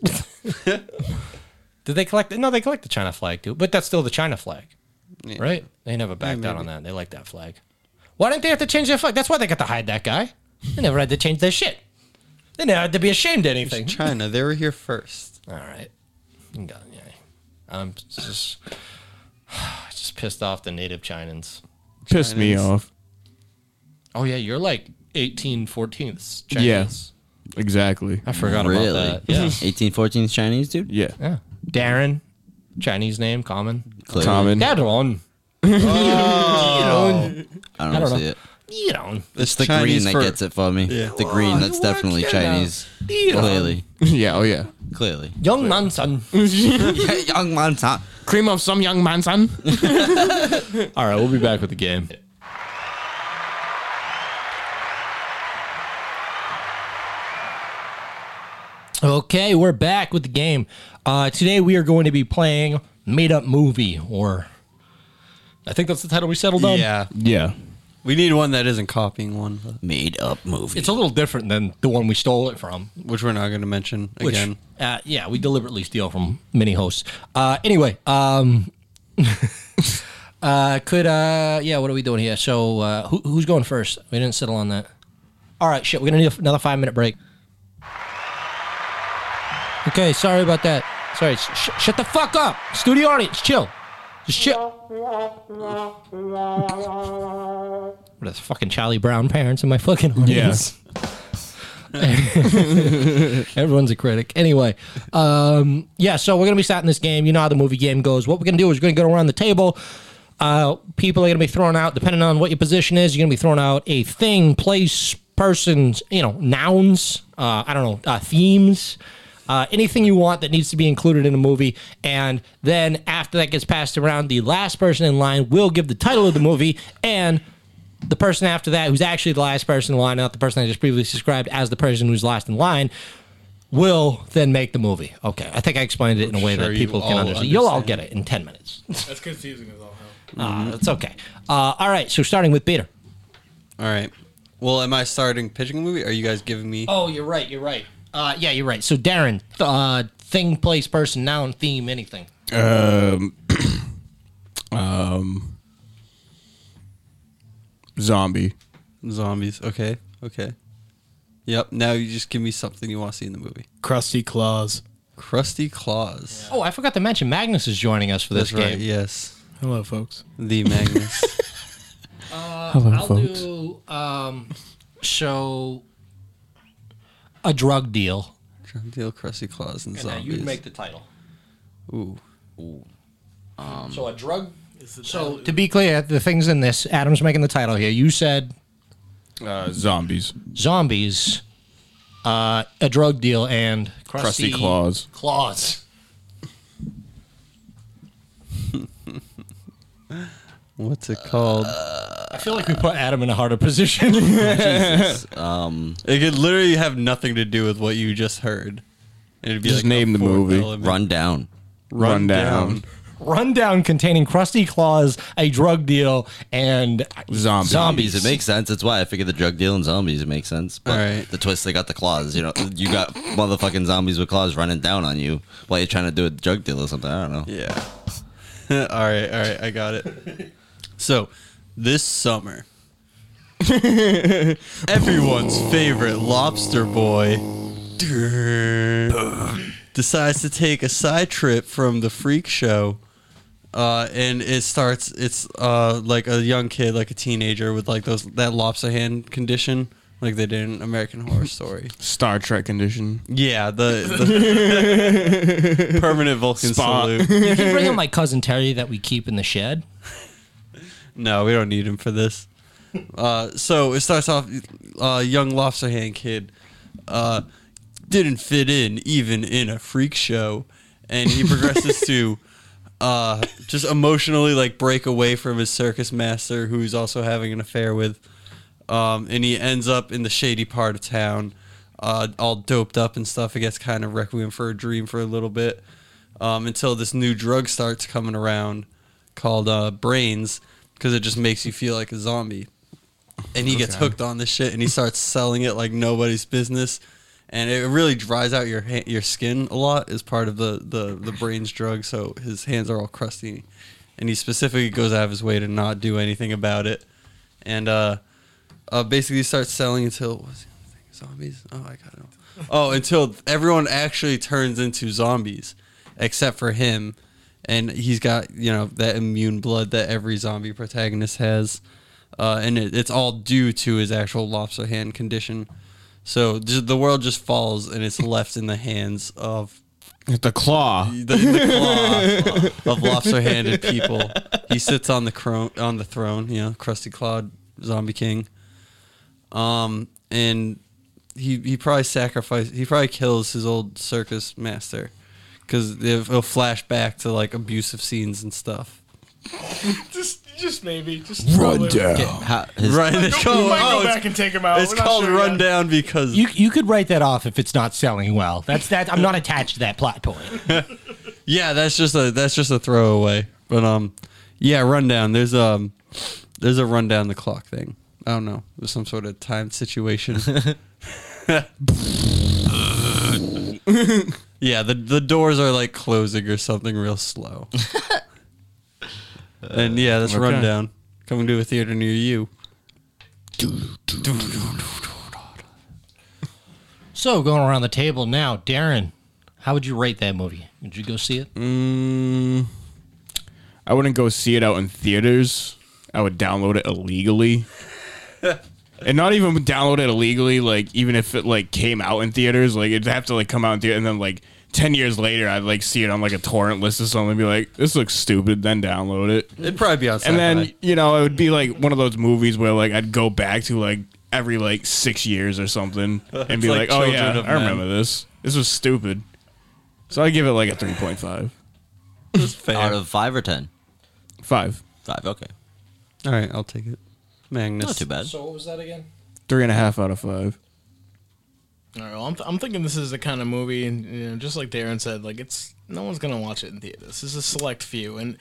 A: Did they collect? No, they collect the China flag too. But that's still the China flag, right? They never backed out on that. They like that flag. Why didn't they have to change their flag? That's why they got to hide that guy. They never had to change their shit. They never had to be ashamed of anything.
D: China. They were here first.
A: All right. You got- yeah. I'm just just pissed off the native Chinans.
B: Pissed me off.
A: Oh yeah, you're like 18, 14th Chinese.
B: Yes. Exactly.
A: I forgot
C: really?
A: about that. Yeah.
C: 1814 Chinese dude.
B: Yeah.
A: yeah. Darren, Chinese name, common.
C: Clearly.
B: Common.
A: Darren.
C: I don't,
A: I don't know.
C: see it.
A: You know.
C: It's the green
D: Chinese
C: that
D: for-
C: gets it for me. The green. That's definitely Chinese. Clearly.
B: yeah. Oh yeah.
C: Clearly.
A: Young man, son.
C: Young man's hot.
B: Cream of some young man, son.
A: All right, we'll be back with the game. Okay, we're back with the game. Uh, today we are going to be playing Made Up Movie, or I think that's the title we settled on.
D: Yeah,
B: Yeah.
D: we need one that isn't copying one, but-
C: Made up movie.
A: It's a little different than the one we stole it from.
D: which we're not going to mention
A: Which,
D: again.
A: uh, yeah, we deliberately steal from many hosts. Uh, anyway, um, uh, could uh, yeah, what are we doing here? So uh, who, who's going first? We didn't settle on that. All right, shit, we're gonna need another five minute break. Okay, sorry about that. Sorry, sh- sh- shut the fuck up, studio audience. Chill, just chill. What is fucking Charlie Brown parents in my fucking audience? Everyone's a critic. Anyway, um, yeah, so we're going to be starting this game. You know how the movie game goes. What we're going to do is we're going to go around the table. Uh, people are going to be thrown out, depending on what your position is, you're going to be thrown out a thing, place, persons, you know, nouns, uh, I don't know, uh, themes. Uh, anything you want that needs to be included in a movie. And then after that gets passed around, the last person in line will give the title of the movie and the person after that, who's actually the last person in line, not the person I just previously described as the person who's last in line, will then make the movie. Okay, I think I explained it in a way
D: sure
A: that
D: you
A: people can
D: all
A: understand. You'll all get it in ten minutes.
E: That's confusing as all hell.
A: Uh, it's okay. Uh, all right, so starting with Peter.
D: All right. Well, am I starting pitching a movie? Are you guys giving me?
A: Oh, you're right. You're right. Uh, yeah, you're right. So Darren, th- uh, thing, place, person, noun, theme, anything.
B: Zombie.
D: Zombies. Okay. Okay. Yep. Now you just give me something you want to see in the movie.
E: Crusty claws.
D: Crusty Claws.
A: Oh, I forgot to mention Magnus is joining us for this
D: That's right.
A: game.
D: Yes.
E: Hello, folks.
D: The Magnus.
B: Hello,
A: I'll do um, so a drug deal.
D: Drug deal, Crusty Claws, and,
A: And now
D: zombies.
A: you make the title.
D: Ooh.
A: So a drug. So to be clear, the things in this, Adam's making the title here. You said
B: Uh, zombies.
A: zombies, uh, a drug deal, and
B: Crusty claws.
A: Claws.
D: What's it called?
A: Uh, I feel like we put Adam in a harder position.
C: Um,
D: it could literally have nothing to do with what you just heard. It'd be
B: Just
D: like a
B: name the
D: fourth
B: movie.
D: element.
C: Run down.
B: Run down.
A: Rundown containing crusty claws, a drug deal, and
B: Zombies.
A: Zombies.
C: Zombies. It makes sense. That's why I figured the drug deal and zombies it makes sense. But
D: Alright.
C: the twist, they got the claws. You know, you got motherfucking zombies with claws running down on you while you're trying to do a drug deal or something. I don't know.
D: Yeah. all right, all right, I got it. So, this summer, everyone's favorite lobster boy decides to take a side trip from the freak show. Uh, and it starts. It's uh, like a young kid, like a teenager, with like those that lobster hand condition, like they did in American Horror Story.
B: Star Trek condition.
D: Yeah, the, the permanent Vulcan
B: Spot.
D: salute.
A: you can bring up my cousin Terry that we keep in the shed.
D: No, we don't need him for this. Uh, so it starts off, uh, young lobster hand kid uh, didn't fit in even in a freak show, and he progresses to uh, just emotionally like break away from his circus master, who he's also having an affair with, um, and he ends up in the shady part of town, uh, all doped up and stuff. It gets kind of requiem for a dream for a little bit, um, until this new drug starts coming around called uh, brains because it just makes you feel like a zombie and he gets hooked on this shit and he starts selling it like nobody's business and it really dries out your ha- your skin a lot as part of the, the the brain's drug so his hands are all crusty and he specifically goes out of his way to not do anything about it and uh, uh basically starts selling until what's the other thing? zombies oh i gotta know oh until everyone actually turns into zombies except for him and he's got you know that immune blood that every zombie protagonist has uh, and it, it's all due to his actual lobster hand condition. So ju- the world just falls, and it's left in the hands of
B: The claw.
D: the, the claw of lobster-handed people. He sits on the cro- on the throne, you know, crusty clawed zombie king. Um, and he he probably sacrifices. He probably kills his old circus master because it'll flash back to like abusive scenes and stuff.
E: Just, just maybe. Just run down.
C: How, his,
D: Right, it's
E: we
D: called,
E: might
D: oh,
E: go
D: it's-
E: back and take him out.
D: it's
E: We're not
D: called
E: sure yet.
D: Rundown because
F: You, you could write that off if it's not selling well. That's that. I'm not attached to that plot point.
D: Yeah, that's just a that's just a throwaway. But um, yeah, rundown. There's um, there's a rundown the clock thing. I don't know. There's some sort of timed situation. yeah, the the doors are like closing or something real slow. and yeah, that's rundown coming to a theater near you.
A: So going around the table now, Darren, how would you rate that movie? Would you go see it?
B: I wouldn't go see it out in theaters. I would download it illegally. and not even download it illegally, like even if it like came out in theaters, like it'd have to like come out in theater and then like ten years later I'd like see it on like a torrent list or something and be like, This looks stupid, then download it.
D: It'd probably be on.
B: And then,
D: sci-fi.
B: you know, it would be like one of those movies where like I'd go back to like every like six years or something and be like,
D: like
B: Oh
D: Children
B: yeah,
D: of
B: I remember
D: Men.
B: this. This was stupid. So I give it like a three point five.
C: out of five or ten?
B: Five.
C: Five. Okay,
D: all right, I'll take it. Magnus.
C: not too bad.
A: So what was that again?
B: Three and a half out of five.
E: All right, well, I'm, th- I'm thinking this is the kind of movie, and you know, just like Darren said, like it's no one's gonna watch it in theaters. This is a select few, and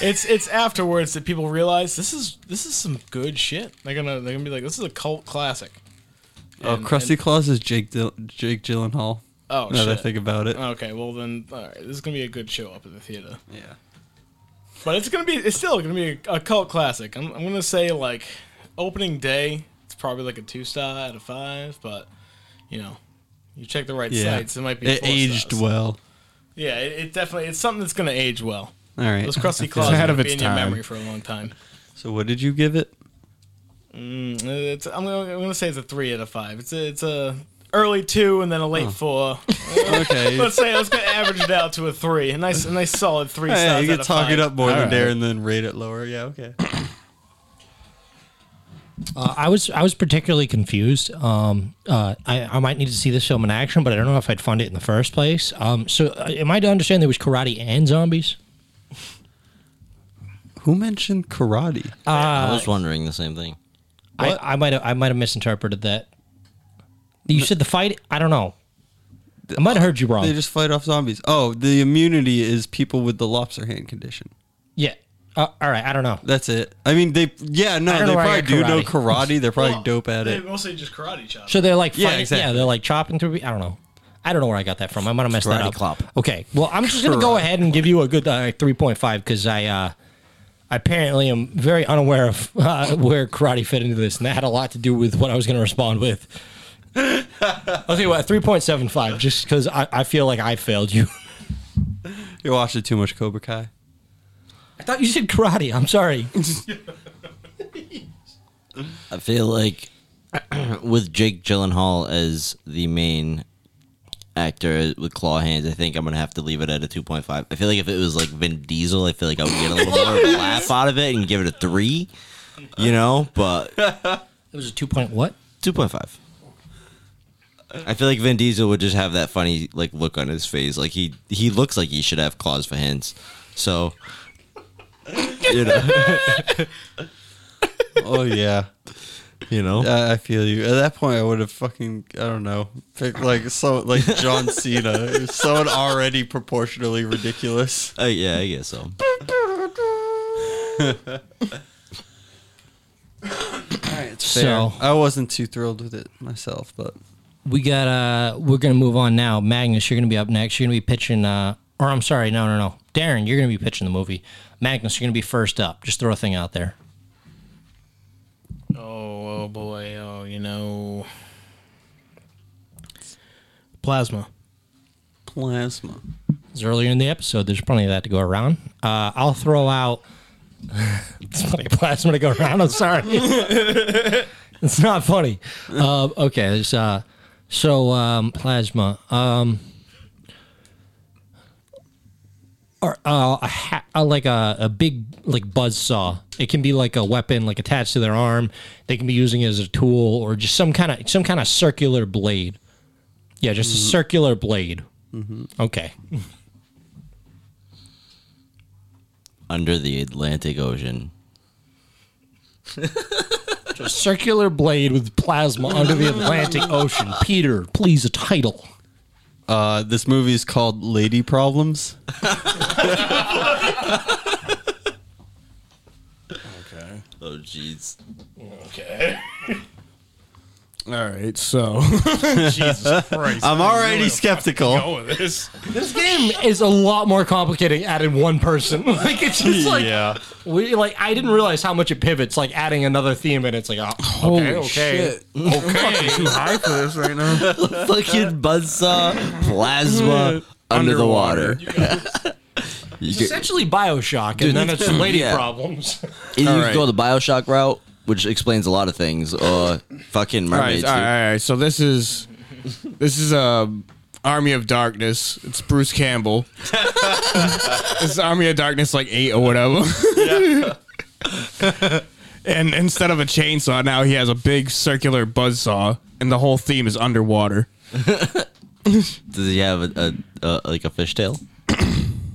E: it's it's afterwards that people realize this is this is some good shit. They're gonna they're gonna be like, this is a cult classic.
D: Oh,
E: And-
D: Krusty Claus is Jake Dil- Jake Gyllenhaal.
E: Oh
D: now that I
E: shit.
D: think about it.
E: Okay, well then, all right, this is gonna be a good show up at the theater.
D: yeah.
E: But it's gonna be it's still gonna be a, a cult classic. I'm, I'm gonna say like opening day, it's probably like a two star out of five. But you know, you check the right sites, it might be
D: It
E: four
D: aged
E: stars.
D: well.
E: Yeah, it, it definitely it's something that's gonna age well.
D: All right.
E: Those crusty claws
B: ahead
E: have
B: of
E: been
B: its
E: in your
B: time.
E: memory for a long time.
D: So what did you give it?
E: Mm, It's, I'm, gonna, I'm gonna say it's a three out of five. It's a, it's a early two and then a
A: Oh.
E: late four.
D: Okay.
E: let's say let's gonna average it out to a three. A nice, a nice solid three.
D: yeah,
E: stars
D: you
E: out
D: can
E: of
D: talk
E: five.
D: it up more than
B: All right.
D: there and then rate it lower. Yeah, okay.
A: Uh, I was I was particularly confused. Um, uh, I, I might need to see this film in action, but I don't know if I'd fund it in the first place. Um, so uh, am I to understand there was karate and zombies?
D: Who mentioned karate? Uh,
C: I was wondering the same thing.
A: I, I might have I might have misinterpreted that. You said the fight. I don't know. I might have heard you wrong.
D: They just fight off zombies. Oh, the immunity is people with the lobster hand condition.
A: yeah. Uh, all right. I don't know.
D: That's it. I mean, they yeah no,
A: I don't
D: they
A: know where I
D: probably
A: got
D: do know
A: karate.
D: karate. They're probably
E: Well,
D: dope at
E: they
D: it.
E: Mostly just karate chops.
A: So they're like,
D: Yeah,
A: yeah,
D: exactly.
A: yeah, they're like chopping through. I don't know. I don't know where I got that from. I might have messed that
C: Karate
A: up.
C: clop.
A: Okay. Well, I'm just gonna go
D: Karate
A: ahead and give you a good uh, 3.5 because I uh, I apparently am very unaware of uh, where karate fit into this, and that had a lot to do with what I was gonna respond with. I'll tell you what, 3.75, just because I, I feel like I failed you.
D: You're watching too much Cobra Kai.
A: I thought you said karate. I'm sorry.
C: I feel like with Jake Gyllenhaal as the main actor with claw hands, I think I'm gonna have to leave it at a 2.5. I feel like if it was like Vin Diesel, I feel like I would get a little more of a laugh out of it and give it a three. You know, but
A: It was a two point what?
C: 2.5. I feel like Vin Diesel would just have that funny like look on his face. Like he he looks like he should have claws for hands. So you know,
D: Oh yeah.
C: you know.
D: I, I feel you. At that point, I would have fucking I don't know, picked like so like John Cena, someone already proportionally ridiculous.
C: Uh, yeah, I guess so.
A: So
D: I wasn't too thrilled with it myself, but
A: we got uh we're gonna move on now. Magnus, you're gonna be up next. You're gonna be pitching uh or I'm sorry, no no no. Darren, you're gonna be pitching the movie. Magnus, you're gonna be first up. Just throw a thing out there.
E: Oh, oh boy. Oh, you know. Plasma.
D: plasma.
A: It's earlier in the episode. There's plenty of that to go around. Uh, I'll throw out. It's plenty of plasma to go around. I'm sorry. it's not funny. Uh, okay. There's, uh, so um, plasma. Um, or uh, a ha- uh, like a, a big like buzz saw. It can be like a weapon, like attached to their arm. They can be using it as a tool or just some kind of some kind of circular blade. Yeah, just a circular blade. Okay.
C: Under the Atlantic Ocean.
A: circular blade with plasma under the Atlantic Ocean. Peter, please, a title.
D: Uh, this movie is called Lady Problems.
C: Oh jeez.
B: All right, so
E: Jesus Christ.
D: I'm already skeptical.
B: go with this.
A: This game is a lot more complicated added one person. Like it's just like
D: yeah,
A: we like I didn't realize how much it pivots. Like adding another theme and it's like oh, okay, okay.
B: Okay, too high for this right now.
C: Fucking buzzsaw plasma under the water. you
A: It's
C: could,
A: essentially Bioshock, and then it's lady
C: yeah.
A: problems.
C: either you
B: Alright.
C: could go the Bioshock route, which explains a lot of things, or fucking
B: All right,
C: mermaids.
B: all right, all right. So this is this is um, Army of Darkness. It's Bruce Campbell. it's Army of Darkness, like eight or whatever. and instead of a chainsaw, now he has a big circular buzzsaw, and the whole theme is underwater.
C: Does he have a, a, a like a fishtail?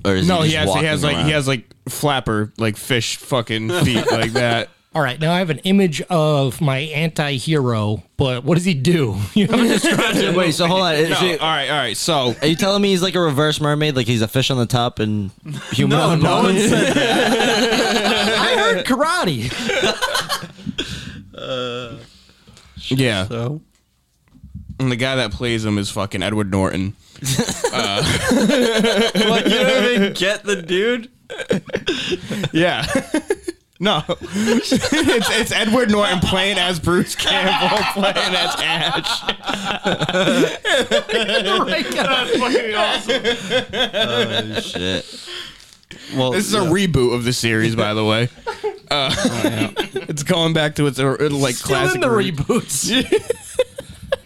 C: or is
B: No,
C: he,
B: he has he
C: just walking
B: has like
C: around?
B: he has like flapper like fish fucking feet like that.
A: All right, now I have an image of my anti-hero, but what does he do? You haven't described him.
C: Wait, so hold on.
B: No,
C: so-
B: all right, all right. So
C: are you telling me he's like a reverse mermaid? Like he's a fish on the top and human on the bottom?
A: I heard karate.
B: yeah,
D: so
B: and the guy that plays him is fucking Edward Norton.
D: you don't even get the dude.
B: Yeah. No, it's, it's Edward Norton playing as Bruce Campbell, playing as Ash.
C: Shit.
D: Well,
B: This is a reboot of the series, by the way. Uh, It's going back to its uh, like classic.
A: Oh, Still in the
B: root.
A: reboots.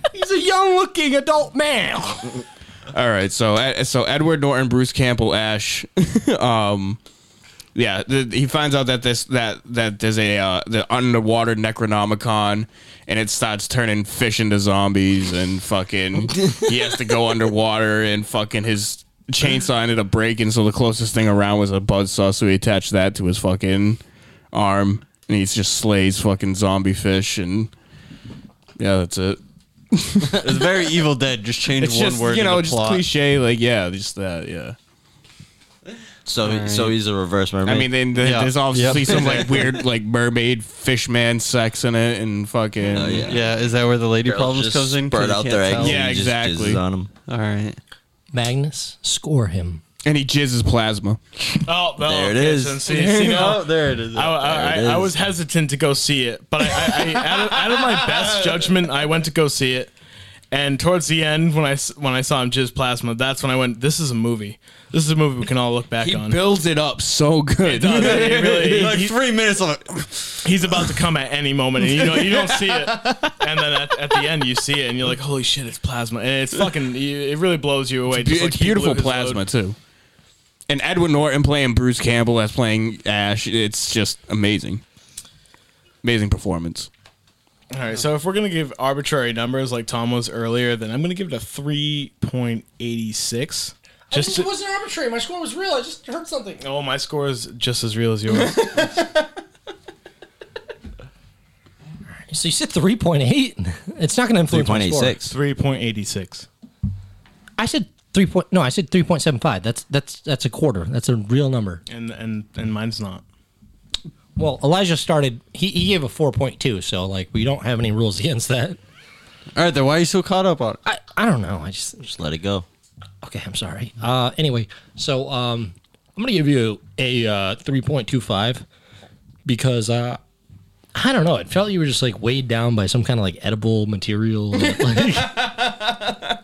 A: He's a young-looking adult male.
B: All right, so uh, so Edward Norton, Bruce Campbell, Ash. um, yeah, th- he finds out that this that that there's a uh, the underwater Necronomicon, and it starts turning fish into zombies, and fucking he has to go underwater, and fucking his chainsaw ended up breaking, so the closest thing around was a buzzsaw, so he attached that to his fucking arm, and he just slays fucking zombie fish, and yeah, that's it.
D: it's very Evil Dead. Just change
B: It's
D: one
B: just
D: word.
B: you
D: in
B: know
D: the
B: just
D: plot.
B: cliche, like yeah, just that, yeah.
C: So he- so he's a reverse mermaid.
B: I mean, then then
D: Yeah.
B: there's obviously
D: Yep.
B: some like weird like mermaid fishman sex in it and fucking.
C: Oh, yeah.
D: Uh, Yeah, is that where the lady
C: Girls
D: problems
C: just
D: comes in? 'Cause
C: Spurt
D: you
C: out
D: can't
C: their
D: tell?
C: eggs.
B: Yeah,
C: and he just
B: exactly.
C: jizzes On them.
D: All right.
A: Magnus, score him.
B: And he jizzes plasma.
E: Oh, no,
C: There it
E: okay,
C: is.
E: so see- see, now-
D: Oh, there it is.
E: I, I,
C: There it
E: I, I
C: is.
E: was hesitant to go see it, but I, I, I out, of, out of my best judgment, I went to go see it. And towards the end, when I s- when I saw him jizz plasma, that's when I went. This is a movie. This is a movie we can all look back
B: He
E: on.
B: builds it up so good.
E: No, no, he really-
D: like
E: he-
D: three minutes of it.
E: he's about to come at any moment, and you don't you don't see it. And then at, at the end, you see it, and you're like, "Holy shit, it's plasma!" And it's fucking. you- It really blows you away.
B: it's
E: just like he
B: beautiful
E: blew his
B: plasma
E: load.
B: too. And Edward Norton playing Bruce Campbell as playing Ash. It's just amazing. Amazing performance.
E: All right, so if we're gonna give arbitrary numbers like Tom was earlier, then I'm gonna give it a three point eighty six. Just to-
J: wasn't arbitrary. My score was real. I just heard something.
E: oh, my score is just as real as yours.
A: So you said 3.8. It's not going to influence my score.
C: 3.86.
E: three point eighty six.
A: I said 3. Point, no, I said 3.75. That's that's that's a quarter. That's a real number.
E: and and and mine's not.
A: Well, Elijah started he, he gave a 4.2, so like we don't have any rules against that.
D: All right, then why are you so caught up on it?
A: I, I don't know. I just
C: Just let it go.
A: Okay, I'm sorry. Uh, anyway, so um, I'm gonna give you a uh, 3.25 because uh, I don't know. It felt you were just like weighed down by some kind of like edible material. that,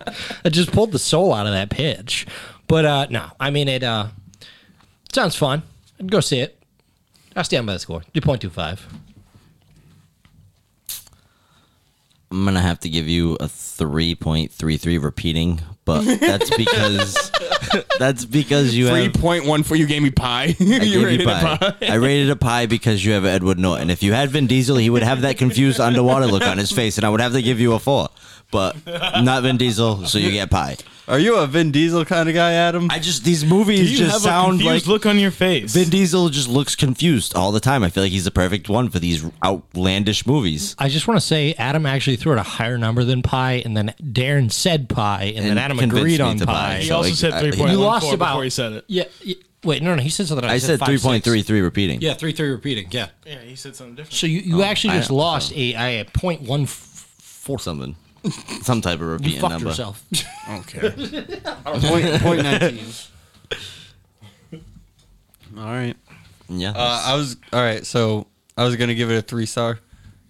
A: like- I just pulled the soul out of that pitch, but uh, no, I mean it. Uh, sounds fun. I'd go see it. I stand by the score. 3.25.
C: I'm gonna have to give you a 3.33 repeating, but that's because that's because you
B: Three
C: have
B: point one for you gave me pie.
C: I
B: you
C: gave you
B: rated it
C: pie. I rated a pie because you have Edward Norton. If you had Vin Diesel, he would have that confused underwater look on his face, and I would have to give you a four. But not Vin Diesel, so you get pie.
D: Are you a Vin Diesel kind of guy, Adam?
C: I just these movies
E: You
C: just
E: have a
C: sound like
E: confused look on your face.
C: Vin Diesel just looks confused all the time. I feel like he's the perfect one for these outlandish movies.
A: I just want to say Adam actually threw out a higher number than pi, and then Darren said pi, and, then
C: And
A: Adam
C: convinced
A: agreed
C: me
A: on
C: to
A: pi.
C: buy.
E: he
C: so
E: also
C: like,
E: said
C: I-
E: three
C: you
E: point
A: You
E: one
A: lost
E: four
A: about
E: before he said it.
A: Yeah, yeah. Wait, no, no. He said something. I,
C: I said
A: five, six.
C: 3.33 repeating.
J: Yeah, three three repeating. Yeah.
E: Yeah, he said something different.
A: So you, you actually
C: Oh, I
A: just
C: don't-
A: lost a I a point one four.
C: Something. Some type of
A: You
C: repeating
A: fucked
C: number.
A: yourself.
B: Okay.
D: point, point 19. All right.
C: Yeah.
D: Uh, I was all right. So I was gonna give it a three star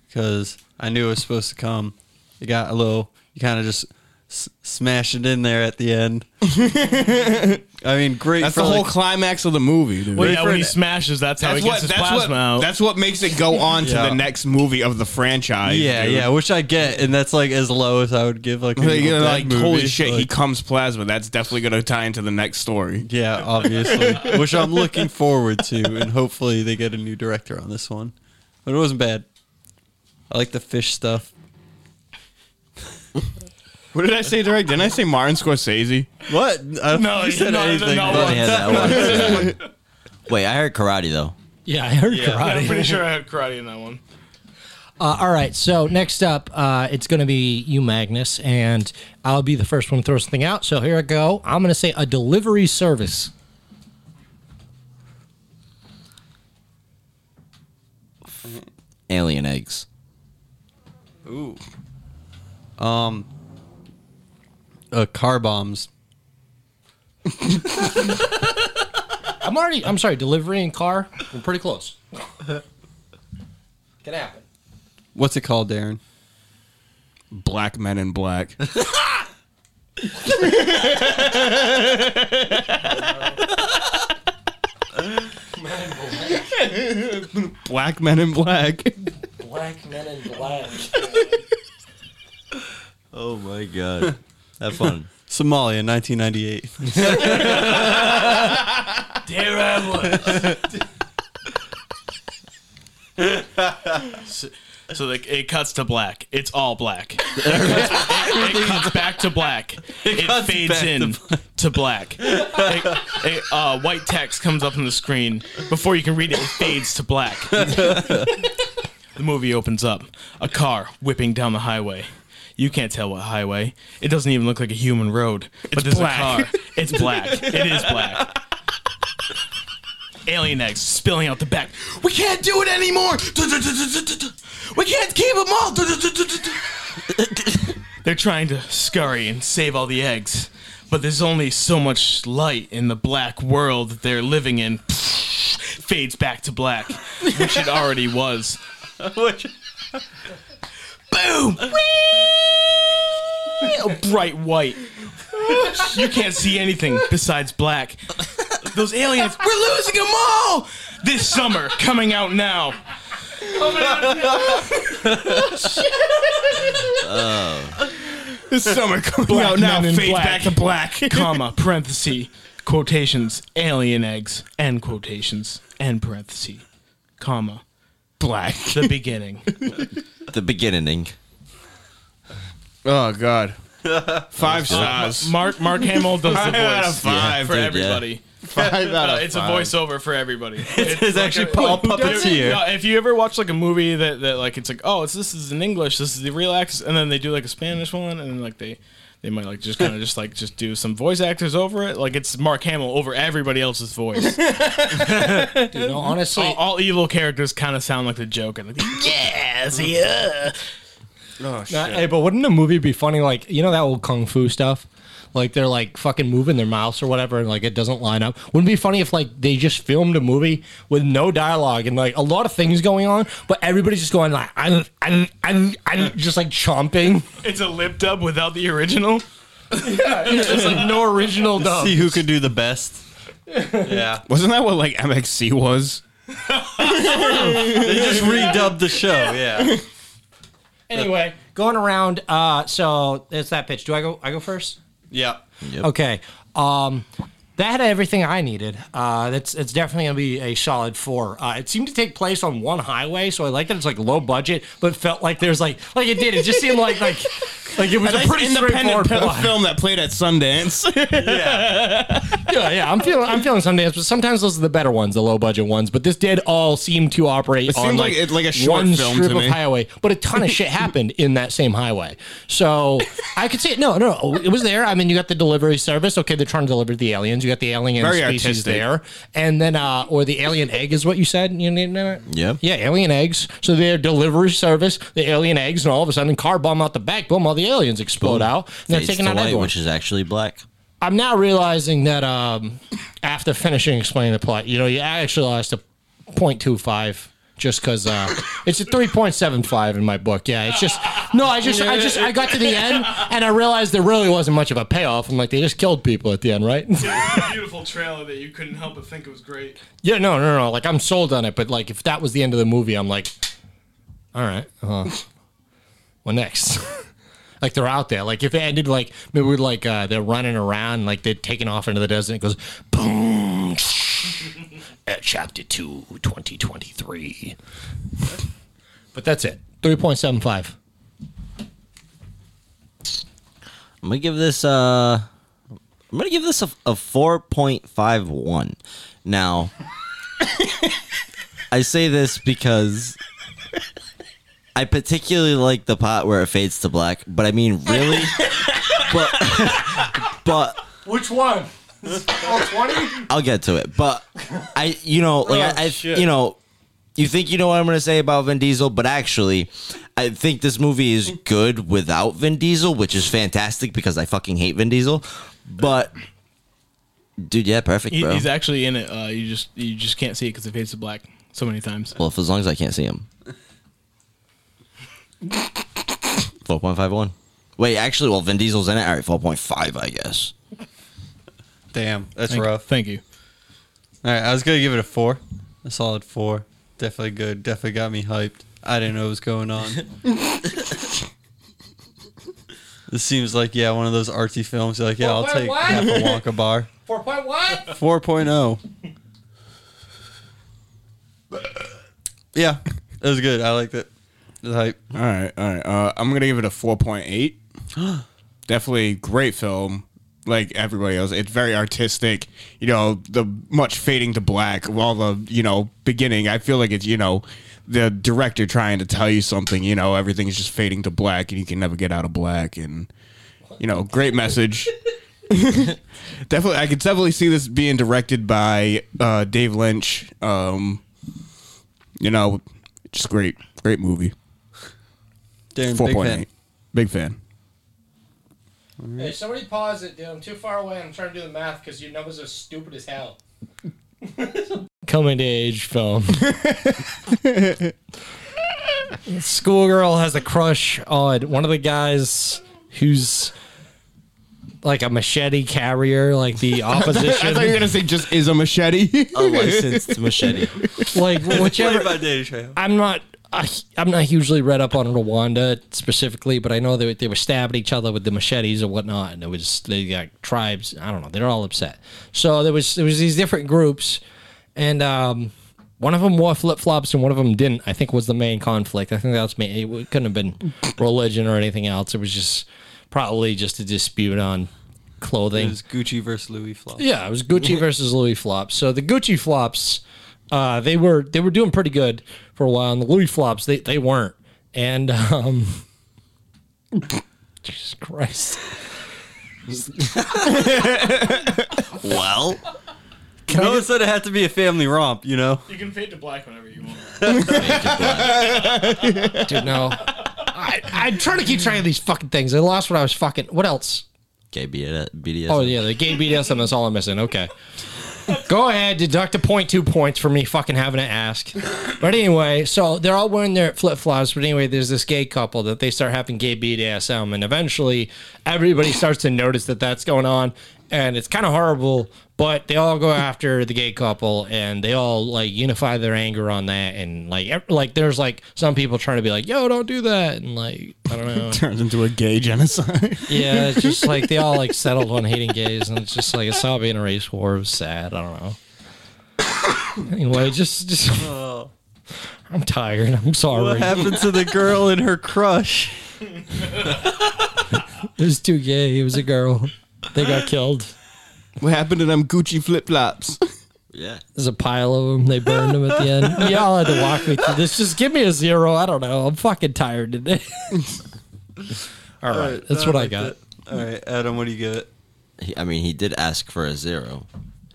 D: because I knew it was supposed to come. It got a little. You kind of just s- smashed it in there at the end. I mean, great.
B: That's
D: for
B: the whole
D: like-
B: climax of the movie, dude.
E: Well, yeah, when he smashes, that's how
B: that's
E: he
B: what
E: gets his
B: that's
E: plasma
B: what
E: out.
B: that's what makes it go on to
D: Yeah.
B: the next movie of the franchise.
D: yeah,
B: dude.
D: yeah, which I get, and that's like as low as I would give like. an
B: Like,
D: Evil
B: you're
D: Dead
B: like,
D: movie.
B: holy shit, he
D: Like,
B: comes plasma. That's definitely gonna tie into the next story.
D: yeah, obviously, which I'm looking forward to, and hopefully they get a new director on this one. But it wasn't bad. I like the fish stuff.
B: What did I say, Derek? Didn't I say Martin Scorsese?
D: What? I don't
E: No,
D: think you said
E: no, no,
D: anything.
E: no,
D: but-
C: Oh, yeah, that one. Wait, I heard karate though.
A: Yeah, I heard
E: Yeah, I'm
A: karate.
E: pretty sure I had karate in that one.
A: Uh, all right, so next up, uh, it's going to be you, Magnus, and I'll be the first one to throw something out. So here I go. I'm going to say a delivery service.
C: Alien eggs.
D: uh, car bombs.
A: I'm already. I'm sorry, delivery and car. We're pretty close. Can happen.
D: What's it called, Darren?
B: Black Men in Black. Black Men in Black.
A: Black men in black.
C: Oh my god. Have fun.
D: Somalia, 1998.
E: So like, it cuts to black. It's all black. It cuts, it- it cuts back to black. It, fades in to black. It- it, uh, white text comes up on the screen. Before you can read it, it fades to black. the movie opens up. A car whipping down the highway. You can't tell what highway. It doesn't even look like a human road. but there's a car. It's black. It is black. Alien eggs spilling out the back. We can't do it anymore. We can't keep them all. They're trying to scurry and save all the eggs, but there's only so much light in the black world that they're living in. Fades back to black, which it already was. Boom! Whee! A bright white. You can't see anything besides black. Those aliens, we're losing them all! This summer, coming out now.
B: This summer coming out now
E: men in
B: fades
E: black.
B: back to black.
E: comma, parenthesis, quotations, alien eggs, end quotations, end parenthesis, comma,
B: black.
E: The beginning.
C: The beginning.
B: Oh God. Five stars.
E: Mark Mark Hamill does the
B: Five out of
E: voice
B: five.
E: for
C: dude, yeah.
E: everybody.
B: Five out
E: Uh,
B: of
E: it's a
B: five.
E: voiceover for everybody. It's,
D: it's
E: like
D: actually
E: a-
D: pu- all
E: Who does it?
D: puppeteer.
E: No, if you ever watch like a movie that, that like it's like oh it's this is in English this is the real actors and then they do like a Spanish one and then like they they might like just kind of just like just do some voice actors over it like it's Mark Hamill over everybody else's voice.
A: Dude, no, honestly,
J: Oh,
E: all, all evil characters kind of sound like the Joker. Like, yes, yeah.
B: Oh
A: Uh,
B: shit.
A: Hey, but wouldn't a movie be funny? Like you know that old kung fu stuff. Like they're like fucking moving their mouths or whatever, and like it doesn't line up. Wouldn't it be funny if like they just filmed a movie with no dialogue and like a lot of things going on, but everybody's just going like I I I I just like chomping.
E: It's a lip dub without the original.
A: It's like no original dub.
D: See who can do the best. Yeah.
B: Wasn't that what like MXC was?
D: They just redubbed the show. Yeah.
E: Anyway,
A: Going around. Uh, so it's that pitch. Do I go? I go first.
D: Yeah.
A: Okay. Um, that had everything I needed. Uh, that's it's definitely gonna be a solid four. Uh, it seemed to take place on one highway, so I like that it's like low budget, but felt like there's like like it did. It just seemed like like like it was a pretty straightforward plot.
B: film that played at Sundance.
A: Yeah, yeah. I'm feeling I'm feeling some days, but sometimes those are the better ones, the low budget ones. But this did all seem to operate on
B: seemed
A: like,
B: like it- like a short
A: one
B: film
A: strip
B: to
A: of
B: me.
A: highway. But a ton of shit happened in that same highway, so I could see it. No, no, it was there. I mean, you got the delivery service. Okay, they're trying to deliver the aliens. You got the alien
B: Very
A: species
B: artistic.
A: there, and then uh, or the alien egg is what you said. You name it.
C: Yeah.
A: Yeah, alien eggs. So their delivery service, the alien eggs, and all of a sudden, car bomb out the back, boom, all the aliens explode out, and they're
C: Fades
A: taking
C: to
A: out
C: white,
A: everyone.
C: which is actually black.
A: I'm now realizing that um, after finishing explaining the plot, you know, you actually lost a 0.25 just because uh, it's a 3.75 in my book. Yeah, it's just no. I just, I just, I got to the end and I realized there really wasn't much of a payoff. I'm like, they just killed people at the end, right?
E: beautiful trailer that you couldn't help but think it was great.
A: yeah, no, no, no. Like I'm sold on it, but like if that was the end of the movie, I'm like, all right, uh, what next? like they're out there. Like if it ended like maybe we're like uh, they're running around, like they're taking off into the desert. It goes boom.
F: Uh, chapter 2, 2023.
A: But that's it. Three point seven five.
C: I'm gonna give this uh I'm gonna give this a, a 4.51. Now I say this because I particularly like the pot where it fades to black, but I mean really but but
A: Which one?
C: I'll get to it. But I, you know, like
A: Oh,
C: I, I you know, you think you know what I'm gonna say about Vin Diesel, but actually, I think this movie is good without Vin Diesel, which is fantastic because I fucking hate Vin Diesel. But dude, yeah, perfect,
E: He,
C: bro.
E: he's actually in it. Uh, you just you just can't see it because it fades to black so many times.
C: well, for as long as I can't see him. Four point five one. Wait, actually, well, Vin Diesel's in it. All right, four point five, I guess.
D: Damn. That's
E: Thank,
D: rough.
E: Thank you.
D: All right, I was gonna give it a four, a solid four. Definitely good. Definitely got me hyped. I didn't know what was going on. this seems like yeah, one of those artsy films. You're like yeah, I'll
A: What,
D: take
A: what?
D: half a Wonka bar.
A: Four point what?
D: Four oh. yeah, it was good. I liked it. It was hype.
B: All right, all right. Uh, I'm gonna give it a 4.8. Definitely great film. Like everybody else, it's very artistic. You know, the much fading to black, all the you know beginning. I feel like it's you know the director trying to tell you something. You know, everything's just fading to black, and you can never get out of black. And you know, great message. definitely, I could definitely see this being directed by uh, Dave Lynch. Um, you know, just great, great movie.
D: Darren,
B: Four
D: big
B: point
D: fan.
B: eight. Big fan.
A: Hey, somebody pause it, dude. I'm too far away. I'm trying to do the math because your numbers are stupid as hell. Coming to age film. Schoolgirl has a crush on one of the guys who's like a machete carrier, like the
B: I thought you were
A: opposition,
B: gonna say just is a machete.
C: A licensed machete.
A: like whichever.
D: Played by Data Trail.
A: I'm not. I, I'm not hugely read up on Rwanda specifically, but I know they, they were stabbing each other with the machetes and whatnot, and it was they got tribes. I don't know. They're all upset. So there was there was these different groups, and um, One of them wore flip flops and one of them didn't. I think was the main conflict. I think that's me. It couldn't have been religion or anything else. It was just probably just a dispute on clothing.
D: It's Gucci versus Louis Flop.
A: Yeah, it was Gucci versus Louis Flops. So the Gucci Flops, uh, they were they were doing pretty good for a while, and the Louis Flops they they weren't. And um, Jesus Christ,
C: Well,
D: No one said it had to be a family romp, you know?
E: You can fade to black whenever you want.
A: dude, no. I, I try to keep track of these fucking things. I lost what I was fucking. What else?
C: okay, BD- BDS.
A: Oh yeah, the gay BDSM. That's all I'm missing. Okay. Go ahead, deduct a point two points for me fucking having to ask. But anyway, so they're all wearing their flip flops. But anyway, there's this gay couple that they start having gay BDSM, and eventually everybody starts to notice that that's going on, and it's kind of horrible. But they all go after the gay couple, and they all like unify their anger on that, and like ev- like there's like some people trying to be like, yo, don't do that, and like I don't know.
B: Turns into a gay genocide.
A: Yeah, it's just like they all like settled on hating gays, and it's just like it's all being a race war. It was sad. I don't know. Anyway, just just I'm tired. I'm
D: What
A: sorry.
D: happened to the girl and her crush?
A: It was too gay. It was a girl. They got killed.
B: What happened to them Gucci flip flops?
C: yeah.
A: There's a pile of them. They burned them at the end. Y'all had to walk me through this. Just give me a zero. I don't know. I'm fucking tired today. all right, that's what I got.
D: All right, Adam, what do you get?
C: He, I mean, he did ask for a zero.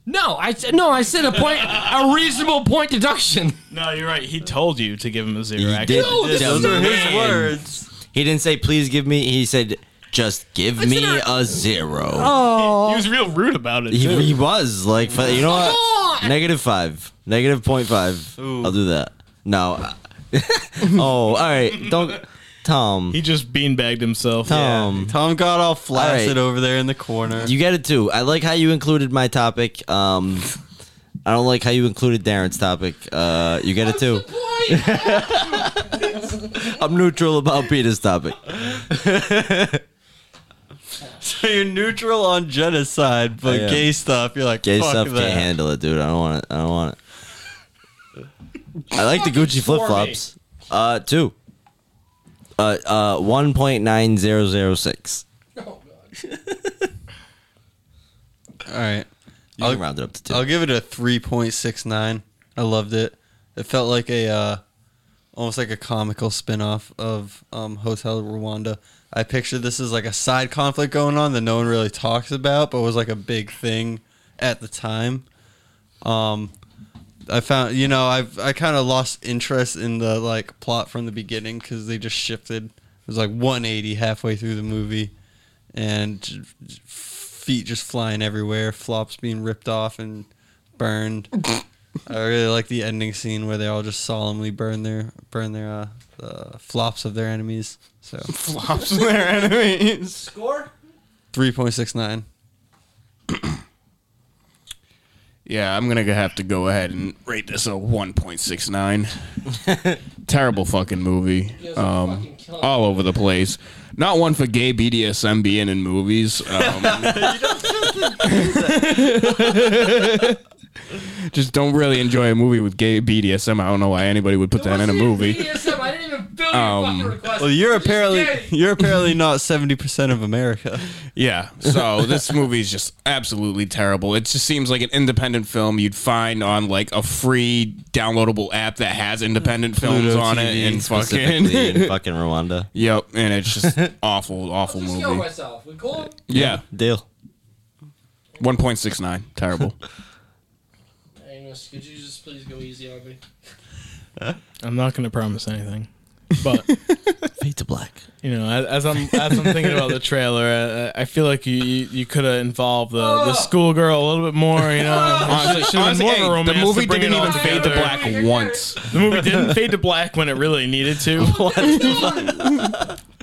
A: No, I said no. I said a point, a reasonable point deduction.
E: No, you're right. He told you to give him a zero.
C: He
E: actually.
C: did.
A: No, this
C: tell
A: is a
C: me.
A: man.
D: words.
C: He didn't say please give me. He said just give me
A: said
C: a zero.
A: Oh,
E: He was real rude about it.
C: He,
E: too.
C: he was like, fi- Uh, you know what?
A: on!
C: Negative five, negative point five. I'll do that. No. oh, all right. Don't, Tom.
E: He just beanbagged himself.
C: Tom.
D: Tom got all flaccid
C: All right.
D: over there in the corner.
C: Um, You get it too. I like how you included my topic. Um, I don't like how you included Darren's topic. Uh, you get it too. I'm neutral about Peter's topic.
D: so you're neutral on genocide, but
C: I am.
D: gay stuff, you're like,
C: Gay
D: fuck
C: stuff
D: that.
C: can't handle it, dude. I don't want it. I don't want it. I like the Gucci flip flops. Uh, two. Uh, uh, one point nine zero zero six.
D: All right.
C: You can round it up to
D: I'll
C: two.
D: give it a 3.69. I loved it. It felt like a uh, almost like a comical spin-off of um, Hotel Rwanda. I pictured this as like a side conflict going on that no one really talks about, but was like a big thing at the time. Um, I found, you know, I've I kind of lost interest in the like plot from the beginning because they just shifted. It was like 180 halfway through the movie, and j- j- feet just flying everywhere, flops being ripped off and burned. I really like the ending scene where they all just solemnly burn their burn their uh, the flops of their enemies. So
B: flops their enemies.
D: three point six nine.
B: Yeah, I'm gonna have to go ahead and rate this a 1.69. Terrible fucking movie. Um, all over the place. Not one for gay BDSM being in movies. Um, just don't really enjoy a movie with gay BDSM. I don't know why anybody would put that in a movie.
A: I didn't even build
B: Um, fucking
A: request.
D: Well, you're apparently you're apparently not seventy percent of America.
B: Yeah. So this movie is just absolutely terrible. It just seems like an independent film you'd find on like a free downloadable app that has independent films
D: Pluto
B: on
D: TV
B: it and
C: Specifically in
B: fucking
C: fucking Rwanda.
B: Yep, and it's just awful, awful movie.
A: myself. We cool?
B: Yeah.
C: Deal.
B: 1.69. Terrible.
A: Amos, could you just please go easy on me?
E: I'm not going to promise anything. But
C: Fade to black.
E: you know, as, as I'm as I'm thinking about the trailer, I, I- I feel like you you, you could have involved the, the schoolgirl a little bit more. You know, It
B: honestly,
E: should've been
B: honestly,
E: more of a
B: hey, the
E: romance to
B: movie
E: bring
B: didn't
E: it all
B: even fade to
E: together.
B: black once.
E: The movie didn't fade to black when it really needed to.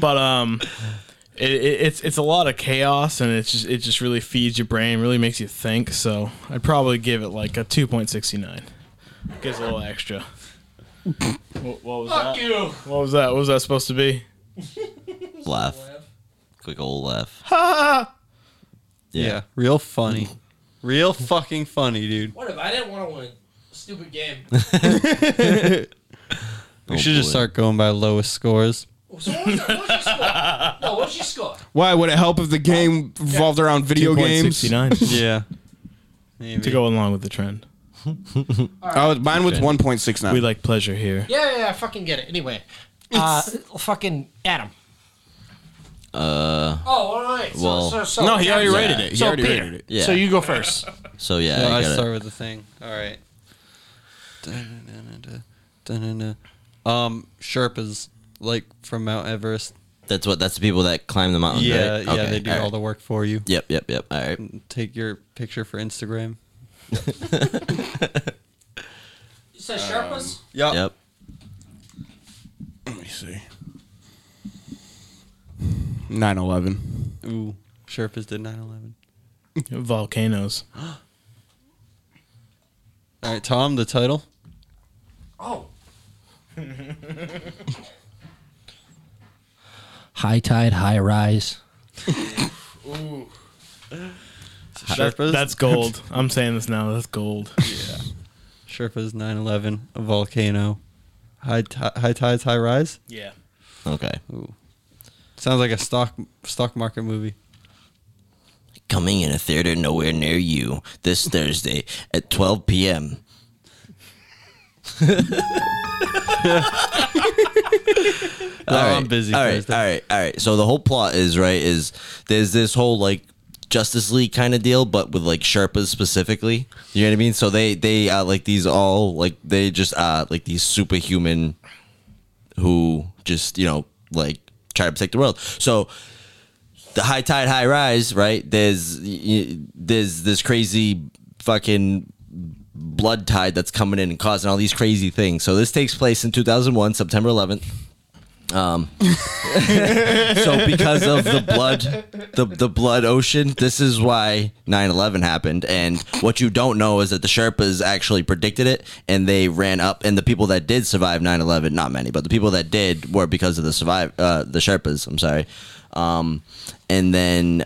E: but um, it, it, it's it's a lot of chaos, and it's just it just really feeds your brain, really makes you think. So I'd probably give it like a two point sixty nine. Gives a little extra. what, what was that?
A: you.
E: What was that? What was that supposed to be?
C: Laugh. Quick old laugh.
D: Yeah, real funny, real fucking funny, dude.
A: What if I didn't want to win? Stupid game.
D: We should
C: Oh,
D: just start going by lowest scores.
A: So what was, your, what was your score? No, what was your score?
B: Why would it help if the game revolved around video games?
E: 2.69
D: Yeah.
E: to go along with the trend.
B: Oh, mine was one point six
E: We
B: nine.
E: like pleasure here.
A: Yeah, yeah, yeah, I fucking get it. Anyway, uh, fucking Adam. Uh. Oh, all right. So,
C: well-
A: so, so,
E: Oh,
B: no, he already
A: yeah.
B: rated it. He
A: so
B: already
A: Peter,
B: rated it.
C: Yeah.
A: So you go first.
C: So yeah,
D: No,
C: I
D: I
C: got
D: start
C: it.
D: with the thing. All right. Dun-dun-dun-dun-dun. Dun-dun-dun. Um, Sherpas, like from Mount Everest.
C: That's what. That's the people that climb the mountains.
D: Yeah,
C: right?
D: yeah,
C: Okay,
D: they do all
C: alright.
D: the work for you.
C: Yep, yep, yep. All right.
D: Take your picture for Instagram.
A: You said Sherpas.
C: Yep.
B: Let me see. Nine eleven.
D: Ooh, Sherpas did 9/11.
E: Volcanoes.
D: All right, Tom, the title.
F: High tide, high rise.
E: That-
D: Sherpas.
E: that's gold. I'm saying this now. That's gold.
D: Sherpas 9/11, a volcano, high ti high tides, high rise.
E: Yeah.
C: Okay.
D: Sounds like a stock stock market movie.
C: Coming in a theater nowhere near you this Thursday at 12 p.m.
D: No,
C: All
D: I'm
C: right,
D: busy.
C: All right,
D: Thursday.
C: all right, all right. So the whole plot is right is there's this whole like Justice League kind of deal, but with like Sherpas specifically. You know what I mean? So they they are like these all like they just uh like these superhuman who just you know like try to protect the world. So the high tide, high rise, right? There's y- y- there's this crazy fucking blood tide that's coming in and causing all these crazy things. So this takes place in 2001, September 11th. So because of the blood, the, the blood ocean, this is why 9-11 happened. And what you don't know is that the Sherpas actually predicted it and they ran up. And the people that did survive 9-11, not many, but the people that did were because of the survive, uh, the Sherpas, I'm sorry. Um, and then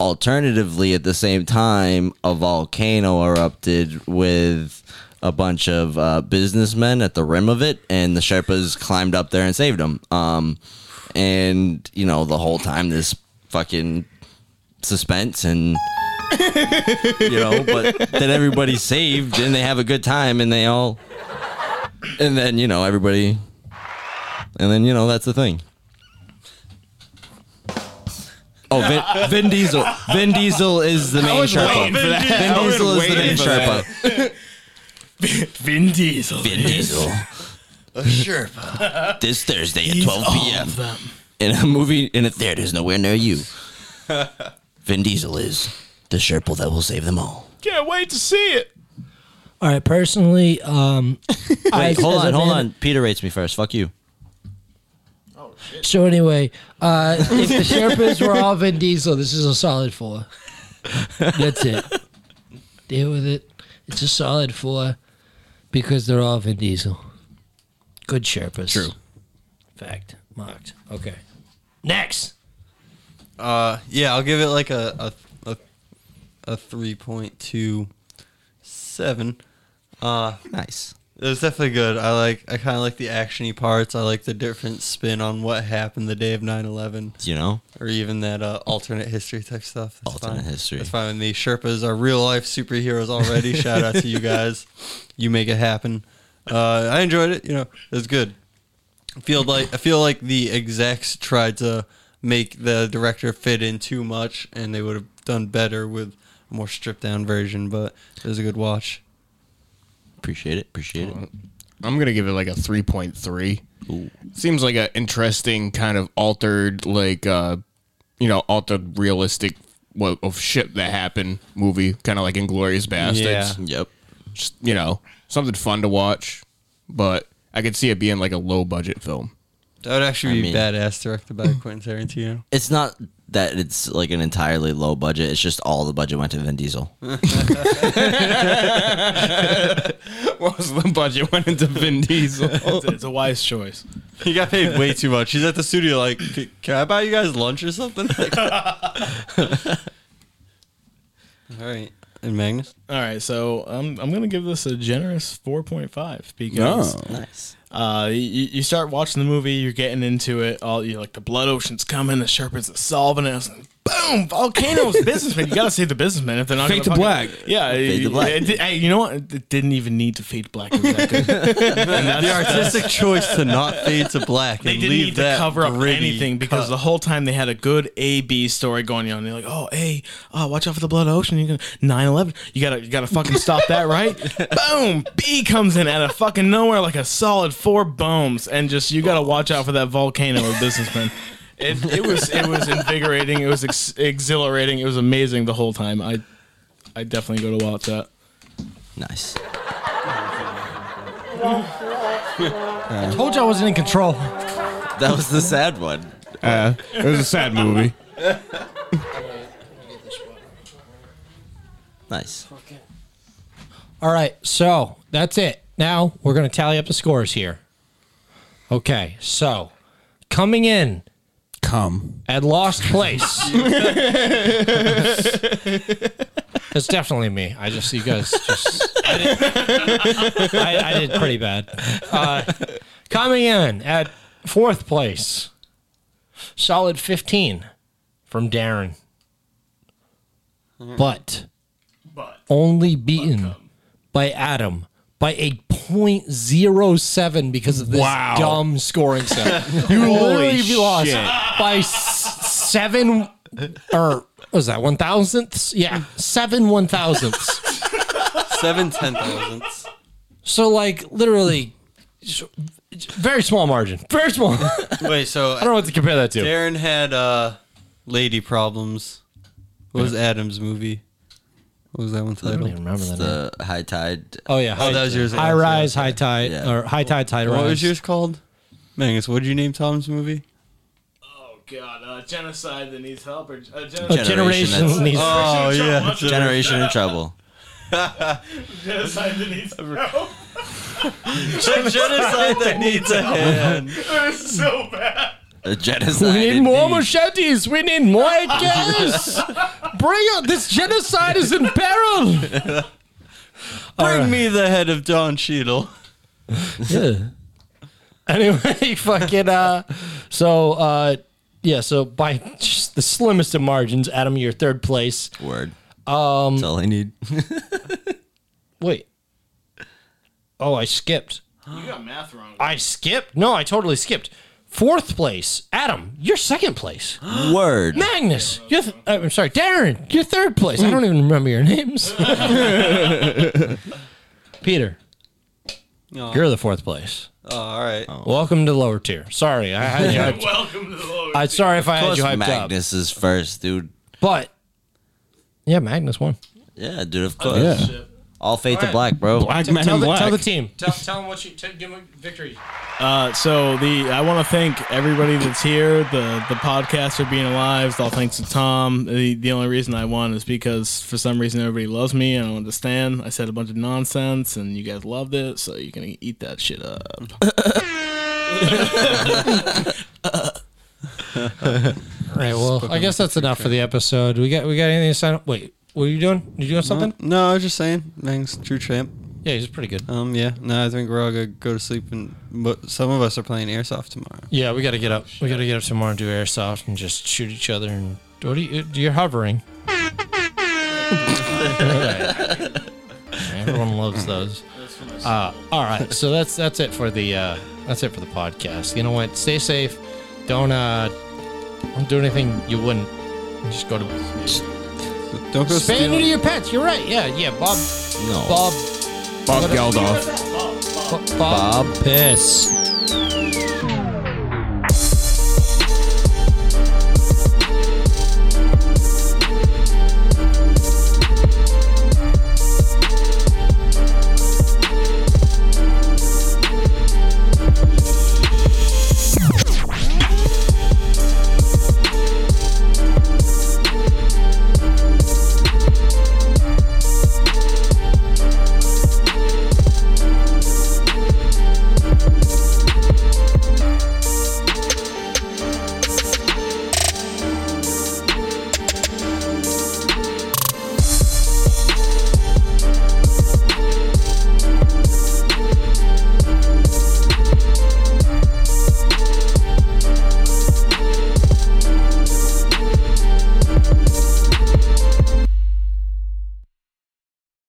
C: alternatively, at the same time, a volcano erupted with a bunch of uh, businessmen at the rim of it. And the Sherpas climbed up there and saved them. Um, and you know the whole time this fucking suspense and you know but then everybody's saved and they have a good time and they all and then you know everybody and then you know that's the thing oh Vin, Vin Diesel Vin Diesel is the main Sherpa
B: waiting for that. I
C: Vin
B: was
C: Diesel is the
B: waiting
C: main
B: for
C: Sherpa
E: Vin Diesel.
C: Vin Diesel a Sherpa this Thursday at 12 p.m.
E: them.
C: in a movie in a theater is nowhere near you. Vin Diesel is the Sherpa that will save them all.
E: Can't wait to see it.
F: All right, personally, um,
C: Wait,
F: as-
C: hold
F: as a
C: on, hold
F: man-
C: on. Peter rates me first. Fuck you.
F: So anyway, uh, if the Sherpas were all Vin Diesel, this is a solid four. That's it. Deal with it. It's a solid four because they're all Vin Diesel. Good Sherpas. True. Fact. Marked. Okay. Next.
D: Uh, yeah, I'll give it like a a a, a three point two seven.
C: Nice.
D: It was definitely good. I like. I kind of like the actiony parts. I like the different spin on what happened the day of 9-11.
C: You know?
D: or even that uh, alternate history type stuff. That's
C: Alternate
D: fine.
C: history.
D: That's fine. And the Sherpas are real life superheroes already. Shout out to you guys. You make it happen. Uh, I enjoyed it. You know, it was good. I feel like I feel like the execs tried to make the director fit in too much, and they would have done better with a more stripped down version. But it was a good watch.
C: Appreciate it. Appreciate it.
B: I'm gonna give it like a three point three. Seems like an interesting kind of altered, like uh, you know, altered realistic what of shit that happened movie, kind of like Inglorious Bastards.
C: Yep.
B: Just, you know, something fun to watch, but I could see it being like a low budget film.
D: That would actually
C: I
D: be
C: mean-
D: badass directed by Quentin Tarantino.
C: It's not that it's like an entirely low budget. It's just all the budget went to Vin Diesel.
B: Most of the budget went into Vin Diesel.
E: It's, it's a wise choice.
D: He got paid way too much. He's at the studio like, "C- can I buy you guys lunch or something? All right. And Magnus?
E: All right, so I'm I'm gonna give this a generous 4.5 because
C: Nice.
E: uh, you, you start watching the movie, you're getting into it. All you like, the blood ocean's coming, the sherpas are solving it. Boom! Volcanoes, businessmen. You gotta save the businessmen if they're not
B: Fade
E: gonna
B: to
E: fucking-
B: black.
E: Yeah,
C: Fade to
E: it-
C: black.
E: it did- hey, you know what? It didn't even need to fade to black. It was that good.
D: the artistic choice to not fade to black and
E: they didn't
D: leave
E: need to
D: that
E: cover up
D: gritty
E: anything because the whole time they had a good A B story going on. They're like, "Oh, hey, oh, watch out for the blood ocean. You can 9/11. You gotta, you gotta fucking stop that, right? Boom! B comes in out of fucking nowhere like a solid four bombs, and just you gotta watch out for that volcano of businessmen. It, it was it was invigorating. It was ex- exhilarating. It was amazing the whole time. I I definitely go to watch that.
C: Nice.
A: Told you I wasn't in control.
C: That was the sad one.
B: Uh, it was a sad movie.
C: Nice.
A: All right, so that's it. Now we're going to tally up the scores here. Okay, so coming in
B: Come.
A: at Lost Place. That's definitely me. I just, you guys just, I did, I, I did pretty bad. Uh, coming in at fourth place, solid 15 from Darren. But, only beaten by Adam by a 0.07 because of this
B: Wow.
A: dumb scoring set. you literally lost by s- seven or what was that one thousandths? Yeah, seven one thousandths.
D: seven ten thousandths.
A: so like literally, s- very small margin. Very small. I
D: Wait, so
A: don't know what to compare that to.
D: Darren had uh, lady problems. What was Adam's movie? What was that one
A: I don't
D: titled?
A: even remember that. name.
C: The high tide.
A: Oh yeah.
D: Oh, that was yours.
A: High rise, high tide,
C: Yeah.
A: or high tide, tide rise.
D: What was yours called? Magnus, what did you name Tom's movie?
E: Oh God, uh, genocide that needs help or uh,
A: A
E: genocide.
C: Generation,
A: generation
C: that's-
A: needs-
D: Oh yeah,
C: Generation in trouble.
E: Genocide that needs help.
D: genocide that needs a hand.
E: so bad.
C: A genocide.
A: We need
C: in
A: more
C: need.
A: machetes. We need more gas. Bring on this genocide is in peril.
D: Bring me the head of Don Cheadle.
A: anyway, fucking uh so uh yeah, so by just the slimmest of margins, Adam, you're third place.
C: Word. Um, That's all I need.
A: Wait. Oh, I skipped.
E: You got math wrong.
A: I skipped? No, I totally skipped. Fourth place, Adam, you're second place.
C: Word.
A: Magnus, you're th- uh, I'm sorry, Darren, you're third place. I don't even remember your names. Peter, you're the fourth place.
D: Oh, all right.
A: Welcome to lower tier. Sorry, I had you hyped.
E: Welcome to the lower.
A: I sorry if I had
C: Plus
A: you hyped up.
C: Magnus is first, dude.
A: But yeah, Magnus won.
C: Yeah, dude. Of course. All fate to black, bro.
B: Black man
A: tell,
B: in
A: the,
B: black.
A: tell the team. Tell, tell them what you t- give them victory.
E: Uh, so the I want to thank everybody that's here, the the podcast for being alive. All thanks to Tom. The, the only reason I won is because for some reason everybody loves me. I don't understand. I said a bunch of nonsense and you guys loved it, so you're gonna eat that shit up.
A: All right. Well, I guess that's enough for the episode. We got we got anything to sign up? Wait, what are you doing? Did you doing something?
D: No, I was just saying, Magnus, true champ.
A: Yeah, he's pretty good.
D: Um, yeah. No, I think we're all gonna go to sleep, and but some of us are playing airsoft tomorrow.
A: Yeah, we got to get up. We got to get up tomorrow and do airsoft and just shoot each other. And what are you? You're hovering. Everyone loves those. Uh, all right, so that's that's it for the uh, that's it for the podcast. You know what? Stay safe. Don't uh, don't do anything you wouldn't. Just go to
D: Don't go
A: spay and
D: stealing.
A: neuter your pets. You're right. Yeah, yeah. Bob,
C: No.
D: Oh.
A: Bob,
B: Bob Geldof.
A: Bob, Bob Piss.
C: Bob